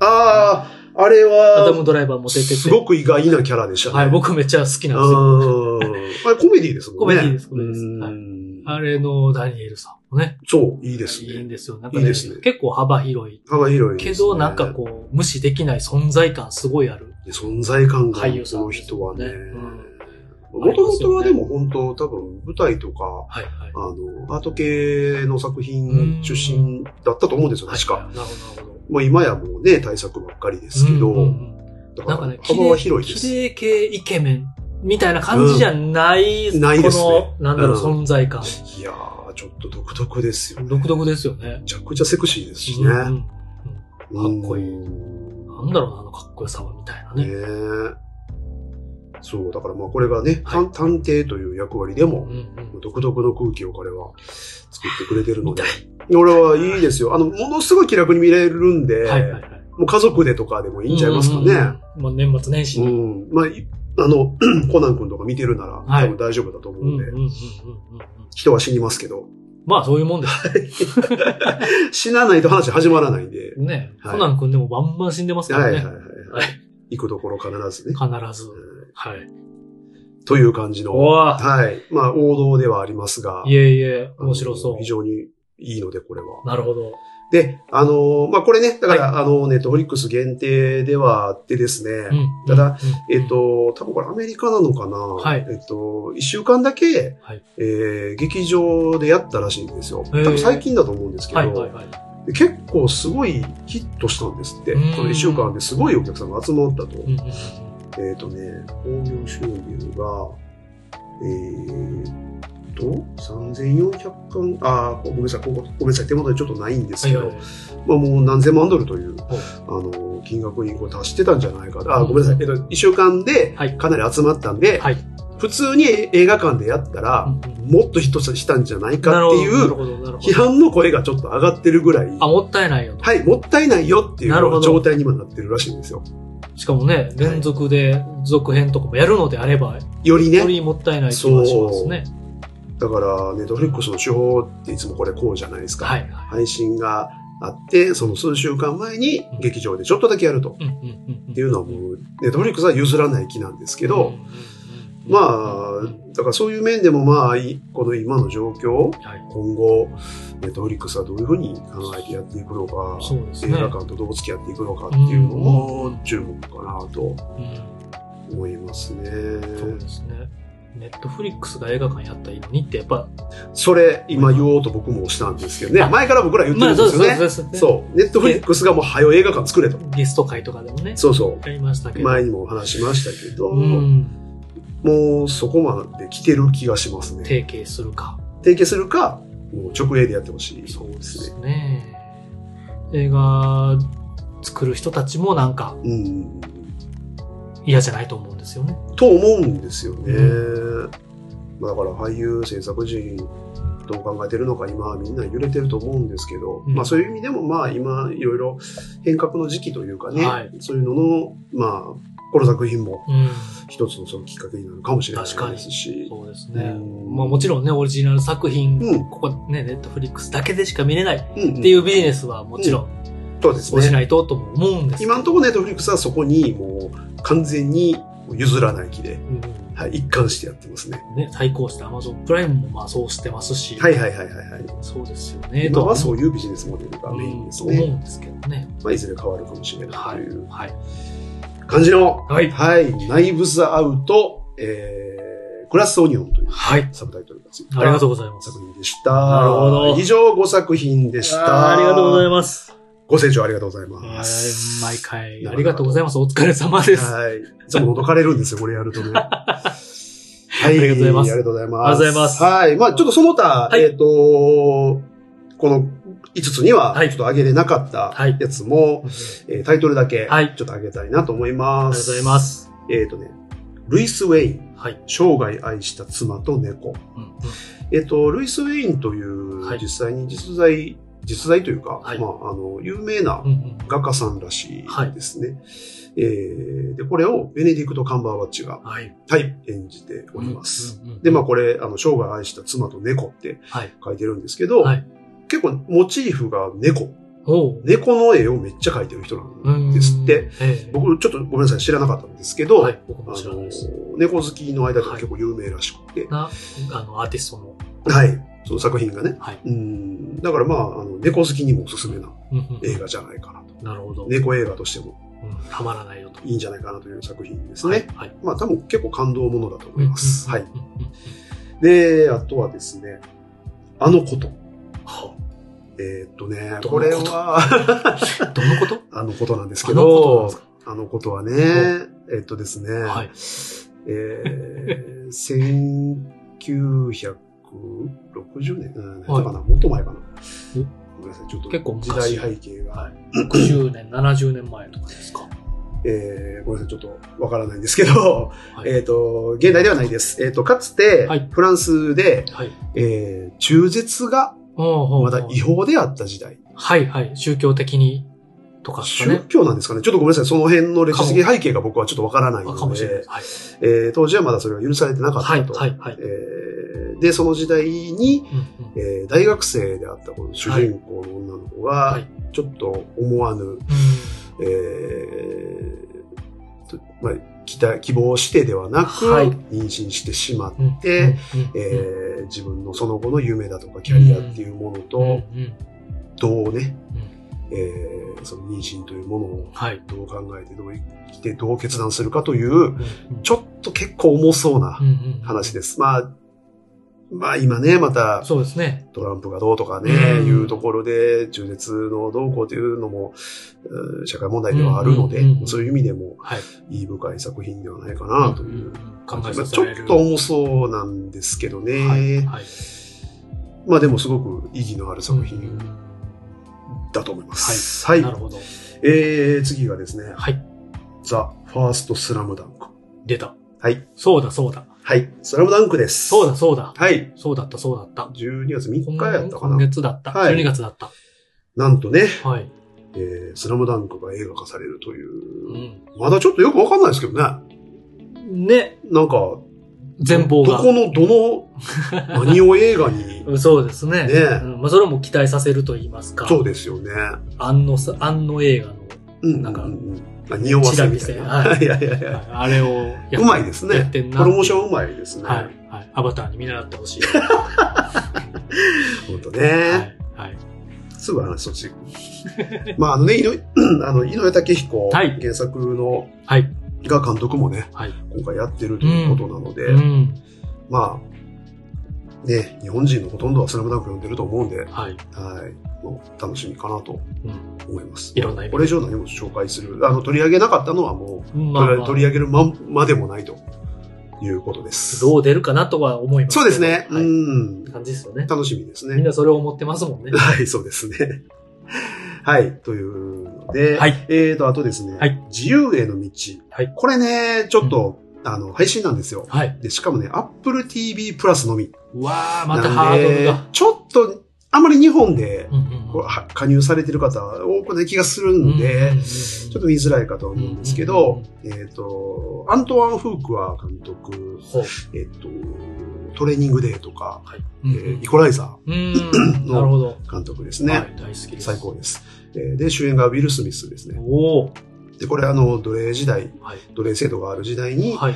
[SPEAKER 2] ああ、あれ
[SPEAKER 1] アダム
[SPEAKER 2] は、
[SPEAKER 1] ドライバーも出てて。
[SPEAKER 2] すごく意外なキャラでしたね。
[SPEAKER 1] はい、僕めっちゃ好きなんですよ。
[SPEAKER 2] うんあれコメディですもんね。
[SPEAKER 1] コメディですコメディです
[SPEAKER 2] うん
[SPEAKER 1] はあれのダニエルさんもね。
[SPEAKER 2] そう、いいです
[SPEAKER 1] いいん
[SPEAKER 2] ね。
[SPEAKER 1] ですよ。なんかね
[SPEAKER 2] いいですね
[SPEAKER 1] 結構幅広い。
[SPEAKER 2] 幅広いです
[SPEAKER 1] け
[SPEAKER 2] ね
[SPEAKER 1] ど、なんかこう、無視できない存在感すごいある。
[SPEAKER 2] 存在感があ
[SPEAKER 1] 俳優
[SPEAKER 2] る
[SPEAKER 1] さ
[SPEAKER 2] こ
[SPEAKER 1] ん
[SPEAKER 2] の人はね
[SPEAKER 1] ですよねうん
[SPEAKER 2] もともとはでも本当多分舞台とか
[SPEAKER 1] はいはい
[SPEAKER 2] あ。のアート系の作
[SPEAKER 1] うん
[SPEAKER 2] 品出身だったと思うんですよ確
[SPEAKER 1] はい
[SPEAKER 2] か、
[SPEAKER 1] はいなるほど、なるほど。
[SPEAKER 2] もう今やもうね大作ばっかりですけど、
[SPEAKER 1] うんうんな
[SPEAKER 2] だか
[SPEAKER 1] んからね、綺
[SPEAKER 2] 幅
[SPEAKER 1] 麗
[SPEAKER 2] は広いです、
[SPEAKER 1] 綺麗系イケメンみたいな感じじゃない、
[SPEAKER 2] うんないですね
[SPEAKER 1] この、なんだろう、
[SPEAKER 2] う
[SPEAKER 1] 存在感。
[SPEAKER 2] いやーちょっと独特ですよね
[SPEAKER 1] 独
[SPEAKER 2] め
[SPEAKER 1] 特ですよね。
[SPEAKER 2] ちゃくちゃセクシーですし
[SPEAKER 1] う
[SPEAKER 2] ね、
[SPEAKER 1] んうん
[SPEAKER 2] うん
[SPEAKER 1] かっこいいなんだろうな、あのかっこよさは、みたいな
[SPEAKER 2] ね
[SPEAKER 1] ね。
[SPEAKER 2] えそうだからまあこれがね、
[SPEAKER 1] は
[SPEAKER 2] 探探偵という役割でも、
[SPEAKER 1] うんうん。
[SPEAKER 2] 独特の空気を彼は作ってくれてるので。俺はいいですよ。あの、ものすごい気楽に見れるんで、
[SPEAKER 1] はいはいはい。
[SPEAKER 2] もう家族でとかでもいいんちゃいますかね。
[SPEAKER 1] うんうんうん。まあ年末年始
[SPEAKER 2] うん
[SPEAKER 1] に。
[SPEAKER 2] まあ、いあの、 コナン君とか見てるなら、
[SPEAKER 1] はい
[SPEAKER 2] 多分大丈夫だと思う
[SPEAKER 1] うん
[SPEAKER 2] ん
[SPEAKER 1] うん
[SPEAKER 2] で、
[SPEAKER 1] うんうんうん
[SPEAKER 2] 人は死にますけど、
[SPEAKER 1] まあそういうもんです
[SPEAKER 2] 死なないと話始まらないんで、
[SPEAKER 1] よね。
[SPEAKER 2] はい
[SPEAKER 1] コナン君でもバンバン死んでますか
[SPEAKER 2] は
[SPEAKER 1] ら
[SPEAKER 2] い
[SPEAKER 1] ね
[SPEAKER 2] はいはい。。はい、行くところ必ずね。
[SPEAKER 1] 必ず
[SPEAKER 2] う。ん
[SPEAKER 1] はい。
[SPEAKER 2] という感じの、
[SPEAKER 1] おわ
[SPEAKER 2] はい。まあ、王道ではありますが、
[SPEAKER 1] いえいえ、面白
[SPEAKER 2] あ
[SPEAKER 1] そ
[SPEAKER 2] の非常にいいので、これは
[SPEAKER 1] う。。なるほど。
[SPEAKER 2] で、あのーまあ、これね、だから、あの、ネットフリックス限定ではあってですね、
[SPEAKER 1] うん
[SPEAKER 2] ただ、
[SPEAKER 1] うん
[SPEAKER 2] えっ、と、多分これアメリカなのかな、
[SPEAKER 1] はい
[SPEAKER 2] えっ、と、一週間だけ、
[SPEAKER 1] はい
[SPEAKER 2] えー劇場でやったらしいんですよ。多
[SPEAKER 1] へー
[SPEAKER 2] 分最近だと思うんですけど、
[SPEAKER 1] はいはいはい。
[SPEAKER 2] で結構すごいヒットしたんですって、
[SPEAKER 1] うん
[SPEAKER 2] この一週間ですごいお客さんが集まったと。
[SPEAKER 1] うんうんうん
[SPEAKER 2] えっ、とね、興行収入が、えーっと、3400巻、あーごめんなさい、ごごめんなさい、手元にちょっとないんです
[SPEAKER 1] は
[SPEAKER 2] け
[SPEAKER 1] い
[SPEAKER 2] ど、
[SPEAKER 1] はいはい。
[SPEAKER 2] まあ、もう何千万ドルという、
[SPEAKER 1] はい
[SPEAKER 2] あの、金額にこう達してたんじゃないか。あ、
[SPEAKER 1] うん
[SPEAKER 2] ごめんなさい。えっと、1週間で
[SPEAKER 1] はい
[SPEAKER 2] かなり集まったんで、
[SPEAKER 1] はい
[SPEAKER 2] 普通に映画館でやったら、
[SPEAKER 1] うんうん
[SPEAKER 2] もっとヒットしたんじゃな
[SPEAKER 1] な
[SPEAKER 2] い
[SPEAKER 1] る
[SPEAKER 2] かっ
[SPEAKER 1] ほど
[SPEAKER 2] てい
[SPEAKER 1] なる
[SPEAKER 2] う
[SPEAKER 1] ほどなるほど
[SPEAKER 2] 批判の声がちょっと上がってるぐらい、
[SPEAKER 1] あ、もったいないよと。
[SPEAKER 2] はい、もったいないよってい
[SPEAKER 1] なるほど
[SPEAKER 2] う状態に今なってるらしいんですよ。
[SPEAKER 1] しかもね、連続で続編とかもやるのであれば、
[SPEAKER 2] より
[SPEAKER 1] よ
[SPEAKER 2] ね、
[SPEAKER 1] りもったいない気がしますね。
[SPEAKER 2] だから、ネットフリックスの手法っていつもこれこうじゃないですか。
[SPEAKER 1] はいはい。
[SPEAKER 2] 配信があって、その数週間前に劇場でちょっとだけやると。
[SPEAKER 1] うんうんうん。
[SPEAKER 2] っていうのはもう、ネットフリックスは譲らない気なんですけ
[SPEAKER 1] け
[SPEAKER 2] ど、、まあ
[SPEAKER 1] うん、
[SPEAKER 2] だからそういう面でもまあ、いこの今の状況、
[SPEAKER 1] はい、
[SPEAKER 2] 今後、ネットフリックスはどういうふうに考えてやっていくのか、
[SPEAKER 1] そうです
[SPEAKER 2] 映
[SPEAKER 1] ね。
[SPEAKER 2] 画館とどう付き合っていくのかっていうの
[SPEAKER 1] う
[SPEAKER 2] も
[SPEAKER 1] ん
[SPEAKER 2] 注目かなと
[SPEAKER 1] うん
[SPEAKER 2] 思いますね。
[SPEAKER 1] そうですね。ネットフリックスが映画館やったらいいのにって、やっぱ、
[SPEAKER 2] それ、今言おうと僕もしたんですけどね、前から僕ら言って
[SPEAKER 1] ま
[SPEAKER 2] る
[SPEAKER 1] あ
[SPEAKER 2] んで
[SPEAKER 1] そうですす
[SPEAKER 2] よね。
[SPEAKER 1] ね。そうですね
[SPEAKER 2] そう、ネットフリックスがもう早い映画館作れと。
[SPEAKER 1] ゲスト会とかでもね、
[SPEAKER 2] そうそ
[SPEAKER 1] やりましたけ
[SPEAKER 2] う。
[SPEAKER 1] ど。
[SPEAKER 2] 前にもお話しましたけど、
[SPEAKER 1] うん。
[SPEAKER 2] もうそこまで来てる気がしますね。
[SPEAKER 1] 提携するか。
[SPEAKER 2] 提携するか、もう直営でやってほしい。
[SPEAKER 1] そうですね。映画作る人たちもなんか
[SPEAKER 2] うん。
[SPEAKER 1] 嫌じゃないと思うんですよね。
[SPEAKER 2] と思うんですよね。
[SPEAKER 1] う
[SPEAKER 2] まあ、だから俳優、制作陣、どう考えてるのか今みんな揺れてると思うんですけど、
[SPEAKER 1] うん
[SPEAKER 2] まあそういう意味でもまあ今いろいろ変革の時期というかね、
[SPEAKER 1] はい
[SPEAKER 2] そういうのの、まあこの作品も
[SPEAKER 1] うん。
[SPEAKER 2] 一つのそのきっかけになるかもしれ
[SPEAKER 1] 確か
[SPEAKER 2] ない
[SPEAKER 1] に
[SPEAKER 2] ですし、
[SPEAKER 1] そうですね。
[SPEAKER 2] うん
[SPEAKER 1] まあもちろんね、オリジナル作品、
[SPEAKER 2] うん
[SPEAKER 1] ここね、ネットフリックスだけでしか見れないっ
[SPEAKER 2] うんうん
[SPEAKER 1] ていうビジネスはもちろん、
[SPEAKER 2] そうです
[SPEAKER 1] そうし
[SPEAKER 2] ね。
[SPEAKER 1] ないととも思うんですけど
[SPEAKER 2] 今のところネットフリックスはそこにもう完全に譲らない気で、
[SPEAKER 1] うん
[SPEAKER 2] はい、一貫してやってますね。
[SPEAKER 1] ね、対抗して Amazon プライムもまあそうしてますし、
[SPEAKER 2] はいはいはいはいはい。
[SPEAKER 1] そうですよね。
[SPEAKER 2] 今は
[SPEAKER 1] と
[SPEAKER 2] そういうビジネスモデルがメインです
[SPEAKER 1] うん思
[SPEAKER 2] ね。
[SPEAKER 1] うんですけどね。
[SPEAKER 2] まあ、いずれ変わるかもしれないという
[SPEAKER 1] はい。
[SPEAKER 2] 感じの、
[SPEAKER 1] はい
[SPEAKER 2] はい、ナイブズアウトえー、クラスオニオンという
[SPEAKER 1] はい。
[SPEAKER 2] サブタイトルがついた
[SPEAKER 1] ありがとうございます。
[SPEAKER 2] 作品でした。
[SPEAKER 1] なるほど
[SPEAKER 2] 以上5作品でし
[SPEAKER 1] あ
[SPEAKER 2] た。
[SPEAKER 1] ーありがとうござい
[SPEAKER 2] ま
[SPEAKER 1] ます。
[SPEAKER 2] す。ご清聴ありがとうござい
[SPEAKER 1] え
[SPEAKER 2] ま
[SPEAKER 1] ー。
[SPEAKER 2] す
[SPEAKER 1] 毎回、ありがとうございます。お疲れ様です。あ
[SPEAKER 2] はい。いつも覗かれるんですよ、これやる とね。はい。
[SPEAKER 1] ありがとうございます
[SPEAKER 2] ありがとうござい
[SPEAKER 1] あ
[SPEAKER 2] ま
[SPEAKER 1] りがとう
[SPEAKER 2] す。
[SPEAKER 1] ございます
[SPEAKER 2] はい。まあちょっとその他、
[SPEAKER 1] はい
[SPEAKER 2] えっ、と、この5つには、
[SPEAKER 1] は
[SPEAKER 2] ちょ
[SPEAKER 1] い
[SPEAKER 2] っと上げれなかった
[SPEAKER 1] はい
[SPEAKER 2] やつも、えータイトルだけ、
[SPEAKER 1] はい
[SPEAKER 2] ちょっと上げたいなと思い
[SPEAKER 1] りがと
[SPEAKER 2] ま
[SPEAKER 1] うご
[SPEAKER 2] す。
[SPEAKER 1] ざいます。
[SPEAKER 2] えっ、とね、ルイス・ウェイン、
[SPEAKER 1] はい。
[SPEAKER 2] 生涯愛した妻と猫。
[SPEAKER 1] うんうん
[SPEAKER 2] えっ、と、ルイス・ウェインという、
[SPEAKER 1] はい
[SPEAKER 2] 実際に実在、実在というか、
[SPEAKER 1] はい
[SPEAKER 2] まあ、あの、有名な
[SPEAKER 1] うんうん
[SPEAKER 2] 画家さんらしいですね。えーで、これをベネディクト・カンバーバッチが、
[SPEAKER 1] はい。
[SPEAKER 2] はい、演じております。
[SPEAKER 1] うんうんうん。
[SPEAKER 2] で、まあこれ、あの、生涯愛した妻と猫って
[SPEAKER 1] はい。
[SPEAKER 2] 書いてるんですけど、
[SPEAKER 1] はい
[SPEAKER 2] 結構モチーフが猫。
[SPEAKER 1] おう。
[SPEAKER 2] 猫の絵をめっちゃ描いてる人なんですって。
[SPEAKER 1] うん。ええ
[SPEAKER 2] 僕、ちょっとごめんなさい、知らなかったんですけど、
[SPEAKER 1] はい。僕
[SPEAKER 2] あ
[SPEAKER 1] も知らない
[SPEAKER 2] の
[SPEAKER 1] です。、
[SPEAKER 2] 猫好きの間では結構有名らしくて、
[SPEAKER 1] な、あの、アーティストの。
[SPEAKER 2] はい、その作品がね。
[SPEAKER 1] はい。
[SPEAKER 2] うん、だからまあ、あの猫好きにもおすすめな
[SPEAKER 1] うんうん
[SPEAKER 2] 映画じゃないかなと。
[SPEAKER 1] なるほど。
[SPEAKER 2] 猫映画としても
[SPEAKER 1] うんたまらないよと。
[SPEAKER 2] いいんじゃないかなという作品ですね。
[SPEAKER 1] はい。はい。
[SPEAKER 2] まあ多分結構感動ものだと思います。はい。
[SPEAKER 1] うんうんうん。
[SPEAKER 2] で、あとはですね、あのこと。
[SPEAKER 1] は
[SPEAKER 2] えーっとね、
[SPEAKER 1] どのこと
[SPEAKER 2] これは、
[SPEAKER 1] あどのこと
[SPEAKER 2] あのことなんですけ
[SPEAKER 1] あのことなん
[SPEAKER 2] ど
[SPEAKER 1] です、
[SPEAKER 2] あのことはね、えーっとですね、
[SPEAKER 1] かはい。
[SPEAKER 2] えー、1960年、うん、
[SPEAKER 1] はい
[SPEAKER 2] かな、もっと前かな
[SPEAKER 1] お。
[SPEAKER 2] ごめんなさい、ちょっと
[SPEAKER 1] 結構
[SPEAKER 2] 時
[SPEAKER 1] 昔
[SPEAKER 2] 代背景が、
[SPEAKER 1] はい60年、70年前とかですか。
[SPEAKER 2] えー、ごめんなさい、ちょっとわからないんですけど、
[SPEAKER 1] はい
[SPEAKER 2] えーっと、現代ではないです。えーっと、かつて、
[SPEAKER 1] はい
[SPEAKER 2] フランスで、
[SPEAKER 1] はい。
[SPEAKER 2] えー、中絶がま
[SPEAKER 1] ま
[SPEAKER 2] だ違法であった時代。
[SPEAKER 1] はいはい。宗教的にとかですか
[SPEAKER 2] 宗
[SPEAKER 1] ね。
[SPEAKER 2] 教なんですかねちょっとごめんなさい。その辺の歴史的背景が僕はちょっとわからない
[SPEAKER 1] あ
[SPEAKER 2] の
[SPEAKER 1] かもしれないで
[SPEAKER 2] で、
[SPEAKER 1] す。はい。
[SPEAKER 2] えー当時はまだそれが許されてなか
[SPEAKER 1] はい
[SPEAKER 2] ったと。
[SPEAKER 1] はいはい。
[SPEAKER 2] えーで、その時代に、
[SPEAKER 1] うんうん
[SPEAKER 2] えー大学生であったこの主人公の女の子
[SPEAKER 1] は
[SPEAKER 2] が
[SPEAKER 1] い、
[SPEAKER 2] ちょっと思わぬ、
[SPEAKER 1] う
[SPEAKER 2] えーとまあ、期待希望してではなく、
[SPEAKER 1] はい
[SPEAKER 2] 妊娠してしまって、
[SPEAKER 1] んうん
[SPEAKER 2] で、
[SPEAKER 1] うんうん
[SPEAKER 2] えー自分のその後の夢だとかキャリアっていうもの
[SPEAKER 1] うん
[SPEAKER 2] と、
[SPEAKER 1] うん
[SPEAKER 2] どうね、えーその妊娠というものを
[SPEAKER 1] はい。
[SPEAKER 2] どう考えてどう生きてどう決断するかという、ち
[SPEAKER 1] ょ
[SPEAKER 2] ょっと結構重そうな
[SPEAKER 1] っ。
[SPEAKER 2] 話ですす。まあ、まあ今ね、また
[SPEAKER 1] そうですね。
[SPEAKER 2] トランプがどうとかね、
[SPEAKER 1] うん
[SPEAKER 2] いうところで中絶の動向というのも、うん社会問題ではあるので、
[SPEAKER 1] うんうんうん
[SPEAKER 2] そういう意味でも
[SPEAKER 1] はい。
[SPEAKER 2] 意義深い作品ではないかなという。
[SPEAKER 1] うんうん考え
[SPEAKER 2] まあ
[SPEAKER 1] させ
[SPEAKER 2] ちょ
[SPEAKER 1] られ
[SPEAKER 2] っ
[SPEAKER 1] る。
[SPEAKER 2] と重そうなんですけどね。
[SPEAKER 1] はいはい。
[SPEAKER 2] まあでもすごく意義のある作品だと思います。はい。
[SPEAKER 1] なるほど。
[SPEAKER 2] えー、次がですね、
[SPEAKER 1] はい。
[SPEAKER 2] ザ・ファースト・スラムダンク。
[SPEAKER 1] 出た。
[SPEAKER 2] はい。
[SPEAKER 1] そうだそうだ。
[SPEAKER 2] はい。スラムダンクです。
[SPEAKER 1] そうだそうだ。
[SPEAKER 2] はい。
[SPEAKER 1] そうだったそうだった。
[SPEAKER 2] 12月3日やったか
[SPEAKER 1] 今
[SPEAKER 2] な。
[SPEAKER 1] 月だった。
[SPEAKER 2] はい
[SPEAKER 1] 12月だった。
[SPEAKER 2] なんとね、
[SPEAKER 1] はい。
[SPEAKER 2] えースラムダンクが映画化されるというう。
[SPEAKER 1] ん
[SPEAKER 2] まだちょっとよくわかんないですけどね。
[SPEAKER 1] ね、
[SPEAKER 2] なんか、
[SPEAKER 1] 全貌
[SPEAKER 2] どこ
[SPEAKER 1] が。
[SPEAKER 2] の、どの、何を映画に、
[SPEAKER 1] そうですね。
[SPEAKER 2] ね
[SPEAKER 1] うんまあ、それも期待させると言いますか。
[SPEAKER 2] そうですよね。
[SPEAKER 1] 安野さ、安野映画の、
[SPEAKER 2] うん。
[SPEAKER 1] なんか
[SPEAKER 2] ううあ匂わせみたいな。
[SPEAKER 1] チラ見せはい
[SPEAKER 2] いやいやいや。
[SPEAKER 1] はいあれをやっ
[SPEAKER 2] うまいです
[SPEAKER 1] や
[SPEAKER 2] ね
[SPEAKER 1] っ。
[SPEAKER 2] プ
[SPEAKER 1] てんな
[SPEAKER 2] ロモーションうまいですね。
[SPEAKER 1] はい。はい。アバターに見習ってほしい。
[SPEAKER 2] 本当
[SPEAKER 1] は
[SPEAKER 2] ね。
[SPEAKER 1] い。はい。
[SPEAKER 2] すぐ話そっち行 く。まあ、あのね、井上 あの井上武彦、
[SPEAKER 1] はい
[SPEAKER 2] 原作の、
[SPEAKER 1] はい。
[SPEAKER 2] が監督もね、
[SPEAKER 1] はい
[SPEAKER 2] 今回やってるということなので、
[SPEAKER 1] うん。
[SPEAKER 2] まあ、ね、日本人のほとんどはスラムダンク読んでると思うんで、は
[SPEAKER 1] は
[SPEAKER 2] い、
[SPEAKER 1] い。
[SPEAKER 2] もう楽しみかなと
[SPEAKER 1] うん
[SPEAKER 2] 思います。
[SPEAKER 1] いろんな意味で
[SPEAKER 2] これ以上何も紹介する、あの、取り上げなかったのはもう、
[SPEAKER 1] まあ、まあ
[SPEAKER 2] 取り上げるままでもないということです。
[SPEAKER 1] どう出るかなとは思いますけ
[SPEAKER 2] そ
[SPEAKER 1] ど。
[SPEAKER 2] うですね、
[SPEAKER 1] は
[SPEAKER 2] う
[SPEAKER 1] い。
[SPEAKER 2] ん。
[SPEAKER 1] 感じですよね。
[SPEAKER 2] 楽しみです
[SPEAKER 1] みん
[SPEAKER 2] ね。
[SPEAKER 1] なそれを思ってます もんね。
[SPEAKER 2] はい、そうですね。はい、というので、
[SPEAKER 1] はい
[SPEAKER 2] えーと、あとですね、
[SPEAKER 1] はい
[SPEAKER 2] 自由への道。
[SPEAKER 1] はい
[SPEAKER 2] これね、ちょっと、あの、配信なんですよ。
[SPEAKER 1] はい。
[SPEAKER 2] で、しかもね、Apple TV プラスのみ。
[SPEAKER 1] うわー、またハードル
[SPEAKER 2] なん
[SPEAKER 1] が
[SPEAKER 2] で。ちょっと、あまり日本で、
[SPEAKER 1] うんうんうん
[SPEAKER 2] こうは加入されてる方多くない気がするん
[SPEAKER 1] う
[SPEAKER 2] で、
[SPEAKER 1] んうんうん
[SPEAKER 2] ちょっと言いづらいかと思うんですけど、えっ、と、アントワン・フークは監督、
[SPEAKER 1] ほう。
[SPEAKER 2] えっ、と、トレーニングデーとか、
[SPEAKER 1] はい。
[SPEAKER 2] えーイコライザ
[SPEAKER 1] うんうん。なるほど。
[SPEAKER 2] ー監督です
[SPEAKER 1] は
[SPEAKER 2] ね。
[SPEAKER 1] い、大好きです。
[SPEAKER 2] 最。高です。えーで、主演がウィル・スミスですね。
[SPEAKER 1] おお。
[SPEAKER 2] で、これあの、奴隷時代、
[SPEAKER 1] はい。
[SPEAKER 2] 奴隷制度がある時代に、
[SPEAKER 1] はい。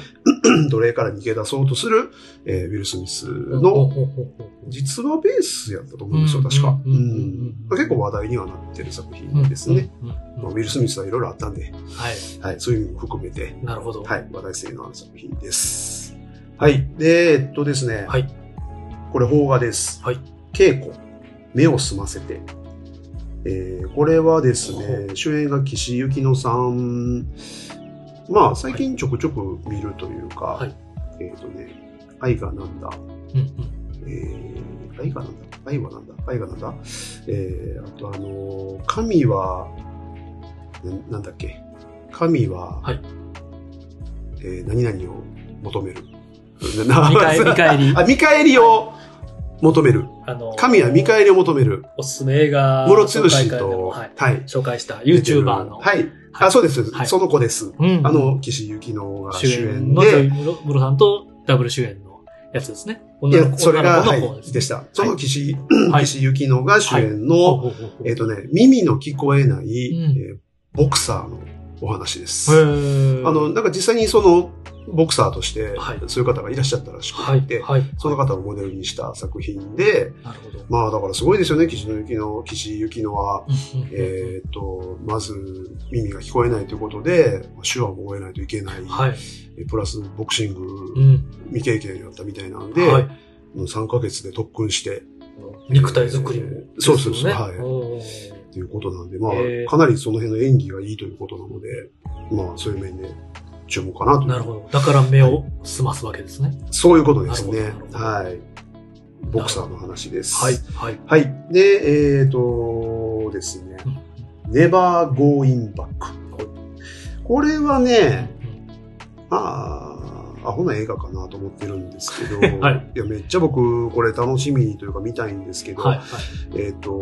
[SPEAKER 2] 奴隷から逃げ出そうとする、えーウィル・スミス
[SPEAKER 1] ほう
[SPEAKER 2] の、
[SPEAKER 1] ほうほうほう
[SPEAKER 2] 実話ベースやったと思うんですよ、確か。
[SPEAKER 1] う
[SPEAKER 2] う
[SPEAKER 1] う
[SPEAKER 2] ん
[SPEAKER 1] んうんうん
[SPEAKER 2] ん結構話題にはなってる作品ですね。。
[SPEAKER 1] うんうんうん
[SPEAKER 2] まあ
[SPEAKER 1] うん
[SPEAKER 2] ウィル・スミスはいろいろあったんで、
[SPEAKER 1] はい。
[SPEAKER 2] はい、そういう意味も含めて、
[SPEAKER 1] なるほど。
[SPEAKER 2] はい、話題性のある作品です。はい。で、えっとですね。
[SPEAKER 1] はい
[SPEAKER 2] これ、邦画です。
[SPEAKER 1] はい
[SPEAKER 2] 稽古。目を澄ませて。えーこれはですね、主演が岸由紀乃さん。まあ、最近ちょくちょく見るというか、
[SPEAKER 1] はい
[SPEAKER 2] えっ、とね、愛がなんだ、
[SPEAKER 1] うんうん。
[SPEAKER 2] えー愛がなんだ、愛はなんだ、愛がなんだ、えーあとあのー神は、ななんだっけ、神は、
[SPEAKER 1] はい
[SPEAKER 2] えー何々を 求める。
[SPEAKER 1] 見返り、見返り。
[SPEAKER 2] あ見返りを求める。
[SPEAKER 1] あの、
[SPEAKER 2] 神は見返りを求める。
[SPEAKER 1] おすすめ映画
[SPEAKER 2] ムロツ
[SPEAKER 1] 紹
[SPEAKER 2] ヨ
[SPEAKER 1] 介
[SPEAKER 2] シ
[SPEAKER 1] 会で
[SPEAKER 2] と、
[SPEAKER 1] も
[SPEAKER 2] は
[SPEAKER 1] はい
[SPEAKER 2] い。。
[SPEAKER 1] 紹介したユーチューバーの。
[SPEAKER 2] はい。
[SPEAKER 1] は
[SPEAKER 2] あ、そうです、
[SPEAKER 1] はい
[SPEAKER 2] その子です。
[SPEAKER 1] うん
[SPEAKER 2] あ、の、岸由紀乃が
[SPEAKER 1] 主
[SPEAKER 2] 主
[SPEAKER 1] 演
[SPEAKER 2] 演
[SPEAKER 1] の、
[SPEAKER 2] で、
[SPEAKER 1] ムロムロさんとダブル主演のやつですね。
[SPEAKER 2] い
[SPEAKER 1] 女の
[SPEAKER 2] や、
[SPEAKER 1] 子
[SPEAKER 2] それが、
[SPEAKER 1] 女
[SPEAKER 2] は
[SPEAKER 1] の子の方
[SPEAKER 2] い、でした。そ
[SPEAKER 1] はい
[SPEAKER 2] の岸、
[SPEAKER 1] はい
[SPEAKER 2] 岸由紀乃が主演の、
[SPEAKER 1] ほうほうほうほう
[SPEAKER 2] えっ、とね、耳の聞こえない、
[SPEAKER 1] うん
[SPEAKER 2] えーボクサーのお話です。
[SPEAKER 1] へー
[SPEAKER 2] あの、なんか実際にその、ボクサーとして
[SPEAKER 1] はい、
[SPEAKER 2] そういう方がいらっしゃったらしくて、
[SPEAKER 1] はい、はい。
[SPEAKER 2] その方をモデルにした作品で、
[SPEAKER 1] なるほど。
[SPEAKER 2] まあだからすごいですよね、岸由紀乃、岸由紀乃は。
[SPEAKER 1] うんうん
[SPEAKER 2] えっと、まず耳が聞こえないということで、手話も覚えないといけない。
[SPEAKER 1] はい。
[SPEAKER 2] えプラスボクシング
[SPEAKER 1] うん。
[SPEAKER 2] 未経験やったみたいなんで、
[SPEAKER 1] は
[SPEAKER 2] もう3ヶ月で特訓して、
[SPEAKER 1] い、肉体作りも、
[SPEAKER 2] えーそうそうそう
[SPEAKER 1] です
[SPEAKER 2] はい
[SPEAKER 1] よね
[SPEAKER 2] ということなんで、まあ、
[SPEAKER 1] えー
[SPEAKER 2] かなりその辺の演技がいいということなので、まあ、そういう面で注目かなと
[SPEAKER 1] うん
[SPEAKER 2] いう。
[SPEAKER 1] なるほど。だから目を澄ますわけですね。
[SPEAKER 2] そういうことですね
[SPEAKER 1] なるほ。ど
[SPEAKER 2] はい。ボクサーの話です。
[SPEAKER 1] はい。。はい。
[SPEAKER 2] はい。で、えっ、とですね、
[SPEAKER 1] うん
[SPEAKER 2] Never Going Back。これはね、
[SPEAKER 1] うん
[SPEAKER 2] あーアホな映画かなと思ってるんですけど、
[SPEAKER 1] はい、
[SPEAKER 2] やめっちゃ僕、これ楽しみにというか見たいんですけど、
[SPEAKER 1] はい。
[SPEAKER 2] えっ、と、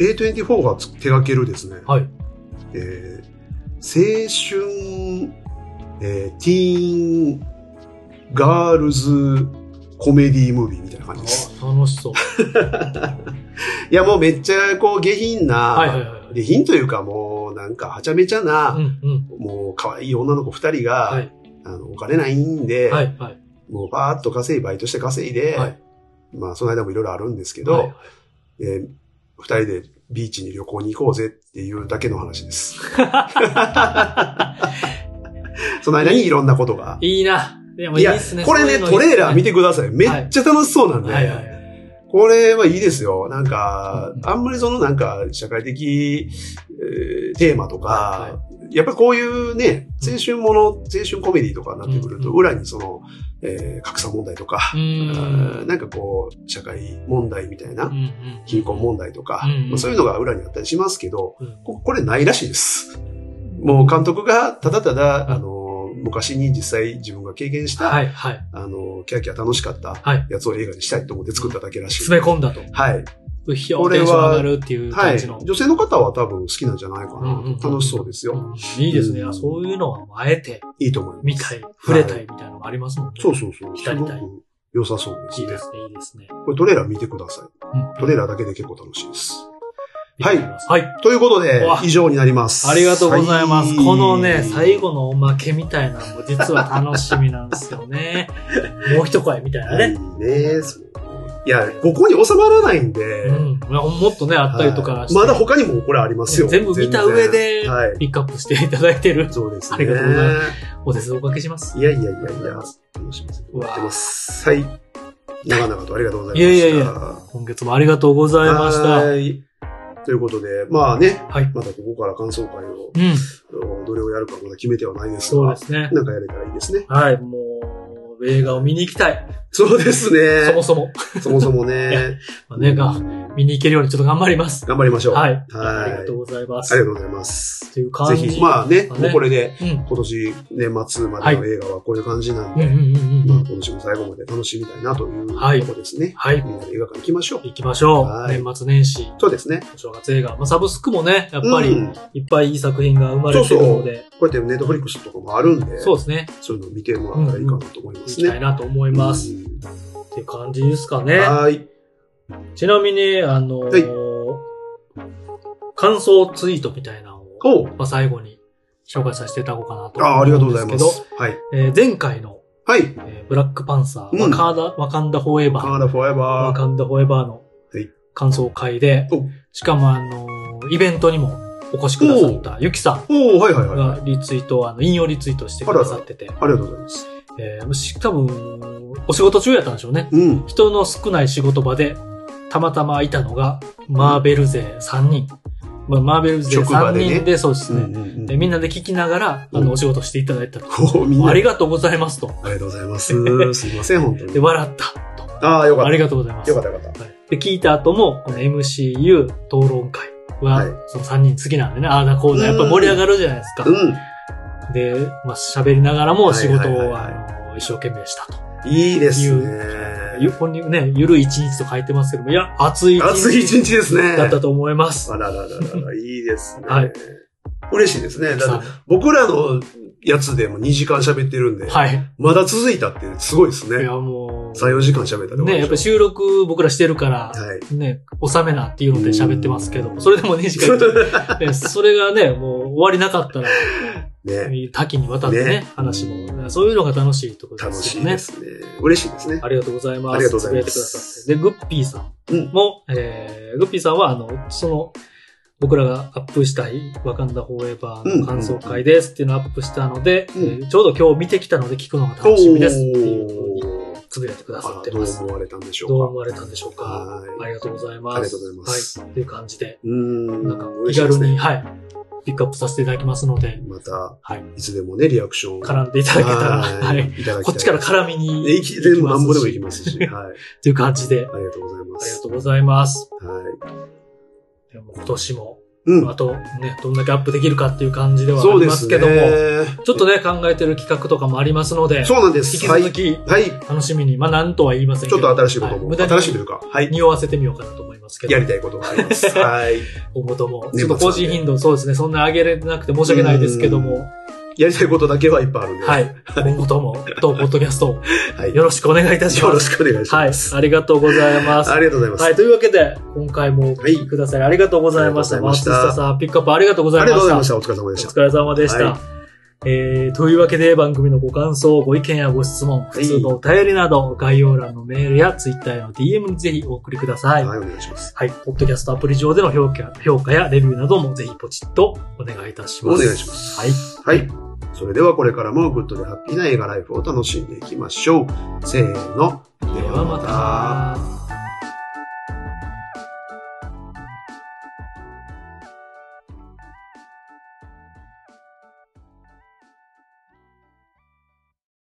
[SPEAKER 2] A24 が手掛けるですね、
[SPEAKER 1] はい。
[SPEAKER 2] えー青春、えーティーンガールズコメディームービーみたいな感じです。
[SPEAKER 1] あ楽しそう。
[SPEAKER 2] いや、もうめっちゃこう下品な、
[SPEAKER 1] はいはいはいはい。
[SPEAKER 2] 下品というかもうなんかはちゃめちゃな、
[SPEAKER 1] うんうん。
[SPEAKER 2] もう可愛い女の子二人が、
[SPEAKER 1] はい。
[SPEAKER 2] あのお金ないんで、
[SPEAKER 1] はい。はい。
[SPEAKER 2] もうバーッと稼い、バイトして稼いで、
[SPEAKER 1] はい
[SPEAKER 2] まあその間もいろいろあるんですけ
[SPEAKER 1] はい
[SPEAKER 2] ど、えー二人でビーチに旅行に行こうぜっていうだけの話です。 その間にいろんなことが。
[SPEAKER 1] いいな。いや、もう
[SPEAKER 2] い
[SPEAKER 1] いい
[SPEAKER 2] や
[SPEAKER 1] っすね。
[SPEAKER 2] これね、トレーラー見
[SPEAKER 1] て。
[SPEAKER 2] てください。めっちゃ楽しそうなんで、
[SPEAKER 1] はいはいはい。
[SPEAKER 2] これはいいですよ。なんか
[SPEAKER 1] う、ん
[SPEAKER 2] あんまりそのなんか、社会的、えーテーマとか、
[SPEAKER 1] はい
[SPEAKER 2] やっぱりこういうね、青春もの、青春コメディとかになってくると、
[SPEAKER 1] うん
[SPEAKER 2] 裏にその、えー格差問題とか、
[SPEAKER 1] うー
[SPEAKER 2] あー
[SPEAKER 1] ん。
[SPEAKER 2] なんかこう、社会問題みたいな、
[SPEAKER 1] うんうん
[SPEAKER 2] 貧困問題とか、
[SPEAKER 1] うん
[SPEAKER 2] まあそういうのが裏にあったりしますけど、
[SPEAKER 1] うん
[SPEAKER 2] ここれないらしいです。もう監督がただただ、
[SPEAKER 1] うん
[SPEAKER 2] あの、昔に実際自分が経験した、
[SPEAKER 1] はいはい。
[SPEAKER 2] あの、キャーキャー楽しかった
[SPEAKER 1] はい
[SPEAKER 2] やつを映画にしたいと思って作っただけらしい。
[SPEAKER 1] 詰め込んだと。
[SPEAKER 2] はい。
[SPEAKER 1] うひょ
[SPEAKER 2] こ
[SPEAKER 1] ー、
[SPEAKER 2] れ
[SPEAKER 1] テ
[SPEAKER 2] は
[SPEAKER 1] ンション上がるっていう
[SPEAKER 2] は
[SPEAKER 1] 感
[SPEAKER 2] い。
[SPEAKER 1] じの。
[SPEAKER 2] 女性の方は多分好きなんじゃない
[SPEAKER 1] う
[SPEAKER 2] かな。
[SPEAKER 1] んうんうん
[SPEAKER 2] 楽しそうですよ。
[SPEAKER 1] うんいいですね。
[SPEAKER 2] うん
[SPEAKER 1] あそういうのは、あえて、
[SPEAKER 2] いいと思います。
[SPEAKER 1] 見たい、触れたいみたいなのもありますもんね。
[SPEAKER 2] そうそうそう。
[SPEAKER 1] 浸
[SPEAKER 2] す
[SPEAKER 1] り
[SPEAKER 2] ご
[SPEAKER 1] たい
[SPEAKER 2] く良さそうです
[SPEAKER 1] いい
[SPEAKER 2] ね。
[SPEAKER 1] ですね、いいですね。
[SPEAKER 2] これトレーラー見てください。
[SPEAKER 1] うん
[SPEAKER 2] トレーラーだけで結構楽しいです。
[SPEAKER 1] いいと思ますはい。
[SPEAKER 2] ということで
[SPEAKER 1] うわ、
[SPEAKER 2] 以上になります。
[SPEAKER 1] ありがとうございます。
[SPEAKER 2] は
[SPEAKER 1] このね、最。後のおまけみたいなのも実は楽しみなんですよ ね。もう一声みたいな
[SPEAKER 2] はい
[SPEAKER 1] ね。
[SPEAKER 2] ねそういや、ここに収まらないんで、
[SPEAKER 1] うん。もっとね、あったりとかして
[SPEAKER 2] まだ他にもこれありますよ。
[SPEAKER 1] 全部見た上で
[SPEAKER 2] 全然はい。
[SPEAKER 1] ピックアップしていただいてる
[SPEAKER 2] そうですね。
[SPEAKER 1] ありがとうございまお手数おかけします。
[SPEAKER 2] いやいやいやいや、楽しみです。待ってます。はい。長々とありがとうございました。
[SPEAKER 1] いやいやいや今月もありがとうございました。
[SPEAKER 2] はい。ということで、まあね、
[SPEAKER 1] はい。
[SPEAKER 2] またここから感想会を、
[SPEAKER 1] うん。
[SPEAKER 2] どれをやるかまだ決めてはないです
[SPEAKER 1] そう
[SPEAKER 2] が
[SPEAKER 1] で、すね。
[SPEAKER 2] なんかやれたらいいですね。
[SPEAKER 1] はい。もう、映画を見に行きたい。
[SPEAKER 2] そうですね。
[SPEAKER 1] そもそも。
[SPEAKER 2] そもそもね。
[SPEAKER 1] まあね、が見に行けるようにちょっと頑張ります。
[SPEAKER 2] 頑張りましょう。
[SPEAKER 1] はい。
[SPEAKER 2] はい
[SPEAKER 1] ありがとうございま
[SPEAKER 2] あ
[SPEAKER 1] す。
[SPEAKER 2] り
[SPEAKER 1] っ
[SPEAKER 2] がとうございます。
[SPEAKER 1] ていう感
[SPEAKER 2] ぜ
[SPEAKER 1] じ。
[SPEAKER 2] ひ、まあね、
[SPEAKER 1] まあね
[SPEAKER 2] もうこれで、
[SPEAKER 1] うん。
[SPEAKER 2] 今年年末までの映画はこういう感じなん
[SPEAKER 1] うん
[SPEAKER 2] で、
[SPEAKER 1] うんうんう
[SPEAKER 2] まあ
[SPEAKER 1] ん。
[SPEAKER 2] 今年も最後まで楽しみたいなという
[SPEAKER 1] はい
[SPEAKER 2] ところですね。
[SPEAKER 1] はい。
[SPEAKER 2] みんなで映画館行きましょう。
[SPEAKER 1] 行きましょう。
[SPEAKER 2] はい
[SPEAKER 1] 年末年始、
[SPEAKER 2] そうですね。
[SPEAKER 1] お正月映画。まあ、サブスクもね、やっぱ
[SPEAKER 2] う
[SPEAKER 1] り
[SPEAKER 2] んこ
[SPEAKER 1] いっぱいいい作品が生まれてるので、
[SPEAKER 2] うやってネットフリックスとかもあるんで、
[SPEAKER 1] そうですね。
[SPEAKER 2] そういうのを見てもらったらいいかなと思いま
[SPEAKER 1] 行
[SPEAKER 2] す
[SPEAKER 1] きたい
[SPEAKER 2] ね。
[SPEAKER 1] なと思い
[SPEAKER 2] い
[SPEAKER 1] ます。。っていう感じですかね。
[SPEAKER 2] はい。
[SPEAKER 1] ちなみに、あのー
[SPEAKER 2] はい
[SPEAKER 1] 感想ツイートみたいなのを、
[SPEAKER 2] おう
[SPEAKER 1] まあ、最後に紹介させていただこうかなと
[SPEAKER 2] ああ、ありがとうござい
[SPEAKER 1] 思ん
[SPEAKER 2] ま。
[SPEAKER 1] です
[SPEAKER 2] はい。
[SPEAKER 1] けど、えー前回の、
[SPEAKER 2] はい。
[SPEAKER 1] えーブラックパンサー、
[SPEAKER 2] う
[SPEAKER 1] ワ
[SPEAKER 2] ん
[SPEAKER 1] カーダ、ワカンダフォーエバ
[SPEAKER 2] カ
[SPEAKER 1] ー、
[SPEAKER 2] ナダフォーエ
[SPEAKER 1] ワ
[SPEAKER 2] バー。
[SPEAKER 1] カンダフォーエバーの
[SPEAKER 2] はい
[SPEAKER 1] 感想会で、
[SPEAKER 2] お
[SPEAKER 1] しかもあのーイベントにもお越しくださったゆきさん
[SPEAKER 2] おーはいはいはい。
[SPEAKER 1] がリツイート、あの、引用リツイートしてくださってて、
[SPEAKER 2] ありがとうございます。
[SPEAKER 1] えー、し多分、お仕事中やったんでしょうね。
[SPEAKER 2] うん。
[SPEAKER 1] 人の少ない仕事場で、たまたまいたのが、マーベル勢3人。まあ、マーベル勢
[SPEAKER 2] 職場
[SPEAKER 1] 3
[SPEAKER 2] でね
[SPEAKER 1] 人で、そうです
[SPEAKER 2] うん
[SPEAKER 1] ね、
[SPEAKER 2] うんう
[SPEAKER 1] で
[SPEAKER 2] ん。
[SPEAKER 1] みんなで聞きながら、あ
[SPEAKER 2] うん
[SPEAKER 1] の、お仕事していただいたと。
[SPEAKER 2] こう、みんな。
[SPEAKER 1] あ
[SPEAKER 2] あ
[SPEAKER 1] り
[SPEAKER 2] り
[SPEAKER 1] がとうございますと。
[SPEAKER 2] がとうござ います。すいません、本当
[SPEAKER 1] で、
[SPEAKER 2] に。
[SPEAKER 1] 笑ったと。
[SPEAKER 2] ああ、よかっ
[SPEAKER 1] あ
[SPEAKER 2] た。
[SPEAKER 1] り
[SPEAKER 2] よ
[SPEAKER 1] がとうございます。
[SPEAKER 2] かった、よかった。
[SPEAKER 1] はいで、聞いた後も、この MCU 討論会
[SPEAKER 2] はい
[SPEAKER 1] は、その3人好きなんでね、ああだこうだ、やっぱ盛り上がるじゃないですか。
[SPEAKER 2] う
[SPEAKER 1] で、まあ、喋りながらも仕事
[SPEAKER 2] はいはい
[SPEAKER 1] を、
[SPEAKER 2] はい
[SPEAKER 1] あの、一生懸命したと。
[SPEAKER 2] ん。いいですね。
[SPEAKER 1] ゆここにね、ゆるい一日と書いてますけども、いや、暑い一日。
[SPEAKER 2] 暑い一日ですね。
[SPEAKER 1] だったと思います。
[SPEAKER 2] あららららら、いいですね。
[SPEAKER 1] はい
[SPEAKER 2] 嬉しいですね。だって
[SPEAKER 1] さ
[SPEAKER 2] 僕らのやつでも2時間喋ってるんで、
[SPEAKER 1] あはい。い
[SPEAKER 2] まだ続いたってすごいですね
[SPEAKER 1] や、。も
[SPEAKER 2] 3、4時間喋った
[SPEAKER 1] う、
[SPEAKER 2] と
[SPEAKER 1] ね、やっぱり収録僕らしてるから、
[SPEAKER 2] はい。
[SPEAKER 1] ね、収めなっていうので喋ってますけど
[SPEAKER 2] うん
[SPEAKER 1] も、それでも ね、しかねそれがね、もう終わりなかったら、
[SPEAKER 2] ね、
[SPEAKER 1] 多岐にわたってね
[SPEAKER 2] ね、
[SPEAKER 1] 話も、そういうのが楽しいところで
[SPEAKER 2] 楽
[SPEAKER 1] す
[SPEAKER 2] し
[SPEAKER 1] よ
[SPEAKER 2] いで
[SPEAKER 1] ね。
[SPEAKER 2] すね。嬉しいですね。
[SPEAKER 1] ありがとうございます。
[SPEAKER 2] ありがとうございます
[SPEAKER 1] つぶやてくださってで、グッピーさんも、えー、グッピーさんは、あの、その、僕らがアップしたい、わかんだフォーエバーの感想会ですっていうのをアップしたので、
[SPEAKER 2] うん
[SPEAKER 1] えーちょうど今日見てきたので聞くのが
[SPEAKER 2] お
[SPEAKER 1] 楽しみですっていうふうに
[SPEAKER 2] ー
[SPEAKER 1] つぶやいてくださ
[SPEAKER 2] あ
[SPEAKER 1] って
[SPEAKER 2] どう
[SPEAKER 1] ます。
[SPEAKER 2] 思われたんでしょうか。
[SPEAKER 1] どう思われたんでしょうか。
[SPEAKER 2] はい。
[SPEAKER 1] ありがとうございます。
[SPEAKER 2] ありがとうございます
[SPEAKER 1] はい。っていう感じで、
[SPEAKER 2] うーん。
[SPEAKER 1] なんか
[SPEAKER 2] 嬉
[SPEAKER 1] 気
[SPEAKER 2] しいで
[SPEAKER 1] 軽
[SPEAKER 2] す
[SPEAKER 1] に、
[SPEAKER 2] ね。
[SPEAKER 1] はい、ピックアップさせていただきますので、
[SPEAKER 2] また、
[SPEAKER 1] はい、
[SPEAKER 2] いつでもね、リアクションを。
[SPEAKER 1] 絡んでいただけたら、は、
[SPEAKER 2] はいい。いただきたい
[SPEAKER 1] こっちから絡みに
[SPEAKER 2] で、いき、全部なんぼでもいきますすし。はい。
[SPEAKER 1] っていう感じで、
[SPEAKER 2] ありがとうございま
[SPEAKER 1] ありが
[SPEAKER 2] す。
[SPEAKER 1] とうございます。
[SPEAKER 2] はい。
[SPEAKER 1] でも今年も、
[SPEAKER 2] うん。
[SPEAKER 1] あとね、どんだけアップできるかっていう感じではあ
[SPEAKER 2] そう
[SPEAKER 1] り
[SPEAKER 2] で
[SPEAKER 1] ます
[SPEAKER 2] す
[SPEAKER 1] け
[SPEAKER 2] ね。
[SPEAKER 1] ども、ちょっとね、考えてる企画とかもありますので、
[SPEAKER 2] そうなんで
[SPEAKER 1] 引き
[SPEAKER 2] す。はい。
[SPEAKER 1] 続き
[SPEAKER 2] はい。
[SPEAKER 1] 楽しみに、まあなんとは言いません
[SPEAKER 2] ち
[SPEAKER 1] け
[SPEAKER 2] ょっ
[SPEAKER 1] ど、
[SPEAKER 2] と新しいことも、
[SPEAKER 1] はい無駄に
[SPEAKER 2] 新しいというか、はい。
[SPEAKER 1] 匂わせてみようかなと思いますけど、
[SPEAKER 2] やりたいことがあります。はい。
[SPEAKER 1] 今後とも、
[SPEAKER 2] 年
[SPEAKER 1] ち
[SPEAKER 2] 末
[SPEAKER 1] ょっと更新頻度、そうですね、そんな上げれなくて申し訳ないですけど
[SPEAKER 2] う
[SPEAKER 1] も、
[SPEAKER 2] やりたいことだけはいっぱいあるんで。
[SPEAKER 1] は。い、今後とも、当ポッドキャストを
[SPEAKER 2] はい。
[SPEAKER 1] よ
[SPEAKER 2] よ
[SPEAKER 1] ろしくお願いいたしま
[SPEAKER 2] ろ
[SPEAKER 1] す。
[SPEAKER 2] しくお願いし
[SPEAKER 1] はい
[SPEAKER 2] ま、す。
[SPEAKER 1] ありがとうございます
[SPEAKER 2] あ。りがとうございます。
[SPEAKER 1] はい、というわけで、今回もお聞きくださりありがとうございました。
[SPEAKER 2] はいありがとうございまし
[SPEAKER 1] 松
[SPEAKER 2] た
[SPEAKER 1] 下さん、ピックアップありがとうござ
[SPEAKER 2] あ
[SPEAKER 1] い
[SPEAKER 2] り
[SPEAKER 1] ま
[SPEAKER 2] がとうご
[SPEAKER 1] し
[SPEAKER 2] ざい
[SPEAKER 1] た
[SPEAKER 2] まし。た。お疲れ様でした
[SPEAKER 1] お。疲れ様でした。
[SPEAKER 2] は
[SPEAKER 1] えー、というわけで番組のご感想、ご意見やご質問、普通のお便りなど、概要欄のメールやツイッターへの DM にぜひお送りください。は。
[SPEAKER 2] はいい、お願いします。
[SPEAKER 1] ポッドキャストアプリ上での評価評価やレビューなどもぜひポチッとお願いいたし
[SPEAKER 2] お
[SPEAKER 1] ます。
[SPEAKER 2] 願いします。
[SPEAKER 1] はい。
[SPEAKER 2] はい。それではこれからもグッドでハッピーな映画ライフを楽しんでいきましょう。せーの。
[SPEAKER 1] ではまた。